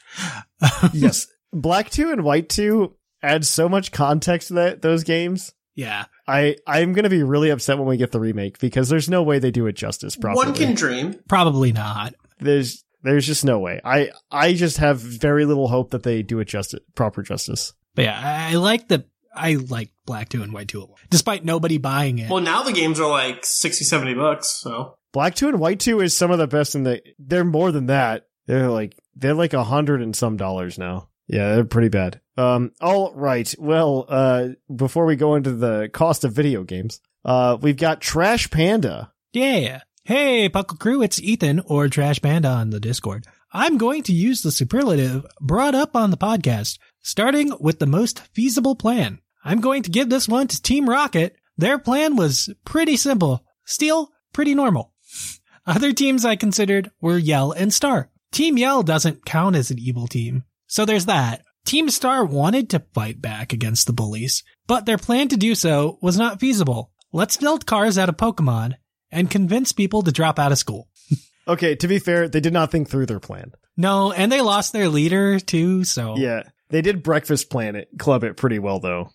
[SPEAKER 2] yes. Black 2 and White 2 add so much context to that, those games.
[SPEAKER 4] Yeah,
[SPEAKER 2] I, I'm going to be really upset when we get the remake because there's no way they do it justice properly.
[SPEAKER 3] One can dream.
[SPEAKER 4] probably not.
[SPEAKER 2] there's there's just no way. I I just have very little hope that they do it justice proper justice.
[SPEAKER 4] But yeah, I, I like the I like Black Two and White Two a lot, despite nobody buying it.
[SPEAKER 3] Well, now the games are like 60, 70 bucks, so.
[SPEAKER 2] Black two and white two is some of the best in the. They're more than that. They're like they're like a hundred and some dollars now. Yeah, they're pretty bad. Um. All right. Well, uh, before we go into the cost of video games, uh, we've got Trash Panda.
[SPEAKER 4] Yeah. Hey, Puckle Crew, it's Ethan or Trash Panda on the Discord. I'm going to use the superlative brought up on the podcast, starting with the most feasible plan. I'm going to give this one to Team Rocket. Their plan was pretty simple, still pretty normal. Other teams I considered were Yell and Star. Team Yell doesn't count as an evil team, so there's that. Team Star wanted to fight back against the bullies, but their plan to do so was not feasible. Let's build cars out of Pokemon and convince people to drop out of school.
[SPEAKER 2] Okay, to be fair, they did not think through their plan.
[SPEAKER 4] No, and they lost their leader too, so
[SPEAKER 2] Yeah, they did Breakfast Planet Club it pretty well though.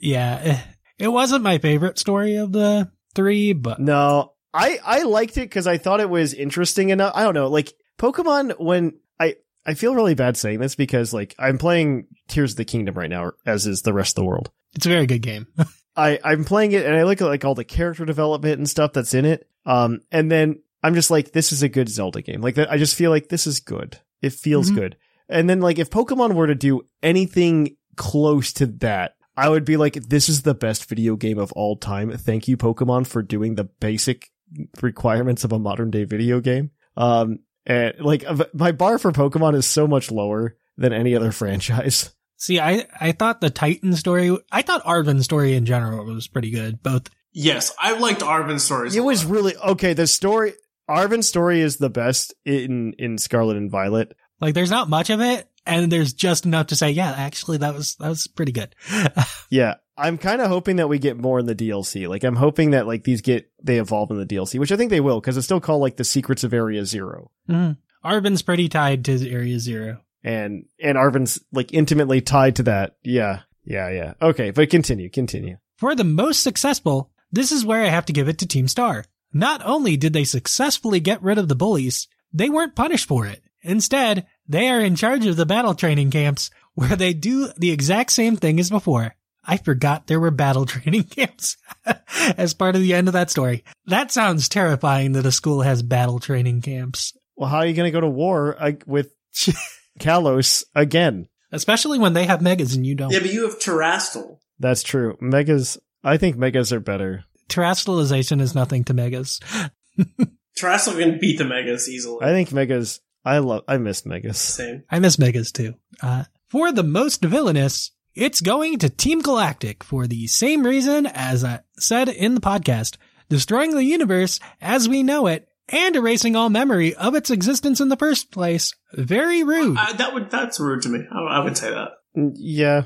[SPEAKER 4] yeah. eh. It wasn't my favorite story of the three, but
[SPEAKER 2] No, I I liked it because I thought it was interesting enough. I don't know, like Pokemon. When I I feel really bad saying this because like I'm playing Tears of the Kingdom right now, as is the rest of the world.
[SPEAKER 4] it's a very good game.
[SPEAKER 2] I I'm playing it and I look at like all the character development and stuff that's in it. Um, and then I'm just like, this is a good Zelda game. Like that, I just feel like this is good. It feels
[SPEAKER 4] Mhm.
[SPEAKER 2] good. And then like if Pokemon were to do anything close to that, I would be like, this is the best video game of all time. Thank you, Pokemon, for doing the basic requirements of a modern day video game. Um, and like my bar for Pokemon is so much lower than any other franchise.
[SPEAKER 4] See, I, I thought the Titan story, I thought Arvin's story in general was pretty good. Both.
[SPEAKER 3] Yes, I liked Arvin's stories.
[SPEAKER 2] It was really okay. The story, Arvin's story is the best in in Scarlet and Violet.
[SPEAKER 4] Like, there's not much of it, and there's just enough to say, yeah, actually, that was that was pretty good.
[SPEAKER 2] yeah, I'm kind of hoping that we get more in the DLC. Like, I'm hoping that like these get they evolve in the DLC, which I think they will because it's still called like the Secrets of Area 0
[SPEAKER 4] mm-hmm. Arvin's pretty tied to Area Zero,
[SPEAKER 2] and and Arvin's like intimately tied to that. Yeah, yeah, yeah. Okay, but continue, continue.
[SPEAKER 4] For the most successful, this is where I have to give it to Team Star. Not only did they successfully get rid of the bullies, they weren't punished for it. Instead, they are in charge of the battle training camps where they do the exact same thing as before. I forgot there were battle training camps as part of the end of that story. That sounds terrifying that a school has battle training camps.
[SPEAKER 2] Well, how are you going to go to war uh, with Kalos again?
[SPEAKER 4] Especially when they have megas and you don't.
[SPEAKER 3] Yeah, but you have Terrastal.
[SPEAKER 2] That's true. Megas, I think megas are better.
[SPEAKER 4] Terrastalization is nothing to megas.
[SPEAKER 3] Terrastal can beat the megas easily.
[SPEAKER 2] I think megas I love. I miss Megas.
[SPEAKER 3] Same.
[SPEAKER 4] I miss Megas too. Uh, for the most villainous, it's going to Team Galactic for the same reason as I said in the podcast: destroying the universe as we know it and erasing all memory of its existence in the first place. Very
[SPEAKER 2] Hmm.
[SPEAKER 4] rude.
[SPEAKER 3] Uh, that would. That's rude to me. I, I would say that.
[SPEAKER 2] Yeah.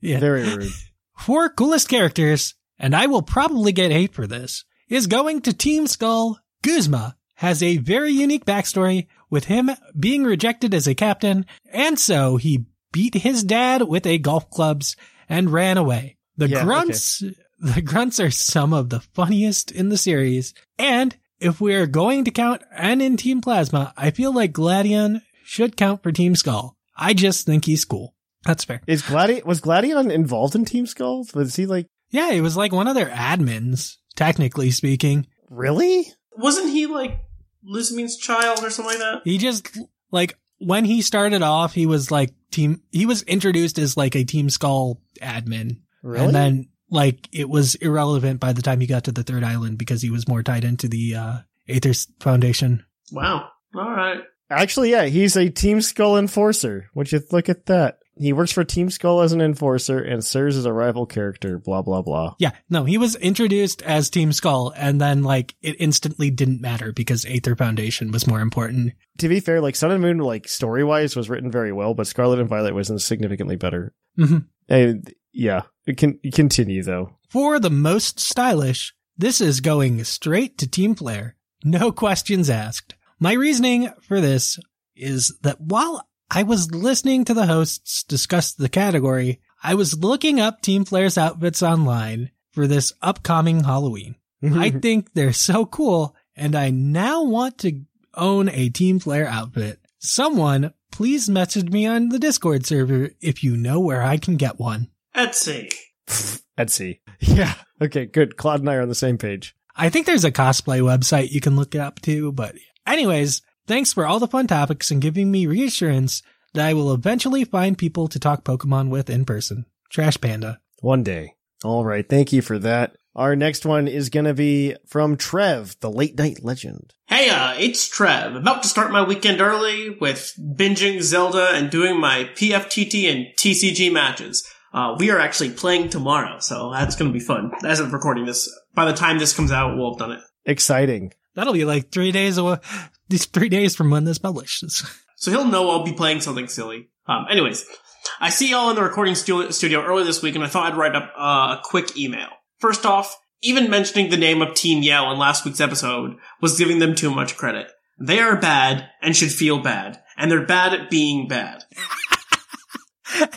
[SPEAKER 4] Yeah.
[SPEAKER 2] Very rude.
[SPEAKER 4] Four coolest characters, and I will probably get hate for this. Is going to Team Skull. Guzma has a very unique backstory with him being rejected as a captain, and so he beat his dad with a golf clubs and ran away. The yeah, grunts, okay. the grunts are some of the funniest in the series. And if we are going to count and in Team Plasma, I feel like Gladion should count for Team Skull. I just think he's cool. That's fair.
[SPEAKER 2] Is Gladi was Gladion involved in Team Skull? Was he like?
[SPEAKER 4] Yeah, he was like one of their admins, technically speaking.
[SPEAKER 2] Really?
[SPEAKER 3] Wasn't he like Lucimene's child or something like that.
[SPEAKER 4] He just like when he started off, he was like team. He was introduced as like a Team Skull admin,
[SPEAKER 2] really?
[SPEAKER 4] and then like it was irrelevant by the time he got to the Third Island because he was more tied into the uh, Aether Foundation.
[SPEAKER 3] Wow! All right.
[SPEAKER 2] Actually, yeah, he's a Team Skull enforcer. Would you look at that? He works for Team Skull as an enforcer and serves as a rival character, blah, blah, blah.
[SPEAKER 4] Yeah, no, he was introduced as Team Skull and then, like, it instantly didn't matter because Aether Foundation was more important.
[SPEAKER 2] To be fair, like, Sun and Moon, like, story wise was written very well, but Scarlet and Violet was significantly better.
[SPEAKER 4] Mm-hmm.
[SPEAKER 2] And yeah, it can continue though.
[SPEAKER 4] For the most stylish, this is going straight to Team Flare. No questions asked. My reasoning for this is that while I was listening to the hosts discuss the category. I was looking up Team Flair's outfits online for this upcoming Halloween.
[SPEAKER 2] Mm-hmm.
[SPEAKER 4] I think they're so cool, and I now want to own a Team Flair outfit. Someone, please message me on the Discord server if you know where I can get one.
[SPEAKER 3] Etsy.
[SPEAKER 2] Etsy. Yeah. Okay, good. Claude and I are on the same page.
[SPEAKER 4] I think there's a cosplay website you can look it up too, but anyways, Thanks for all the fun topics and giving me reassurance that I will eventually find people to talk Pokemon with in person. Trash Panda.
[SPEAKER 2] One day. All right. Thank you for that. Our next one is going to be from Trev, the late night legend.
[SPEAKER 3] Hey, uh, it's Trev. About to start my weekend early with binging Zelda and doing my PFTT and TCG matches. Uh, we are actually playing tomorrow, so that's going to be fun. As of recording this, by the time this comes out, we'll have done it.
[SPEAKER 2] Exciting.
[SPEAKER 4] That'll be like three days away. These three days from when this publishes.
[SPEAKER 3] so he'll know I'll be playing something silly. Um, anyways, I see y'all in the recording stu- studio earlier this week, and I thought I'd write up uh, a quick email. First off, even mentioning the name of Team Yell in last week's episode was giving them too much credit. They are bad and should feel bad, and they're bad at being bad.